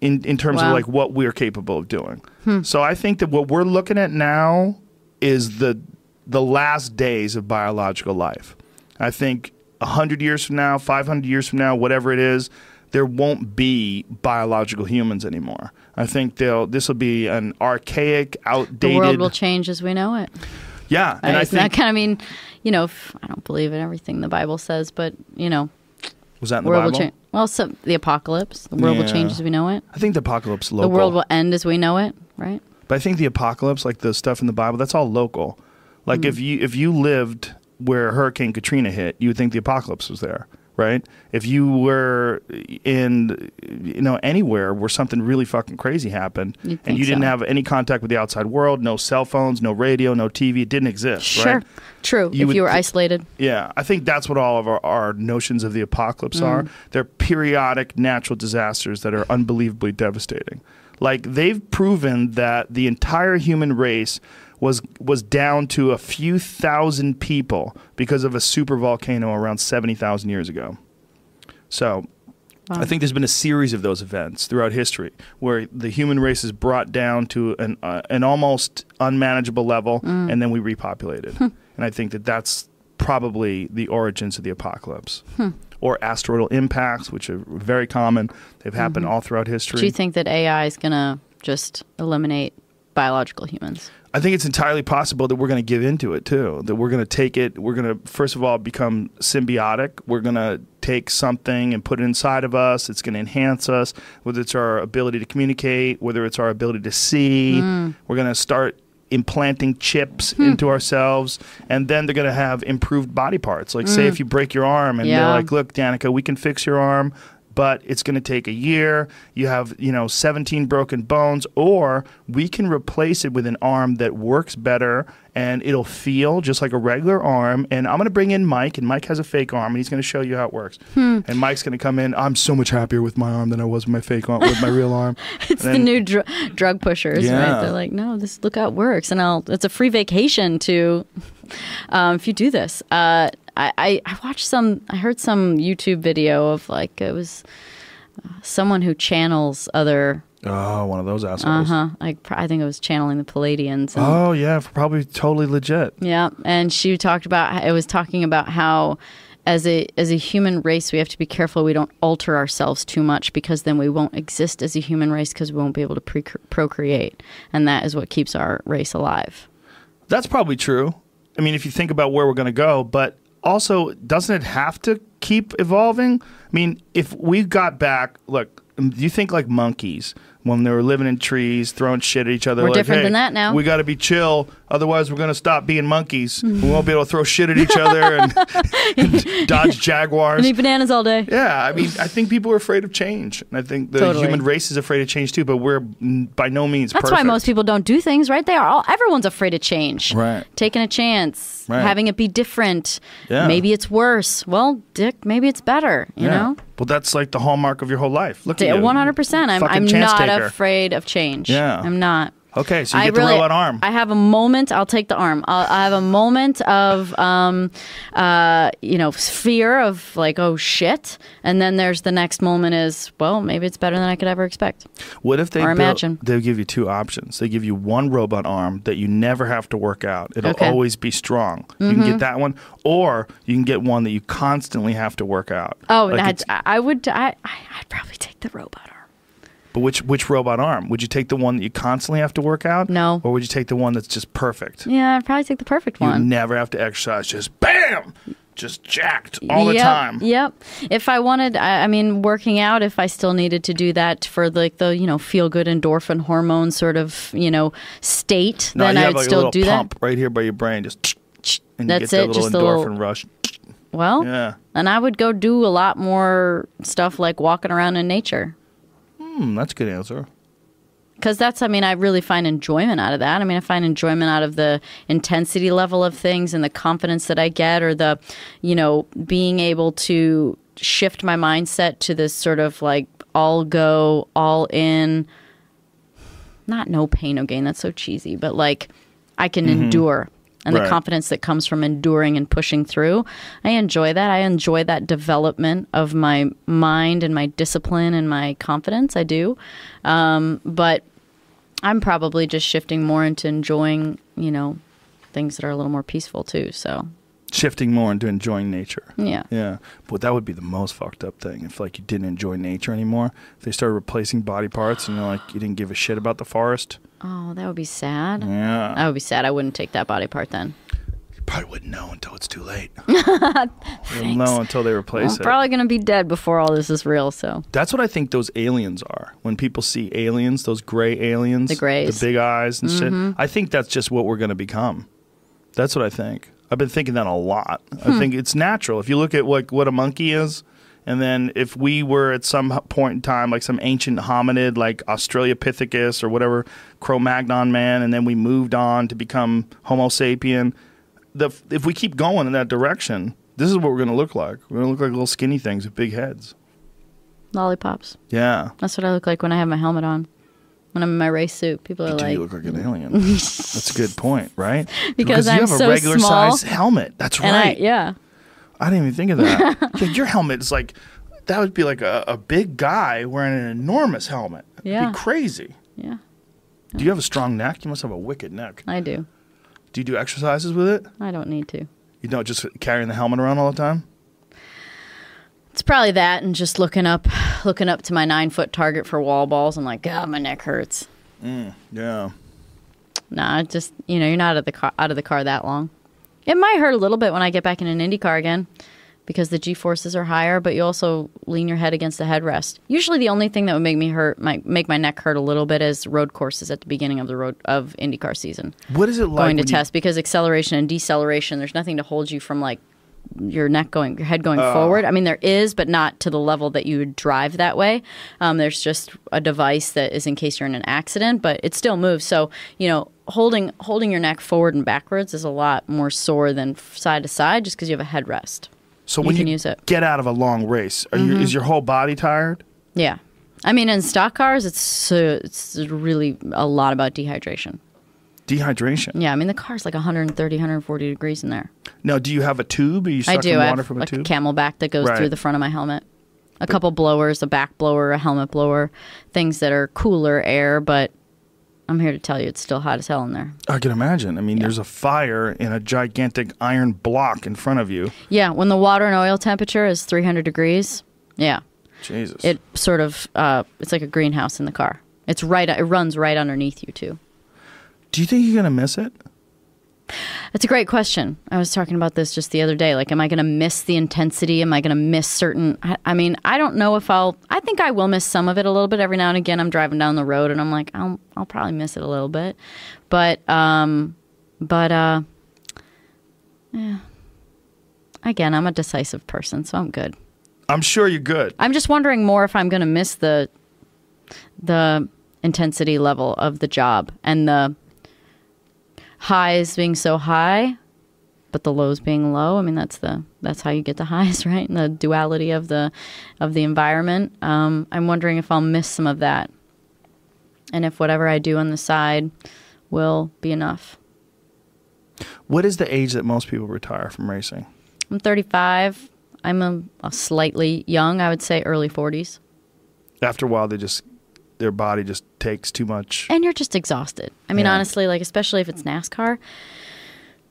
S1: in, in terms of
S2: Wow. Hmm.
S1: like what we're capable of doing so i think that what we're looking at now is the the last days of biological life. I think 100 years from now, 500 years from now, whatever it is, there won't be biological humans anymore. I think they'll this will be an archaic,
S2: The
S1: outdated.
S2: world will Uh, change as we know it.
S1: yeah, and
S2: Right?
S1: I
S2: Isn't that
S1: think
S2: kind of I mean, you know, if, I don't believe in everything the Bible says, but you know,
S1: was that in the
S2: world
S1: Bible?
S2: will change. Well, so the apocalypse, the world will change
S1: Yeah. Oh,
S2: as we know it.
S1: I think the apocalypse
S2: The
S1: local.
S2: world will end as we know it, right?
S1: But I think the apocalypse, like the stuff in the Bible, that's all local. Like
S2: Mm.
S1: if you if you lived where Hurricane Katrina hit, you would think the apocalypse was there, right? If you were in you know anywhere where something really fucking crazy happened
S2: You'd
S1: and
S2: think
S1: you didn't
S2: so.
S1: have any contact with the outside world, no cell phones, no radio, no TV, it didn't exist,
S2: Sure,
S1: right?
S2: true.
S1: You
S2: if
S1: would
S2: you were
S1: thi-
S2: isolated,
S1: Yeah, I think that's what all of our, our notions of the apocalypse are. They're periodic natural disasters that are unbelievably devastating. Like they've proven that the entire human race was was down to a few thousand people because of a super volcano around 70,000 years ago. So, I think there's been a series of those events throughout history where the human race is brought down to an uh, an almost unmanageable level,
S2: Mm.
S1: and then we repopulated.
S2: Hmm.
S1: and I think that that's probably the origins of the apocalypse,
S2: Hmm.
S1: or asteroidal impacts, which are very common. They've happened all throughout history.
S2: Mm-hmm. do you think that AI is going to just eliminate biological humans?
S1: I think it's entirely possible that we're going to give into it too. That we're going to take it. We're going to first of all become symbiotic. We're going to take something and put it inside of us. It's going to enhance us, whether it's our ability to communicate, whether it's our ability to see. We're going to start implanting chips into ourselves, and then they're going to have improved body parts. Like say if you break your arm, and they're
S2: Yeah.
S1: like, "Look, Danica, we can fix your arm." But it's going to take a year. You have, you know, 17 broken bones, or we can replace it with an arm that works better and it'll feel just like a regular arm. And I'm going to bring in Mike, and Mike has a fake arm, and he's going to show you how it works.
S2: Hmm.
S1: And Mike's going to come in. I'm so much happier with my arm than I was with my fake arm, with my real arm.
S2: It's the
S1: Then-
S2: new dr- drug pushers,
S1: Yeah.
S2: right? They're like, no, this look out works, and I'll. It's a free vacation to, um, if you do this. Uh, I, I I watched some. I heard some YouTube video of like it was uh, someone who channels other.
S1: Oh, one of those assholes.
S2: Uh huh. Like pr- I think it was channeling the Palladians. And,
S1: Oh, yeah, probably totally legit.
S2: Yeah, and she talked about it was talking about how as a as a human race we have to be careful we don't alter ourselves too much because then we won't exist as a human race because we won't be able to pre- procreate and that is what keeps our race alive.
S1: That's probably true. I mean, if you think about where we're going to go, but also, doesn't it have to keep evolving? I mean, if we got back, look, um, do you think like monkeys when they were living in trees, throwing shit at each other?
S2: We're
S1: like,
S2: different
S1: "Hey,
S2: than that now."
S1: We got to be chill, otherwise we're going to stop being monkeys.
S2: Mm-hmm.
S1: we won't be able to throw shit at each other and, and dodge jaguars.
S2: And eat bananas all day.
S1: Yeah, I mean, I think people are afraid of change, and I think the
S2: Totally.
S1: human race is afraid of change too. But we're mm, by no means
S2: That's
S1: perfect.
S2: why most people don't do things, right? They are all everyone's afraid of change.
S1: Right.
S2: Taking a chance,
S1: Right.
S2: having it be different.
S1: Yeah.
S2: Maybe it's worse. Well, dick, maybe it's better, you know?
S1: Well, that's like the hallmark of your whole life. Look at you.
S2: One hundred percent. I'm
S1: Fucking
S2: I'm
S1: chance
S2: not
S1: taker.
S2: afraid of change.
S1: Yeah.
S2: I'm not.
S1: Okay, so you get the robot arm.
S2: I have a moment. I'll take the arm. I'll, I have a moment of, um, uh, you know, fear of like, oh shit, and then there's the next moment is, well, maybe it's better than I could ever expect.
S1: What if they
S2: Or
S1: built-
S2: imagine.
S1: they give you two options? They give you one robot arm that you never have to work out. It'll
S2: Okay. Mm-hmm.
S1: always be strong. You can get that one, or you can get one that you constantly have to work out.
S2: Oh,
S1: Like
S2: and
S1: it's-
S2: I'd, I would. I I- I'd probably take the robot arm.
S1: but which which robot arm? Would you take the one that you constantly have to work out?
S2: No.
S1: Or would you take the one that's just perfect?
S2: Yeah, I'd probably take the perfect
S1: You
S2: one.
S1: never have to exercise. Just bam, just jacked all the
S2: yep,
S1: time.
S2: Yep. If I wanted, I, I mean, working out, if I still needed to do that for like the, you know, feel good endorphin hormone sort of, you know, state,
S1: No,
S2: then
S1: you
S2: I
S1: have
S2: would
S1: like a
S2: still
S1: little
S2: do
S1: pump
S2: that.
S1: right here by your brain. Just and
S2: That's
S1: you get
S2: it,
S1: the
S2: just a
S1: little endorphin
S2: little-
S1: rush.
S2: Well,
S1: Yeah.
S2: and I would go do a lot more stuff like walking around in nature.
S1: Hmm, that's a good answer.
S2: Because that's, I mean, I really find enjoyment out of that. I mean, I find enjoyment out of the intensity level of things and the confidence that I get, or the, you know, being able to shift my mindset to this sort of like all go, all in, not no pain, no gain. That's so cheesy, but like I can endure. And
S1: Right.
S2: the confidence that comes from enduring and pushing through. I enjoy that. I enjoy that development of my mind and my discipline and my confidence. I do. Um, but I'm probably just shifting more into enjoying, you know, things that are a little more peaceful too. So
S1: Shifting more into enjoying nature.
S2: yeah,
S1: Yeah, but that would be the most fucked up thing if like you didn't enjoy nature anymore. If they started replacing body parts and you're like you didn't give a shit about the forest.
S2: Oh, that would be sad.
S1: Yeah,
S2: That would be sad. I wouldn't take that body part then.
S1: you probably wouldn't know until it's too late. you wouldn't know until they
S2: I'm
S1: replace it.
S2: probably gonna be dead before all this is real. So
S1: That's what I think those aliens are. When people see aliens, those gray aliens,
S2: The grays. Mm-hmm.
S1: the big eyes and shit. I think that's just what we're going to become. That's what I think. I've been thinking that a lot.
S2: Hmm.
S1: I think it's natural. If you look at what what a monkey is, and then if we were at some h- point in time like some ancient hominid like Australopithecus or whatever Cro-Magnon man, and then we moved on to become Homo sapien. The, if we keep going in that direction, this is what we're going to look like. We're going to look like little skinny things with big heads.
S2: lollipops.
S1: Yeah.
S2: That's what I look like when I have my helmet on. When I'm in my race suit, people
S1: Do
S2: are like,
S1: you look like an alien? That's a good point, right?
S2: Because
S1: you
S2: I'm
S1: have a
S2: so
S1: regular
S2: small.
S1: size helmet. That's
S2: and
S1: right.
S2: I, yeah,
S1: I didn't even think of that. yeah, your helmet is like that would be like a, a big guy wearing an enormous helmet. It'd
S2: Yeah.
S1: be crazy.
S2: yeah,
S1: Do you have a strong neck? You must have a wicked neck.
S2: I do.
S1: Do you do exercises with it?
S2: I don't need to.
S1: You don't just carrying the helmet around all the time?
S2: It's probably that, and just looking up, looking up to my nine foot target for wall balls. I'm like, God, my neck hurts.
S1: Yeah.
S2: Nah, it just you know, you're not out of the car out of the car that long. It might hurt a little bit when I get back in an Indy car again because the G forces are higher, but you also lean your head against the headrest. Usually, the only thing that would make me hurt, my, make my neck hurt a little bit, is road courses at the beginning of the road of IndyCar season.
S1: What is it like
S2: going to
S1: when you-
S2: test because acceleration and deceleration there's nothing to hold you from like your neck going your head
S1: Uh.
S2: going forward i mean there is but not to the level that you would drive that way um, there's just a device that is in case you're in an accident but it still moves so you know holding holding your neck forward and backwards is a lot more sore than f- side to side just because you have a headrest
S1: so
S2: you
S1: when
S2: can
S1: you
S2: use it. Mm-hmm.
S1: get out of a long race, are you, is your whole body tired?
S2: yeah i mean in stock cars it's so it's really a lot about dehydration
S1: Dehydration.
S2: yeah i mean the car's like 130 140 degrees in there
S1: Now, do you have a tube? Are you
S2: I
S1: sucking
S2: do. I
S1: water
S2: have
S1: from a
S2: like a
S1: tube?
S2: camelback that goes through
S1: Right.
S2: the front of my helmet. A couple blowers, a back blower, a helmet blower, things that are cooler air, but I'm here to tell you it's still hot as hell in there.
S1: I can imagine. I mean, there's a fire in a gigantic iron block in front of you.
S2: Yeah, when the water and oil temperature is 300 degrees, yeah,
S1: Jesus.
S2: it sort of, uh, it's like a greenhouse in the car. It's right, it runs right underneath you, too.
S1: Do you think you're going to miss it?
S2: That's a great question. I was talking about this just the other day. Like, am I going to miss the intensity? Am I going to miss certain? I, I mean, I don't know if I'll. I think I will miss some of it a little bit every now and again. I'm driving down the road and I'm like, I'll, I'll probably miss it a little bit, but, um, but, uh, yeah. Again, I'm a decisive person, so I'm good.
S1: I'm sure you're good.
S2: I'm just wondering more if I'm going to miss the the intensity level of the job and the highs being so high but the lows being low. I mean that's the that's how you get the highs, right? And the duality of the of the environment. Um, I'm wondering if I'll miss some of that. And if whatever I do on the side will be enough.
S1: What is the age that most people retire from racing?
S2: I'm 35. I'm a, a slightly young, I would say early 40s.
S1: After a while, they just, their body just takes too much.
S2: and you're just exhausted. I mean,
S1: Yeah.
S2: honestly, like especially if it's NASCAR,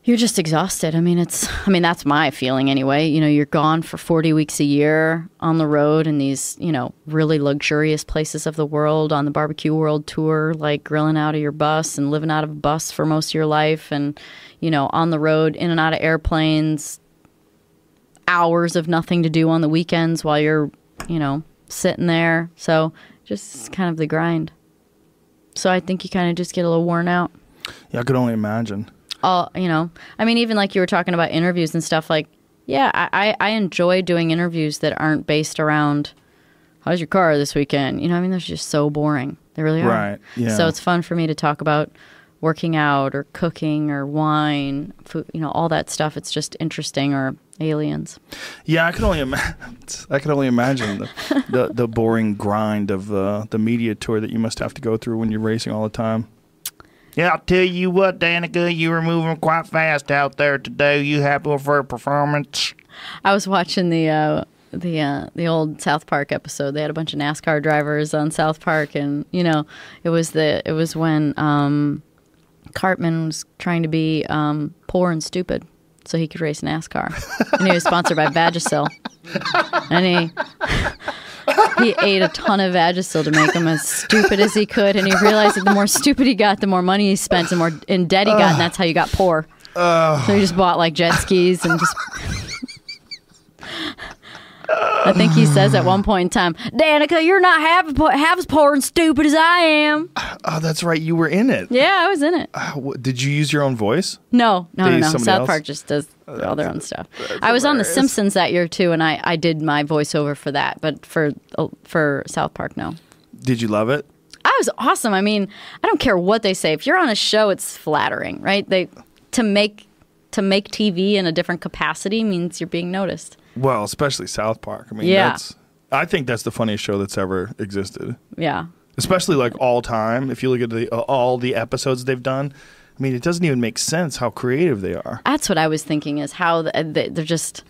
S2: you're just exhausted. I mean, it's I mean, that's my feeling anyway. You know, you're gone for 40 weeks a year on the road in these, you know, really luxurious places of the world on the barbecue world tour, like grilling out of your bus and living out of a bus for most of your life and, you know, on the road in and out of airplanes, hours of nothing to do on the weekends while you're, you know, sitting there. So, just kind of the grind. So I think you kind of just get a little worn out.
S1: Yeah, I could only imagine.
S2: All you know, I mean, even like you were talking about interviews and stuff. Like, yeah, I I, I enjoy doing interviews that aren't based around how's your car this weekend. You know, I mean, they're just so boring. They really are.
S1: Right, yeah.
S2: So it's fun for me to talk about working out or cooking or wine, food. You know, all that stuff. It's just interesting. Or aliens.
S1: Yeah, I could only imagine. I could only imagine the, the, the boring grind of uh, the media tour that you must have to go through when you're racing all the time.
S3: Yeah, I'll tell you what, Danica, you were moving quite fast out there today. You happy with her performance?
S2: I was watching the uh, the uh, the old South Park episode. They had a bunch of NASCAR drivers on South Park, and you know, it was the it was when um, Cartman was trying to be um, poor and stupid so he could race NASCAR. and he was sponsored by Vagisil. And he he ate a ton of Vagisil to make him as stupid as he could. And he realized that the more stupid he got, the more money he spent, the more in debt he got, and that's how you got poor. so he just bought like jet skis and just. I think he says at one point in time, Danica, you're not half, po- half as poor and stupid as I am.
S1: Oh, that's right. You were in it.
S2: Yeah, I was in it.
S1: Uh, wh- Did you use your own voice?
S2: No, no,
S1: They
S2: no,
S1: use
S2: no.
S1: somebody
S2: South
S1: else? Uh,
S2: Park just does all their own stuff. I was on The Simpsons that year too, and I, I did my voiceover for that, but for oh, for South Park, no.
S1: Did you love it?
S2: I was awesome. I mean, I don't care what they say. If you're on a show, it's flattering, right? They to make to make TV in a different capacity means you're being noticed.
S1: Well, especially South Park. I mean,
S2: Yeah.
S1: that's I think that's the funniest show that's ever existed.
S2: Yeah.
S1: Especially like all time. If you look at the uh, all the episodes they've done, I mean, it doesn't even make sense how creative they are.
S2: That's what I was thinking is how th- th- they're just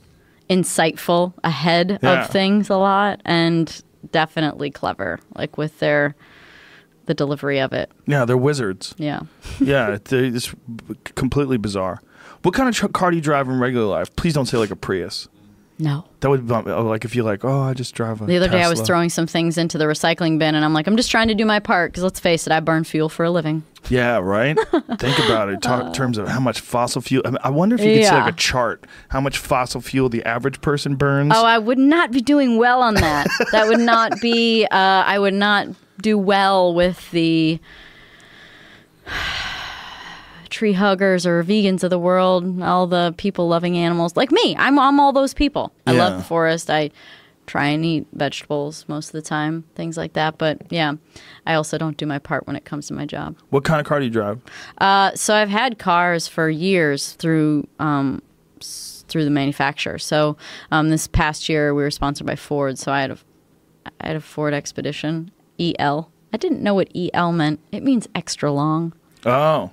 S2: insightful ahead
S1: Yeah.
S2: of things a lot and definitely clever like with their the delivery of it.
S1: Yeah, they're wizards.
S2: Yeah.
S1: yeah, it's, it's completely bizarre. What kind of tr- car do you drive in regular life? Please don't say like a Prius.
S2: No.
S1: That would bump. Oh, like if you're like, oh, I just drive a.
S2: The other day I was
S1: Tesla."
S2: throwing some things into the recycling bin and I'm like I'm just trying to do my part cuz let's face it I burn fuel for a living.
S1: Yeah, right. Think about it. Talk in terms of how much fossil fuel. I, mean, I wonder if you could see
S2: Uh, Yeah.
S1: like a chart how much fossil fuel the average person burns.
S2: Oh, I would not be doing well on that. that would not be. Uh, I would not do well with the tree huggers or vegans of the world. All the people loving animals like me. I'm I'm all those people. I
S1: Yeah.
S2: love the forest. I try and eat vegetables most of the time, things like that. But yeah, I also don't do my part when it comes to my job.
S1: What kind of car do you drive?
S2: Uh, so I've had cars for years through um, s- through the manufacturer. So um, this past year we were sponsored by Ford. So I had a I had a Ford Expedition EL. I didn't know what EL meant. It means extra long.
S1: Oh,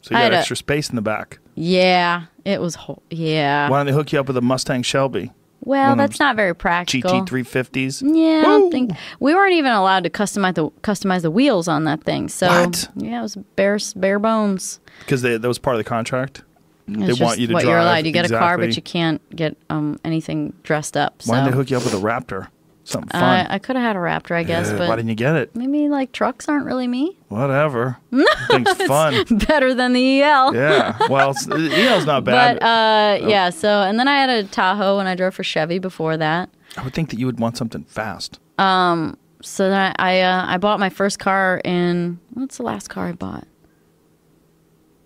S1: so you
S2: I
S1: got
S2: had a-
S1: extra space in the back.
S2: Yeah, it was. Ho- yeah.
S1: Why don't they hook you up with a Mustang Shelby,
S2: Well,
S1: one of
S2: that's not very practical.
S1: GT mm-hmm. three fifties?
S2: Yeah, I don't think we weren't even allowed to customize the customize the wheels on that thing. So
S1: What?
S2: yeah, it was bare bare bones.
S1: Because that was part of the contract.
S2: It's
S1: they want
S2: just
S1: you to
S2: what
S1: drive.
S2: you're allowed. You get a car, but
S1: exactly.
S2: you can't get um, anything dressed up. So.
S1: Why didn't they hook you up with a Raptor? Something fun.
S2: I, I could have had a Raptor, I guess,
S1: Uh,
S2: but
S1: Why didn't you get it?
S2: maybe like trucks aren't really me.
S1: Whatever. Thing's fun.
S2: Better than the EL.
S1: Yeah. oh. Well, it's- EL's not bad.
S2: But uh, yeah, so and then I had a Tahoe and I drove for Chevy before that.
S1: I would think that you would want something fast.
S2: So then I I, uh, I bought my first car in what's the last car I bought?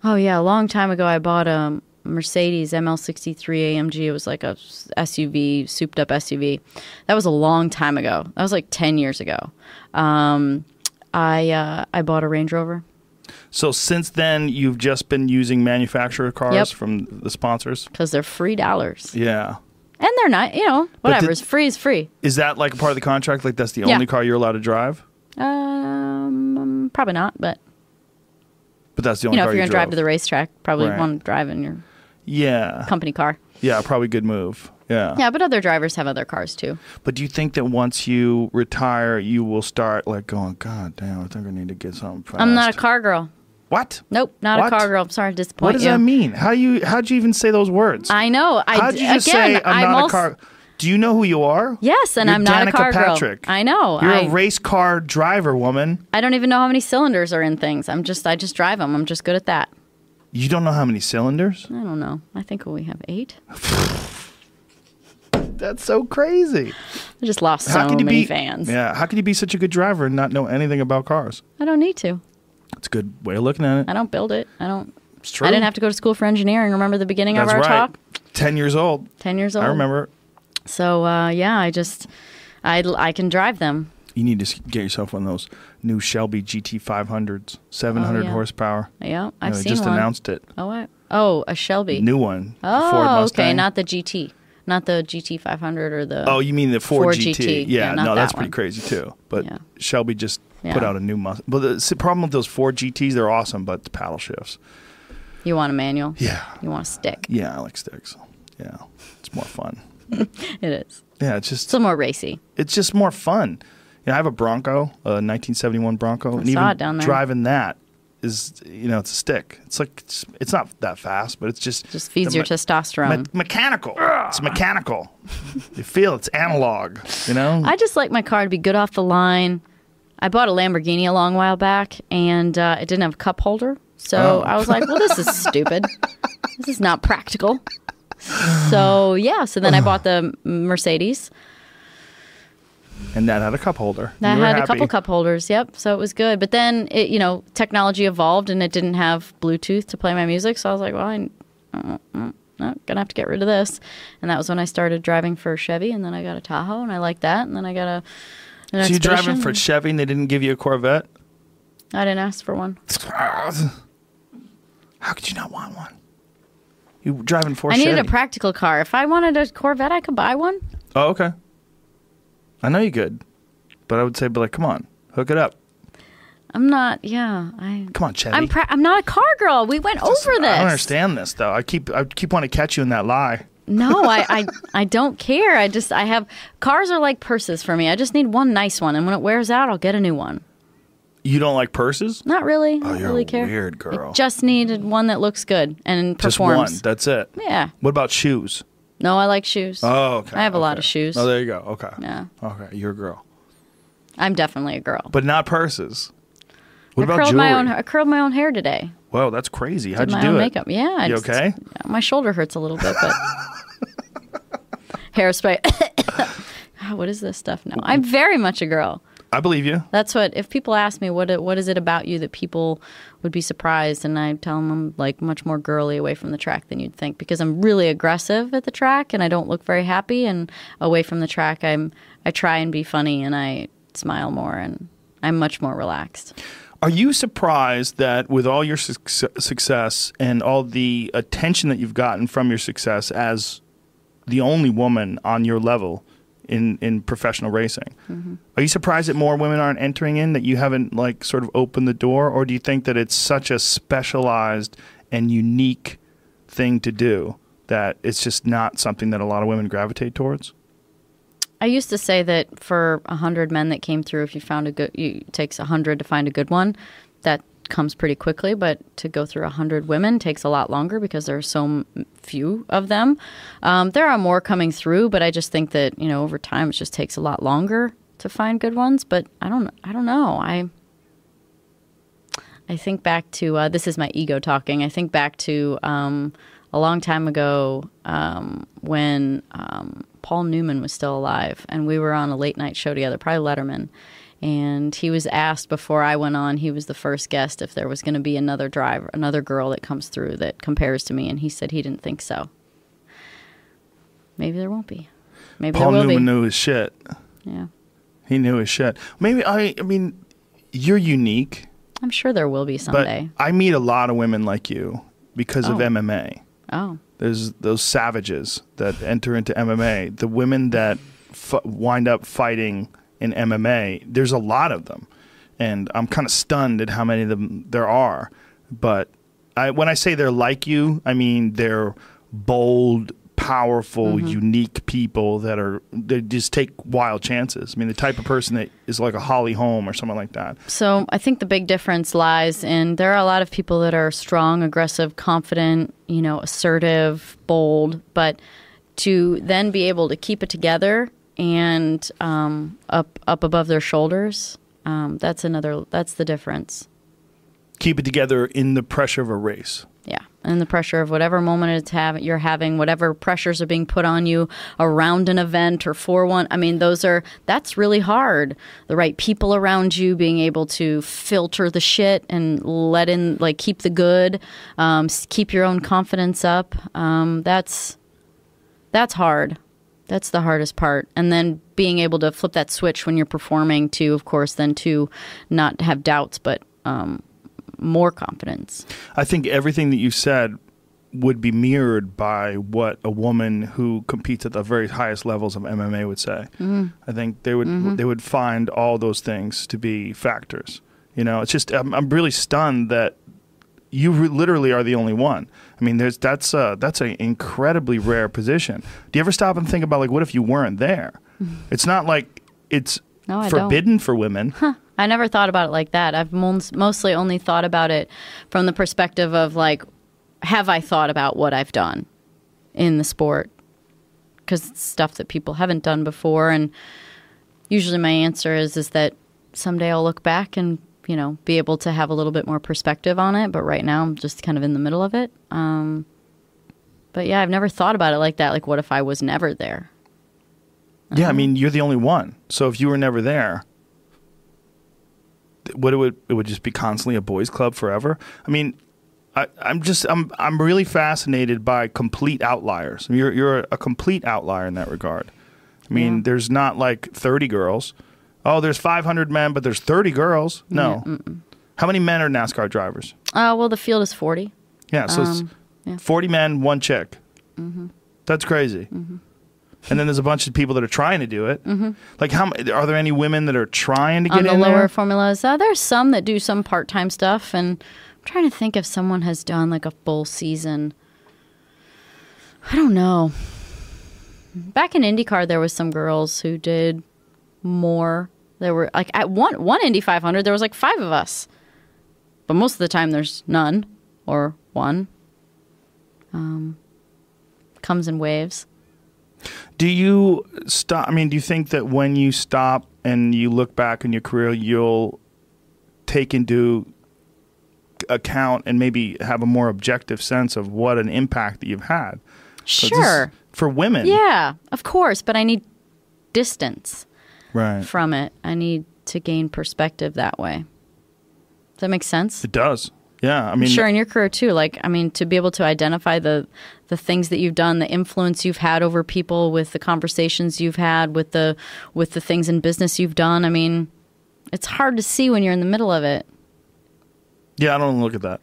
S2: Oh yeah, a long time ago I bought a Mercedes ML63 AMG. It was like a s- SUV, souped up SUV. That was a long time ago. That was like ten years ago. Um, I uh, I bought a Range Rover.
S1: So since then, you've just been using manufacturer cars
S2: Yep.
S1: from the sponsors.
S2: because they're free dollars
S1: Yeah.
S2: and they're not you know whatever
S1: did-
S2: is free is free
S1: Is that like a part of the contract? Like that's the
S2: Yeah.
S1: only car you're allowed to drive?
S2: um probably not but
S1: But that's the
S2: you
S1: only
S2: know if
S1: car
S2: you're gonna
S1: you
S2: drive
S1: drove.
S2: to the racetrack probably
S1: Right.
S2: want to drive in your
S1: yeah.
S2: company car
S1: Yeah. Probably good move. Yeah.
S2: yeah but other drivers have other cars too
S1: But do you think that once you retire, you will start like going, God damn, I think I need to get something fast.
S2: i'm not a car girl
S1: What?
S2: nope not
S1: What?
S2: a car girl i'm sorry to disappoint
S1: What does
S2: you
S1: that mean? How you? How'd you even say those words?
S2: i know i
S1: How'd
S2: d-
S1: you just
S2: again
S1: say I'm,
S2: I'm
S1: not
S2: also-
S1: a car? Do you know who you are?
S2: yes and
S1: You're
S2: i'm not
S1: Danica
S2: a car
S1: Patrick.
S2: girl i know
S1: You're
S2: I,
S1: a race car driver, woman.
S2: I don't even know how many cylinders are in things i'm just i just drive them i'm just good at that
S1: You don't know how many cylinders?
S2: i don't know i think we have eight
S1: That's so crazy.
S2: i just lost so many fans
S1: Yeah, how can you be such a good driver and not know anything about cars?
S2: i don't need to
S1: That's a good way of looking at it.
S2: I don't build it. I don't.
S1: It's true.
S2: I didn't have to go to school for engineering. Remember the beginning
S1: That's
S2: of our
S1: right.
S2: talk? Oh.
S1: Ten years old.
S2: Ten years old.
S1: I remember.
S2: So uh, yeah, I just I I can drive them.
S1: You need to s- get yourself one of those new Shelby GT 500s, 700
S2: yeah.
S1: horsepower.
S2: Yeah,
S1: Yeah,
S2: I've
S1: they
S2: seen
S1: just
S2: one.
S1: announced it.
S2: Oh, I, oh, a Shelby.
S1: New one.
S2: oh,
S1: Ford
S2: okay,
S1: Mustang.
S2: not the GT, not the GT 500 or the.
S1: Oh, you mean the Ford,
S2: Ford
S1: GT?
S2: GT.
S1: Yeah,
S2: Yeah, not
S1: no, that's
S2: that
S1: pretty
S2: one.
S1: crazy too. But
S2: Yeah.
S1: Shelby just put
S2: Yeah.
S1: out a new Mustang. But the s- problem with those Ford GTs, they're awesome, but the paddle shifts.
S2: you want a manual?
S1: Yeah,
S2: You want a stick?
S1: yeah, I like sticks. Yeah, it's more fun.
S2: It is.
S1: Yeah, it's just
S2: It's a little more racy.
S1: it's just more fun. You know, I have a Bronco, a 1971 Bronco, and
S2: saw
S1: even
S2: it down there.
S1: driving that is you know it's a stick. It's like it's, it's not that fast, but it's just
S2: Just feeds
S1: the
S2: your
S1: me-
S2: testosterone.
S1: me- mechanical. It's mechanical. you feel it's analog. You know.
S2: I just like my car to be good off the line. I bought a Lamborghini a long while back, and uh, it didn't have a cup holder, so
S1: Oh.
S2: I was like, "Well, this is stupid. this is not practical." So yeah, so then I bought the Mercedes.
S1: and that had a cup holder.
S2: That
S1: You were
S2: had a
S1: happy.
S2: couple cup holders. Yep, so it was good. But then it, you know, technology evolved, and it didn't have Bluetooth to play my music. So I was like, "Well, I'm gonna have to get rid of this." And that was when I started driving for Chevy, and then I got a Tahoe, and I liked that, and then I got a. an
S1: So you driving
S2: Expedition.
S1: for Chevy and they didn't give you a Corvette?
S2: I didn't ask for one.
S1: How could you not want one? You were driving for
S2: I
S1: Chevy?
S2: needed a practical car. If I wanted a Corvette, I could buy one.
S1: Oh, okay. I know you could, but I would say, but like, come on, hook it up.
S2: I'm not. Yeah, I.
S1: Come on, Chevy.
S2: I'm. Pra- I'm not a car girl. We went over this.
S1: I don't understand this though. I keep I keep wanting to catch you in that lie.
S2: No, I, I. I don't care. I just. I have cars are like purses for me. I just need one nice one, and when it wears out, I'll get a new one.
S1: You don't like purses?
S2: Not really. I
S1: Oh,
S2: don't
S1: you're
S2: really
S1: a
S2: care.
S1: weird girl.
S2: I just needed one that looks good and
S1: Just one.
S2: performs.
S1: That's it.
S2: Yeah.
S1: What about shoes?
S2: No, I like shoes.
S1: Oh, okay.
S2: I have a lot
S1: okay.
S2: of shoes.
S1: Oh, there you go. Okay.
S2: Yeah.
S1: Okay, you're a girl,
S2: I'm definitely a girl.
S1: but not purses. What
S2: I
S1: about
S2: curled
S1: jewelry?
S2: my own. I curled my own hair today.
S1: Whoa, that's crazy. How'd
S2: my
S1: you do
S2: own
S1: it?
S2: makeup. Yeah. I
S1: You
S2: just-
S1: okay?
S2: yeah, my shoulder hurts a little bit, but hairspray. Ah, what is this stuff now? I'm very much a girl.
S1: I believe you.
S2: That's what if people ask me what it, what is it about you that people would be surprised, and I tell them I'm like much more girly away from the track than you'd think because I'm really aggressive at the track and I don't look very happy, and away from the track I'm I try and be funny and I smile more and I'm much more relaxed.
S1: Are you surprised that with all your suc- success and all the attention that you've gotten from your success as the only woman on your level in, in professional racing,
S2: Mm-hmm.
S1: are you surprised that more women aren't entering in, that you haven't like sort of opened the door? Or do you think that it's such a specialized and unique thing to do that it's just not something that a lot of women gravitate towards?
S2: I used to say that for a hundred men that came through, if you found a good, you, it takes a hundred to find a good one. That comes pretty quickly, but to go through a hundred women takes a lot longer because there are so m- few of them. Um, there are more coming through, but I just think that you know over time it just takes a lot longer to find good ones. But I don't, I don't know. I I think back to uh, this is my ego talking. I think back to um, a long time ago um, when um, Paul Newman was still alive, and we were on a late night show together, probably Letterman. And he was asked before I went on. He was the first guest if there was going to be another driver, another girl that comes through that compares to me, and he said he didn't think so. Maybe there won't be. Maybe
S1: Paul
S2: there will
S1: Newman
S2: be.
S1: knew his shit.
S2: Yeah,
S1: He knew his shit. Maybe, I, I mean, you're unique.
S2: I'm sure there will be
S1: But
S2: someday.
S1: I meet a lot of women like you because of
S2: Oh.
S1: MMA.
S2: oh,
S1: There's those savages that enter into MMA. The women that f- wind up fighting in MMA, there's a lot of them. And I'm kind of stunned at how many of them there are. But I, when I say they're like you, I mean they're bold, powerful, unique people that are, they just take wild chances. I mean, the type of person that is like a Holly Holm or someone like that.
S2: So I think the big difference lies in there are a lot of people that are strong, aggressive, confident, you know, assertive, bold, but to then be able to keep it together and um, up up above their shoulders, um, that's another. That's the difference.
S1: Keep it together in the pressure of a race.
S2: Yeah, and the pressure of whatever moment it's have you're having, whatever pressures are being put on you around an event or for one. I mean, those are that's really hard. The right people around you, being able to filter the shit and let in, like keep the good, um, s- keep your own confidence up. Um, that's that's hard. That's the hardest part. And then being able to flip that switch when you're performing to, of course, then to not have doubts, but um, more confidence.
S1: I think everything that you said would be mirrored by what a woman who competes at the very highest levels of MMA would say.
S2: Mm-hmm.
S1: I think they would they would find all those things to be factors. You know, it's just I'm, I'm really stunned that you re- literally are the only one. I mean, there's that's a, that's an incredibly rare position. Do you ever stop and think about like, what if you weren't there? It's not like it's
S2: No, I don't.
S1: forbidden for women.
S2: I never thought about it like that. I've mons- mostly only thought about it from the perspective of like, have I thought about what I've done in the sport? Because it's stuff that people haven't done before, and usually my answer is is that someday I'll look back and you know be able to have a little bit more perspective on it. But right now I'm just kind of in the middle of it. Um, but yeah, I've never thought about it like that. Like, what if I was never there?
S1: Yeah, I mean, you're the only one. So if you were never there, th- what it would it would just be constantly a boys' club forever. I mean, I, I'm just I'm I'm really fascinated by complete outliers. You're you're a complete outlier in that regard. I mean, there's not like 30 girls. Oh, there's 500 men, but there's 30 girls. No. How many men are NASCAR drivers?
S2: Uh, well, the field is forty.
S1: Yeah, so
S2: Um,
S1: it's
S2: yeah. Mm-hmm.
S1: 40 men, one chick. That's crazy. And then there's a bunch of people that are trying to do it. Like, how m- are there any women that are trying to get
S2: Mm-hmm. on the
S1: in
S2: lower
S1: there?
S2: formulas. Uh, there's some that do some part time stuff, and I'm trying to think if someone has done like a full season. I don't know. Back in IndyCar, there was some girls who did more. There were like at one one Indy 500, there was like five of us, but most of the time there's none or one. Um, comes in waves.
S1: Do you stop? I mean, do you think that when you stop and you look back in your career, you'll take into account and maybe have a more objective sense of what an impact that you've had? 'Cause this-
S2: Sure.
S1: For women.
S2: Yeah, of course, but I need distance.
S1: Right.
S2: from it. I need to gain perspective that way. Does that make sense?
S1: It does. Yeah. I mean,
S2: sure, in your career too. Like, I mean, to be able to identify the the things that you've done, the influence you've had over people, with the conversations you've had, with the with the things in business you've done. I mean, it's hard to see when you're in the middle of it.
S1: yeah, I don't look at that.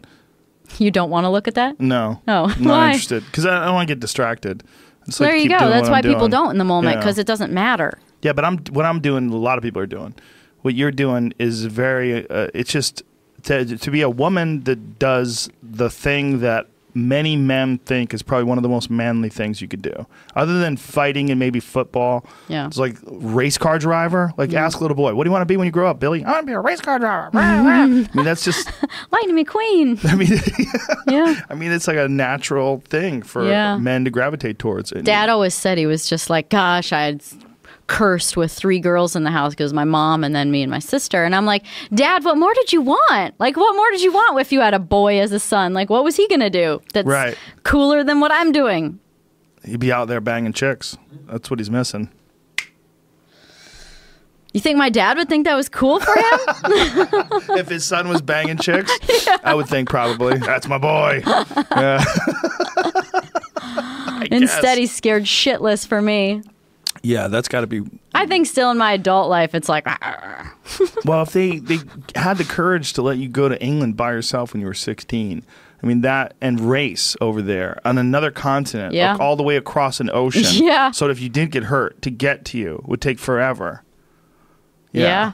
S2: You don't want to look at that.
S1: No.
S2: Oh,
S1: Not
S2: why?
S1: interested. Because I, I don't want to get distracted. It's like,
S2: there you
S1: keep
S2: go.
S1: doing
S2: That's
S1: what
S2: why
S1: I'm
S2: people
S1: doing.
S2: don't in the moment
S1: Yeah.
S2: because it doesn't matter.
S1: Yeah, but I'm what I'm doing. A lot of people are doing. What you're doing is very. Uh, it's just to to be a woman that does the thing that many men think is probably one of the most manly things you could do, other than fighting and maybe football.
S2: Yeah. Mm-hmm.
S1: it's like race car driver. Like ask little boy, what do you want to be when you grow up, Billy? I want to be a race car driver. Rah, rah. I mean, that's just.
S2: Lightning McQueen.
S1: I mean,
S2: yeah.
S1: I mean, it's like a natural thing for
S2: Yeah.
S1: men to gravitate towards. And-
S2: Dad always said he was just like, gosh, I had cursed with three girls in the house because my mom and then me and my sister. And I'm like, Dad, what more did you want? Like, what more did you want if you had a boy as a son? Like, what was he going to do that's
S1: Right.
S2: cooler than what I'm doing?
S1: he'd be out there banging chicks. That's what he's missing.
S2: You think my dad would think that was cool for him?
S1: if his son was banging chicks, I would think probably that's my boy. Yeah. I guess.
S2: Instead, he's scared shitless for me.
S1: yeah, that's got to be.
S2: I think still in my adult life, it's like, "Argh."
S1: Well, if they they had the courage to let you go to England by yourself when you were sixteen. I mean that and race over there on another continent,
S2: Yeah.
S1: like, all the way across an ocean.
S2: Yeah.
S1: So that if you did get hurt, to get to you would take forever.
S2: yeah.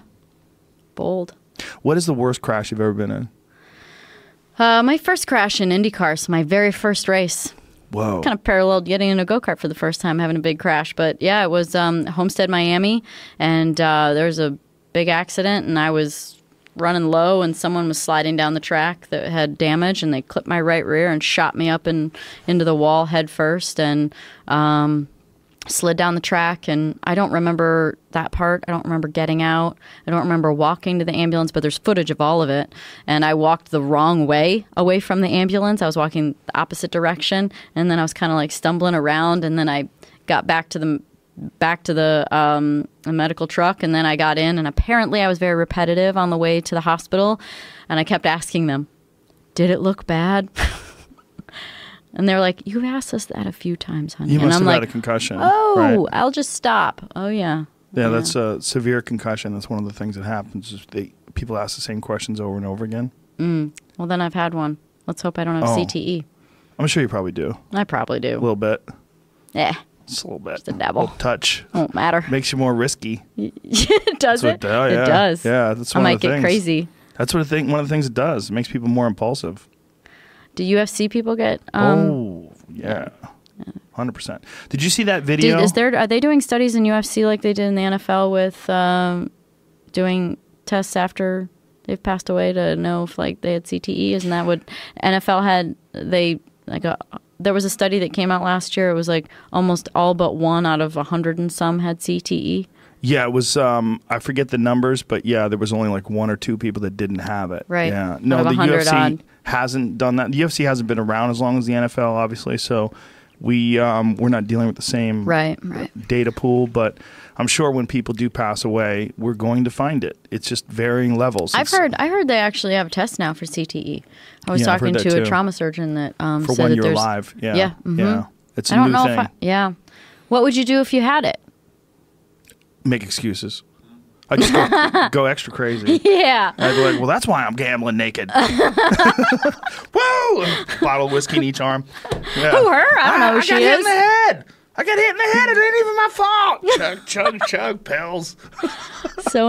S2: Bold.
S1: What is the worst crash you've ever been in?
S2: Uh, my first crash in IndyCar, so my very first race.
S1: Whoa.
S2: kind of paralleled getting in a go kart for the first time, having a big crash. But yeah, it was um, Homestead, Miami, and uh, there was a big accident, and I was running low, and someone was sliding down the track that had damage, and they clipped my right rear and shot me up and into the wall head first, and um, slid down the track. And I don't remember that part. I don't remember getting out. I don't remember walking to the ambulance, but there's footage of all of it. And I walked the wrong way away from the ambulance. I was walking the opposite direction, and then I was kind of like stumbling around, and then I got back to the back to the um, the medical truck, and then I got in. And apparently, I was very repetitive on the way to the hospital, and I kept asking them, "Did it look bad?" and they're like, "You asked us that a few times, honey."
S1: you
S2: and
S1: must
S2: I'm
S1: have
S2: like,
S1: had a concussion.
S2: Oh,
S1: right?
S2: I'll just stop. Oh yeah.
S1: Yeah, that's a severe concussion. That's one of the things that happens. Is they people ask the same questions over and over again.
S2: Well, then I've had one. Let's hope I don't have
S1: Oh.
S2: CTE.
S1: I'm sure you probably do
S2: I probably do.
S1: a little bit.
S2: eh,
S1: Just a little bit.
S2: a dabble.
S1: little touch
S2: won't matter.
S1: makes you more risky.
S2: it does
S1: what
S2: it.
S1: it do- oh, yeah.
S2: It does.
S1: Yeah, that's
S2: I
S1: one of
S2: might
S1: the
S2: get
S1: things.
S2: crazy.
S1: That's what I think. One of the things it does. It makes people more impulsive.
S2: Do UFC people get? Um,
S1: oh yeah, hundred percent. Did you see that
S2: do,
S1: video?
S2: is there? Are they doing studies in UFC like they did in the NFL with um, doing tests after they've passed away to know if like they had CTE? Isn't that what NFL had? They like a, there was a study that came out last year. It was like almost all but one out of a hundred and some had E. CTE.
S1: Yeah, it was. Um, I forget the numbers, but yeah, there was only like one or two people that didn't have it.
S2: Right.
S1: Yeah.
S2: Out
S1: No,
S2: of
S1: the
S2: 100
S1: UFC
S2: odd.
S1: hasn't done that. The UFC hasn't been around as long as the NFL, obviously. So we um, we're not dealing with the same
S2: Right, right.
S1: data pool. But I'm sure when people do pass away, we're going to find it. It's just varying levels.
S2: I've
S1: It's-
S2: heard I heard they actually have tests now for CTE. I was
S1: Yeah, I've heard
S2: talking
S1: that
S2: to a
S1: too.
S2: trauma surgeon that um,
S1: for
S2: said
S1: when
S2: that
S1: you're
S2: there's
S1: alive. Yeah.
S2: yeah, mhm.
S1: Yeah. It's a
S2: I don't
S1: new
S2: know
S1: thing.
S2: if I, yeah. What would you do if you had it?
S1: Make excuses. I just go, go extra crazy.
S2: Yeah.
S1: I'd be like, well, that's why I'm gambling naked. Woo! Bottle of whiskey in each arm. Yeah.
S2: Who her? I don't know who
S1: I
S2: she
S1: got hit in
S2: is.
S1: the head. I got hit in the head. It ain't even my fault. Chug, chug, chug, pills.
S2: So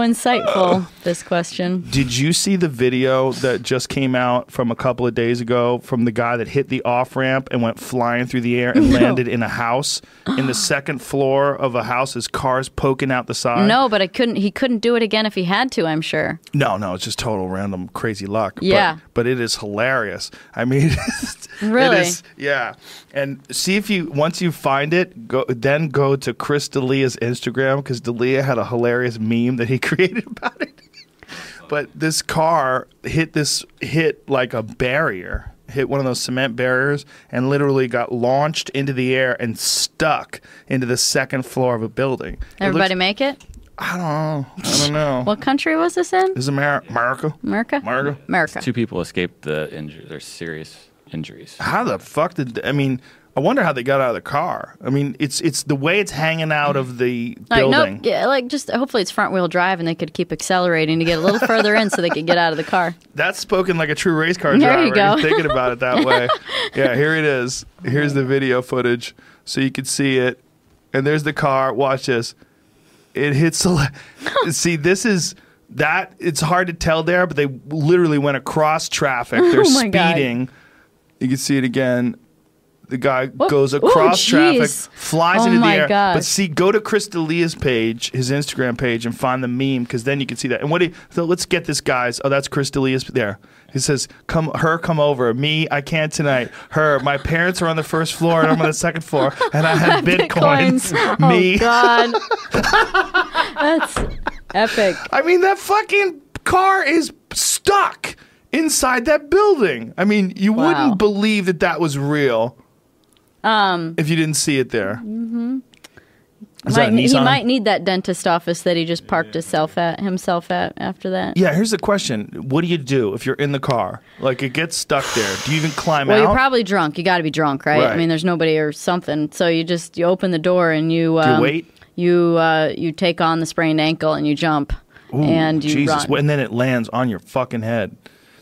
S2: insightful this question.
S1: Did you see the video that just came out from a couple of days ago from the guy that hit the off ramp and went flying through the air and landed in a house in the second floor of a house? His car's poking out the side.
S2: No, but I couldn't. He couldn't do it again if he had to. I'm sure.
S1: No, no, it's just total random crazy luck.
S2: Yeah.
S1: But, but it is hilarious. I mean, it's-
S2: Really?
S1: It is, yeah. And see if you, once you find it, go then go to Chris D'Elia's Instagram because D'Elia had a hilarious meme that he created about it. but this car hit this, hit like a barrier, hit one of those cement barriers and literally got launched into the air and stuck into the second floor of a building. It looks-
S2: Everybody make it.
S1: I don't know. I don't know.
S2: What country was this in?
S1: Is Ameri- America?
S2: America.
S1: America?
S2: America.
S4: Two people escaped the injury, their serious injuries.
S1: how the fuck did I mean? I wonder how they got out of the car. I mean, it's it's the way it's hanging out of the
S2: Like
S1: building.
S2: nope. Yeah, like just hopefully it's front wheel drive and they could keep accelerating to get a little further in so they could get out of the car.
S1: That's spoken like a true race car
S2: There
S1: driver.
S2: you
S1: if
S2: go.
S1: you're Thinking about it that way. yeah, here it is. Here's the video footage, so you can see it. And there's the car. Watch this. It hits the. le- see, this is that. It's hard to tell there, but they literally went across traffic. They're
S2: Oh my God.
S1: speeding. You can see it again. The guy
S2: Whoop.
S1: goes
S2: Ooh,
S1: across traffic,
S2: Oh, jeez.
S1: flies
S2: Oh
S1: into the
S2: my
S1: air. But
S2: gosh.
S1: see, go to Chris D'Elia's page, his Instagram page, and find the meme because then you can see that. And what? He, so let's get this guy's. Oh, that's Chris D'Elia's there. He says, "Come, her, come over. Me, I can't tonight. Her, my parents are on the first floor, and I'm on the second floor, and I have bitcoins.
S2: Bitcoins.
S1: Me,
S2: Oh God. That's epic.
S1: I mean, that fucking car is stuck inside that building. I mean, you
S2: Wow.
S1: wouldn't believe that that was real um, if you didn't see it there. Mm-hmm. Is that
S2: Might,
S1: a
S2: he
S1: Nissan?
S2: might need that dentist office that he just parked himself at himself at after that.
S1: Yeah, here's the question. What do you do if you're in the car? Like, it gets stuck there. Do you even climb
S2: Well,
S1: out?
S2: you're probably drunk. You got to be drunk, right?
S1: Right.
S2: I mean, there's nobody or something. So you just you open the door and you
S1: you
S2: um,
S1: wait?
S2: You uh, you take on the sprained ankle and you jump
S1: Ooh,
S2: and you
S1: Jesus.
S2: run.
S1: And then it lands on your fucking head.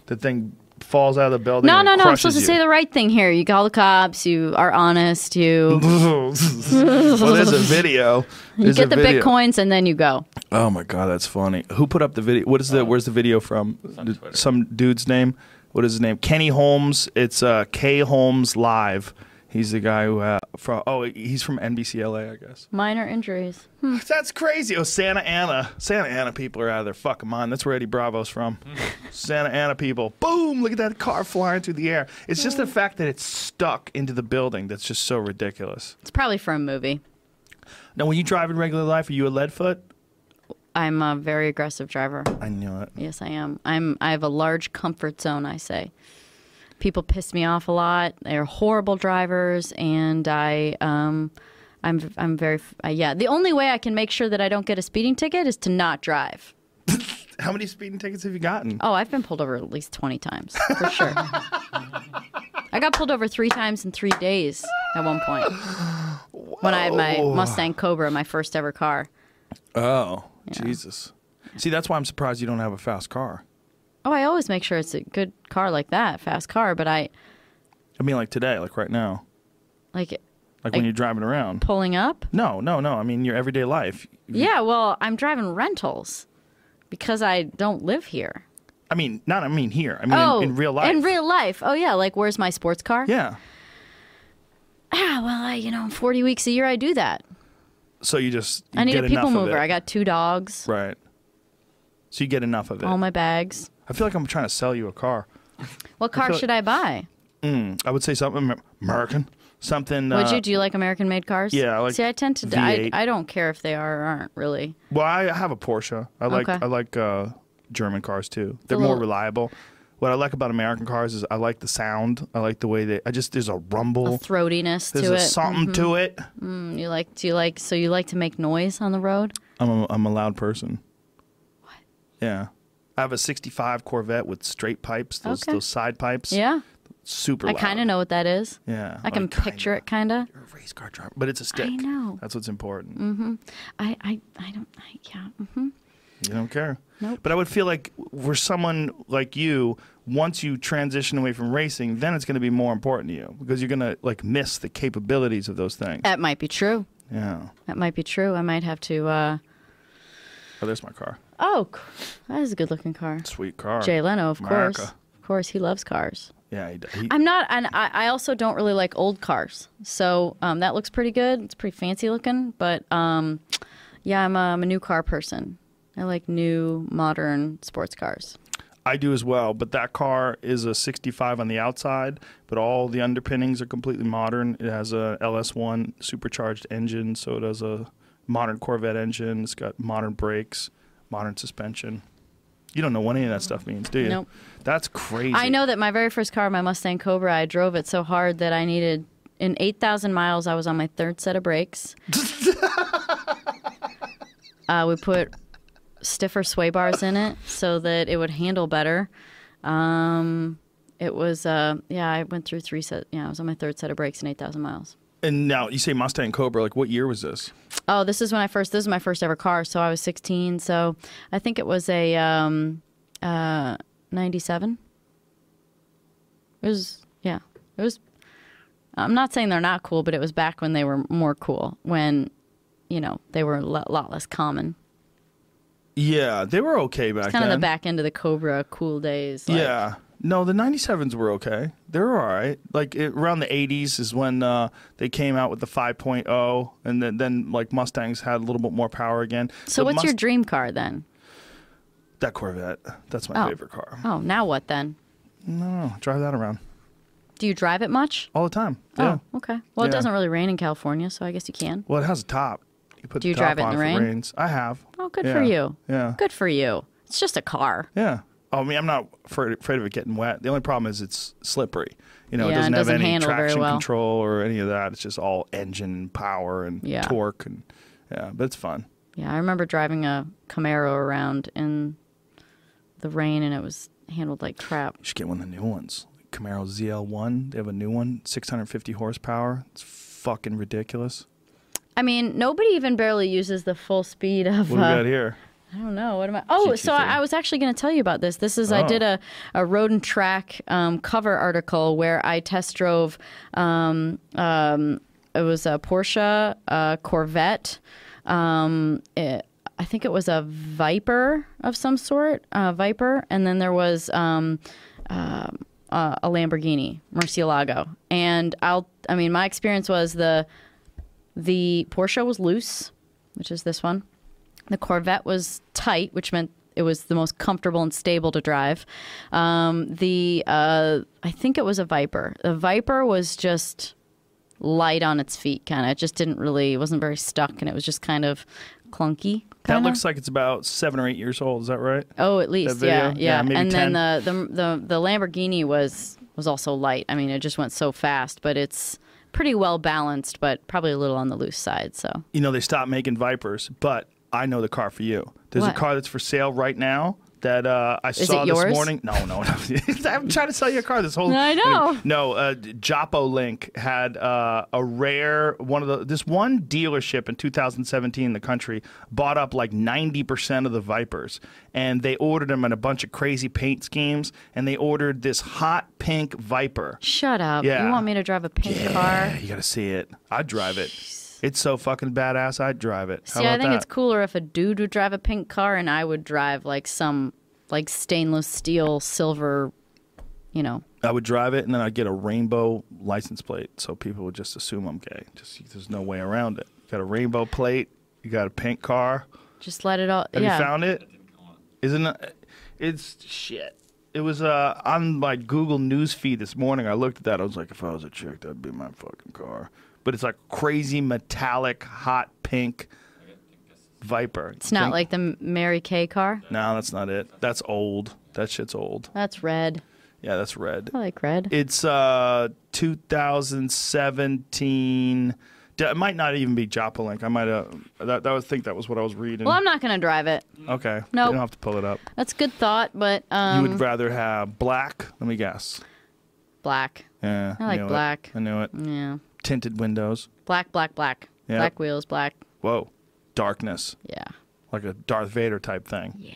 S1: The thing falls out of the building.
S2: no,
S1: and
S2: no, no! I'm
S1: crushes
S2: supposed to
S1: you.
S2: say the right thing here. You call the cops. You are honest. You
S1: well, there's a video.
S2: you
S1: There's a
S2: get the
S1: video.
S2: bitcoins and then you go.
S1: Oh my god, that's funny. Who put up the video? What is the? Where's the video from? D-
S4: Twitter.
S1: Some dude's name. What is his name? Kenny Holmes. It's uh, K Holmes live. He's the guy who uh, from. Oh, he's from NBCLA, I guess.
S2: Minor injuries.
S1: That's crazy. Oh, Santa Ana. Santa Ana people are out of their fucking mind. That's where Eddie Bravo's from. Santa Ana people. Boom! Look at that car flying through the air. It's just the fact that it's stuck into the building that's just so ridiculous.
S2: It's probably for a movie.
S1: Now, when you drive in regular life, are you a lead foot?
S2: I'm a very aggressive driver.
S1: I knew it.
S2: Yes, I am. I'm. I have a large comfort zone. I say, people piss me off a lot. They're horrible drivers, and I, um, I'm, I'm very. Uh, yeah, the only way I can make sure that I don't get a speeding ticket is to not drive.
S1: How many speeding tickets have you gotten?
S2: Oh, I've been pulled over at least twenty times for sure. I got pulled over three times in three days at one point when I had my Mustang Cobra, my first ever car.
S1: Oh, Jesus. See, that's why I'm surprised you don't have a fast car.
S2: Oh, I always make sure it's a good car like that, fast car. But I
S1: I mean, like today, like right now,
S2: like
S1: like
S2: I-
S1: when you're driving around.
S2: pulling up.
S1: No, no, no. I mean, your everyday life.
S2: Yeah, well, I'm driving rentals because I don't live here.
S1: I mean, not, I mean, here. I mean,
S2: oh,
S1: in, in real life.
S2: In real life. Oh yeah, like where's my sports car?
S1: Yeah.
S2: Ah, well, I, you know, 40 weeks a year I do that.
S1: So you just. You
S2: I need
S1: get
S2: a people
S1: enough of
S2: mover.
S1: it.
S2: I got two dogs.
S1: Right. So you get enough of it.
S2: All Oh my bags.
S1: I feel like I'm trying to sell you a car.
S2: What car
S1: feel like-
S2: should I buy?
S1: I would say something Amer- American. Something.
S2: Would
S1: uh,
S2: you do you like American made cars?
S1: yeah, I like
S2: See, I tend to.
S1: V8.
S2: I, I don't care if they are or aren't really.
S1: Well, I have a Porsche. I like
S2: Okay.
S1: I like uh, German cars too. They're
S2: The
S1: more
S2: little-
S1: reliable. What I like about American cars is I like the sound. I like the way they. I just there's a rumble.
S2: A throatiness
S1: there's
S2: to
S1: a
S2: it.
S1: something to it.
S2: Mm, You like? Do you like? So you like to make noise on the road?
S1: I'm a, I'm a loud person. What? Yeah. I have a 65 Corvette with straight pipes, those,
S2: Okay.
S1: those side pipes.
S2: Yeah.
S1: Super
S2: I
S1: loud.
S2: kind of know what that is.
S1: Yeah.
S2: I can
S1: like, kinda.
S2: picture it kind of.
S1: You're a race car driver, but it's a stick.
S2: know. Mm.
S1: That's what's important.
S2: I, I I don't. I, yeah. mhm.
S1: You don't care.
S2: Nope.
S1: But I would feel like for someone like you, once you transition away from racing, then it's going to be more important to you because you're going to like miss the capabilities of those things.
S2: That might be true.
S1: yeah.
S2: That might be true. I might have to. uh
S1: Oh, there's my car.
S2: Oh, cr- that is a good looking car.
S1: Sweet car.
S2: Jay Leno, of
S1: America.
S2: course. Of course, he loves cars.
S1: Yeah. He, he,
S2: I'm not, and I, I also don't really like old cars. So um, that looks pretty good. It's pretty fancy looking, but um, yeah, I'm a, I'm a new car person. I like new, modern sports cars.
S1: I do as well, but that car is a 65 on the outside, but all the underpinnings are completely modern. It has a LS1 supercharged engine, so it has a modern Corvette engine. It's got modern brakes, modern suspension. You don't know what any of that stuff means, do you?
S2: Nope.
S1: That's crazy.
S2: I know that my very first car, my Mustang Cobra, I drove it so hard that I needed, in 8,000 miles, I was on my third set of brakes. uh, we put stiffer sway bars in it so that it would handle better. Um, it was, uh, yeah, I went through three set, yeah, I was on my third set of brakes in 8,000 miles.
S1: And now you say Mustang Cobra. Like, what year was this?
S2: Oh, this is when I first. This is my first ever car. So I was 16. So I think it was a um, uh, 97. It was yeah. It was. I'm not saying they're not cool, but it was back when they were more cool. When, you know, they were a lo- lot less common.
S1: Yeah, they were okay back
S2: Kind of
S1: then.
S2: the back end of the Cobra cool days. like-
S1: Yeah. No, the 97s were okay. They were all right. Like it, around the 80s is when uh, they came out with the 5.0 and then, then like Mustangs had a little bit more power again.
S2: So
S1: The
S2: what's your
S1: Must-
S2: dream car then?
S1: That Corvette. That's my
S2: Oh.
S1: favorite car.
S2: Oh, now what then?
S1: Oh, drive that around
S2: Do you drive it much?
S1: all the time. Yeah.
S2: Oh, okay. Well, it
S1: Yeah.
S2: doesn't really rain in California, so I guess you can.
S1: Well, it has a top. You put
S2: Do
S1: the
S2: you
S1: top
S2: drive it in
S1: on
S2: the
S1: if
S2: rain?
S1: rains. I have.
S2: Oh, good
S1: yeah.
S2: for you.
S1: Yeah.
S2: Good for you. It's just a car.
S1: Yeah. Oh, I mean, I'm not afraid, afraid of it getting wet. The only problem is it's slippery. You know,
S2: Yeah,
S1: it doesn't,
S2: it doesn't
S1: have any
S2: handle very
S1: traction
S2: well.
S1: control or any of that. It's just all engine power and
S2: Yeah.
S1: torque and yeah, but it's fun.
S2: Yeah, I remember driving a Camaro around in the rain and it was handled like crap.
S1: You should get one of the new ones. Camaro ZL1. They have a new one, 650 horsepower. It's fucking ridiculous.
S2: I mean, nobody even barely uses the full speed of.
S1: What do we
S2: Uh,
S1: got here?
S2: I don't know. What am I? Oh, so I, I was actually going to tell you about this. This is I
S1: Oh.
S2: did a, a road and track um, cover article where I test drove. Um, um, it was a Porsche a Corvette. Um, it, I think it was a Viper of some sort, uh, Viper, and then there was um, uh, a Lamborghini Murcielago, and I'll. I mean, my experience was the the Porsche was loose, which is this one. The Corvette was tight, which meant it was the most comfortable and stable to drive. Um, the uh, I think it was a Viper. The Viper was just light on its feet, kind of. It just didn't really. It wasn't very stuck, and it was just kind of clunky.
S1: That
S2: kinda.
S1: looks like it's about seven or eight years old. Is that right?
S2: Oh, at least,
S1: video?
S2: yeah,
S1: Yeah,
S2: yeah.
S1: maybe
S2: and then the, the the the Lamborghini was was also light. I mean, it just went so fast, but it's pretty well balanced, but probably a little on the loose side. So
S1: You know, they stopped making Vipers, but I know the car for you. There's
S2: What?
S1: a car that's for sale right now. That uh, I saw
S2: it
S1: this
S2: yours?
S1: morning. No, no, no. I'm trying to sell you a car. This whole
S2: I know.
S1: No, uh, Joppo Link had uh, a rare one of the this one dealership in 2017 in the country bought up like 90 percent of the Vipers, and they ordered them in a bunch of crazy paint schemes, and they ordered this hot pink Viper.
S2: shut up.
S1: Yeah.
S2: You want me to drive a pink car?
S1: You gotta see it. I'd drive it. It's so fucking badass. I'd drive it. How
S2: See,
S1: about
S2: I think
S1: that?
S2: it's cooler if a dude would drive a pink car and I would drive like some like stainless steel silver, you know.
S1: I would drive it, and then I'd get a rainbow license plate, so people would just assume I'm gay. Just there's no way around it. You got a rainbow plate. You got a pink car.
S2: Just let it all.
S1: Have
S2: yeah.
S1: you found it? Isn't it? It's shit. It was uh, on my Google News feed this morning. I looked at that. I was like, if I was a chick, that'd be my fucking car. But it's like crazy metallic, hot pink Viper.
S2: It's not like the Mary Kay car.
S1: No, that's not it. That's old. That shit's old.
S2: That's red.
S1: Yeah, that's red.
S2: I like red.
S1: It's uh 2017. D- It might not even be Joplink. I might have. That, that was think that was what I was reading.
S2: well, I'm not gonna drive it.
S1: okay.
S2: Nope.
S1: You don't have to pull it up.
S2: That's good thought, but um,
S1: you would rather have black. Let me guess.
S2: black.
S1: Yeah.
S2: I like
S1: knew it.
S2: black.
S1: I knew it.
S2: Yeah,
S1: Tinted windows.
S2: black, black, black.
S1: Yeah.
S2: Black wheels, black.
S1: Whoa. Darkness.
S2: Yeah,
S1: Like a Darth Vader type thing. Yeah.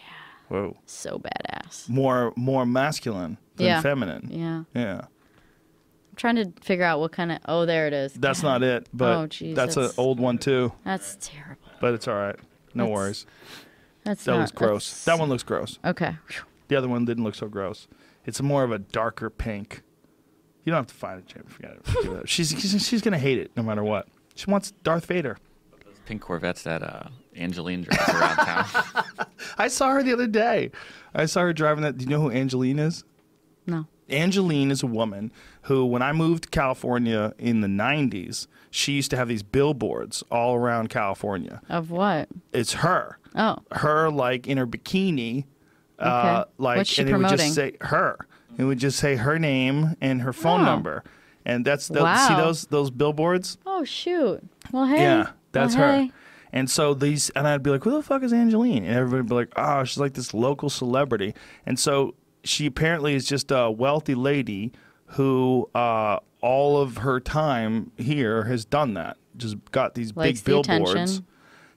S1: Whoa.
S2: so badass.
S1: More more masculine than
S2: Yeah.
S1: feminine.
S2: Yeah,
S1: yeah.
S2: I'm trying to figure out what kind of. Oh, there it is.
S1: That's not it, but
S2: Oh, jeez,
S1: that's an
S2: that's-
S1: old one too.
S2: That's terrible.
S1: But it's all right. No
S2: That's-
S1: worries.
S2: That's
S1: That
S2: not,
S1: looks gross. That
S2: that's-
S1: one looks gross.
S2: Okay. Phew.
S1: The other one didn't look so gross. It's more of a darker pink. You don't have to find it, Jamie. Forget it. she's she's she's gonna hate it no matter what. She wants Darth Vader.
S4: Pink Corvettes that uh, Angeline drives around town.
S1: I saw her the other day. I saw her driving that. Do you know who Angeline is?
S2: No.
S1: Angeline is a woman who, when I moved to California in the '90s, she used to have these billboards all around California.
S2: Of what?
S1: It's her.
S2: Oh.
S1: her like in her bikini, uh,
S2: Okay.
S1: like
S2: What's she
S1: and it would just say
S2: promoting?
S1: her. It would just say her name and her phone
S2: Oh.
S1: number, and that's the, see
S2: Wow.
S1: those those billboards.
S2: Oh shoot. Well, hey.
S1: Yeah, that's
S2: well,
S1: her.
S2: hey.
S1: And so these, and I'd be like, "Who the fuck is Angeline?" And everybody would be like, "Oh, she's like this local celebrity." And so she apparently is just a wealthy lady who, uh, all of her time here, has done that. Just got these
S2: Likes
S1: big
S2: the
S1: billboards.
S2: attention.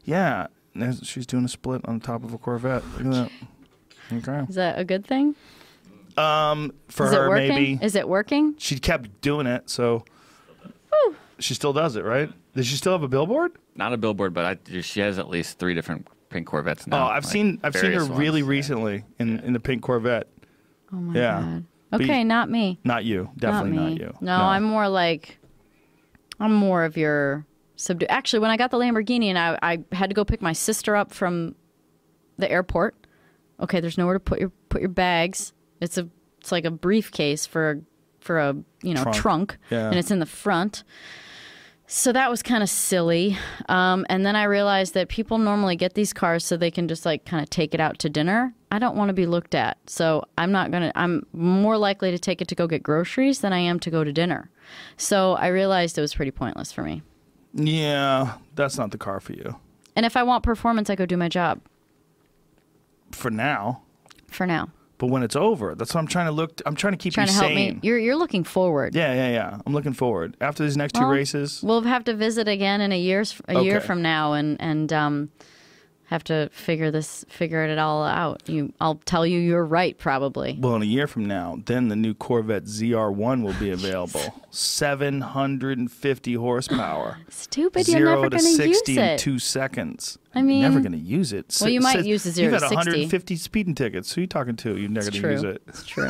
S1: Yeah, And there's- she's doing a split on top of a Corvette. Look at that. Okay.
S2: Is that a good thing?
S1: For
S2: is
S1: her,
S2: it working?
S1: maybe
S2: Is it working?
S1: she kept doing it, so she still does it, right? Does she still have a billboard?
S4: Not a billboard, but I, she has at least three different Pink Corvettes
S1: Oh,
S4: now.
S1: I've
S4: like,
S1: seen I've seen her
S4: various ones.
S1: really recently in in the pink Corvette.
S2: Oh my
S1: Yeah.
S2: god.
S1: But you-
S2: Okay, not me.
S1: Not you, definitely
S2: not
S1: not,
S2: me.
S1: you.
S2: No, I'm more like I'm more of your subdu Actually, when I got the Lamborghini and I, I had to go pick my sister up from the airport. Okay, there's nowhere to put your put your bags. It's a it's like a briefcase for a for a you know
S1: Trunk.
S2: trunk,
S1: Yeah.
S2: and it's in the front. So that was kind of silly. Um, and then I realized that people normally get these cars so they can just like kind of take it out to dinner. I don't want to be looked at. So I'm not going to, I'm more likely to take it to go get groceries than I am to go to dinner. So I realized it was pretty pointless for me.
S1: Yeah, that's not the car for you
S2: And if I want performance, I go do my job
S1: for now.
S2: for now.
S1: But when it's over, that's what I'm trying to look. I'm trying to keep
S2: Trying
S1: you
S2: to help
S1: sane.
S2: me. You're, you're looking forward.
S1: yeah, yeah, yeah. I'm looking forward after these next two
S2: Well,
S1: races.
S2: We'll have to visit again in a year's a year
S1: Okay.
S2: from now and and um, have to figure this figure it all out. You, I'll tell you, you're right probably.
S1: Well, in a year from now, then the new Corvette ZR1 will be available. 750 horsepower.
S2: Stupid, you're
S1: zero
S2: never
S1: to
S2: going to use
S1: 60 in
S2: it.
S1: two seconds.
S2: I mean-
S1: never going to use it.
S2: Well, you might
S1: Says-
S2: use the zero
S1: You've
S2: to
S1: had
S2: 60.
S1: 150 speeding tickets. Who you talking to? You're never
S2: It's
S1: going to
S2: true.
S1: use it.
S2: It's true.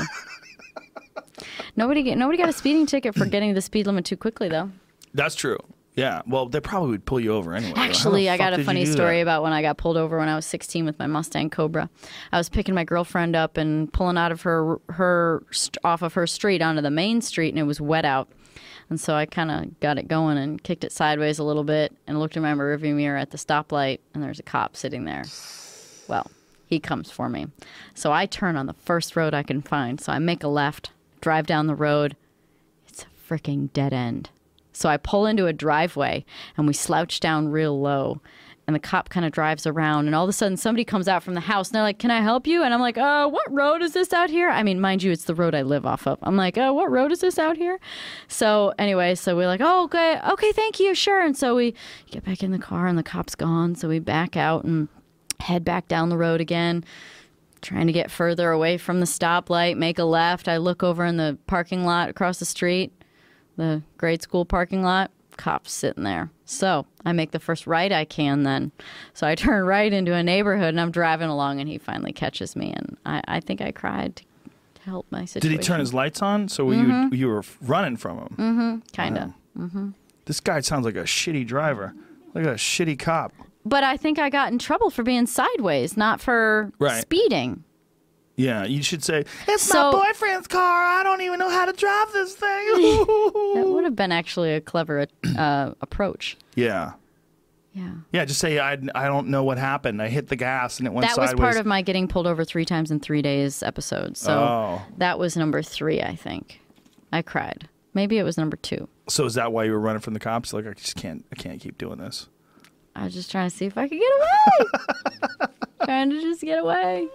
S2: nobody get nobody got a speeding ticket for getting the speed limit too quickly though.
S1: That's true. Yeah. Well, they probably would pull you over anyway. How the
S2: Actually, I
S1: fuck
S2: got
S1: did
S2: a
S1: you
S2: funny
S1: do that?
S2: story about when I got pulled over when I was 16 with my Mustang Cobra. I was picking my girlfriend up and pulling out of her her st- off of her street onto the main street, and it was wet out. And so I kind of got it going and kicked it sideways a little bit and looked in my rearview mirror at the stoplight, and there's a cop sitting there. Well, he comes for me. So I turn on the first road I can find. So I make a left, drive down the road. It's a freaking dead end. So I pull into a driveway and we slouch down real low. And the cop kind of drives around, and all of a sudden somebody comes out from the house and they're like, Can I help you? And I'm like, Uh, what road is this out here? I mean, mind you, it's the road I live off of. I'm like, Uh, what road is this out here? So, anyway, so we're like, Oh, okay, okay, thank you, sure. And so we get back in the car, and the cop's gone. So we back out and head back down the road again trying to get further away from the stoplight, make a left. I look over in the parking lot across the street, the grade school parking lot, cops sitting there. So I make the first right I can then. So I turn right into a neighborhood and I'm driving along and he finally catches me and I, I think I cried to help my
S1: Did
S2: situation.
S1: he turn his lights on? So
S2: Mm-hmm.
S1: you you were running from him.
S2: kinda.
S1: This guy sounds like a shitty driver. Look at that shitty cop.
S2: but I think I got in trouble for being sideways, not for
S1: Right.
S2: speeding.
S1: Yeah, you should say it's
S2: So-
S1: my boyfriend's car. I don't even know how to drive this thing.
S2: That would have been actually a clever uh, approach.
S1: yeah,
S2: Yeah.
S1: yeah. Just say I, I don't know what happened. I hit the gas and it went
S2: That
S1: sideways.
S2: was part of my getting pulled over three times in three days episode. So
S1: Oh.
S2: that was number three, I think. I cried. Maybe it was number two.
S1: so is that why you were running from the cops? Like I just can't, I can't keep doing this.
S2: I was just trying to see if I could get away. trying to just get away.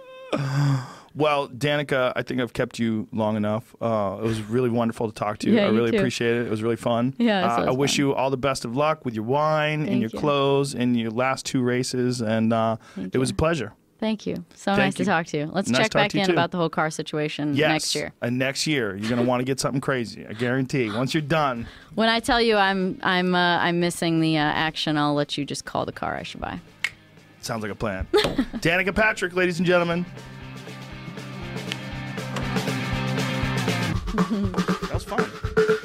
S1: Well, Danica, I think I've kept you long enough. Uh, it was really wonderful to talk to you.
S2: Yeah,
S1: I
S2: you
S1: really
S2: too.
S1: appreciate it. It was really fun.
S2: Yeah, this
S1: uh,
S2: was
S1: I wish
S2: fun.
S1: you all the best of luck with your wine and
S2: Thank
S1: your
S2: you.
S1: clothes and your last two races. And uh, it was a pleasure.
S2: Thank you. So
S1: Thank
S2: nice
S1: you.
S2: to talk to you. Let's
S1: Nice
S2: check
S1: to talk
S2: back
S1: to you
S2: in
S1: too.
S2: about the whole car situation
S1: Yes.
S2: next year.
S1: And next year, you're going to want to get something crazy. I guarantee. Once you're done,
S2: When I tell you I'm I'm uh, I'm missing the uh, action, I'll let you just call the car I should buy.
S1: sounds like a plan. Danica Patrick, ladies and gentlemen. that was fun.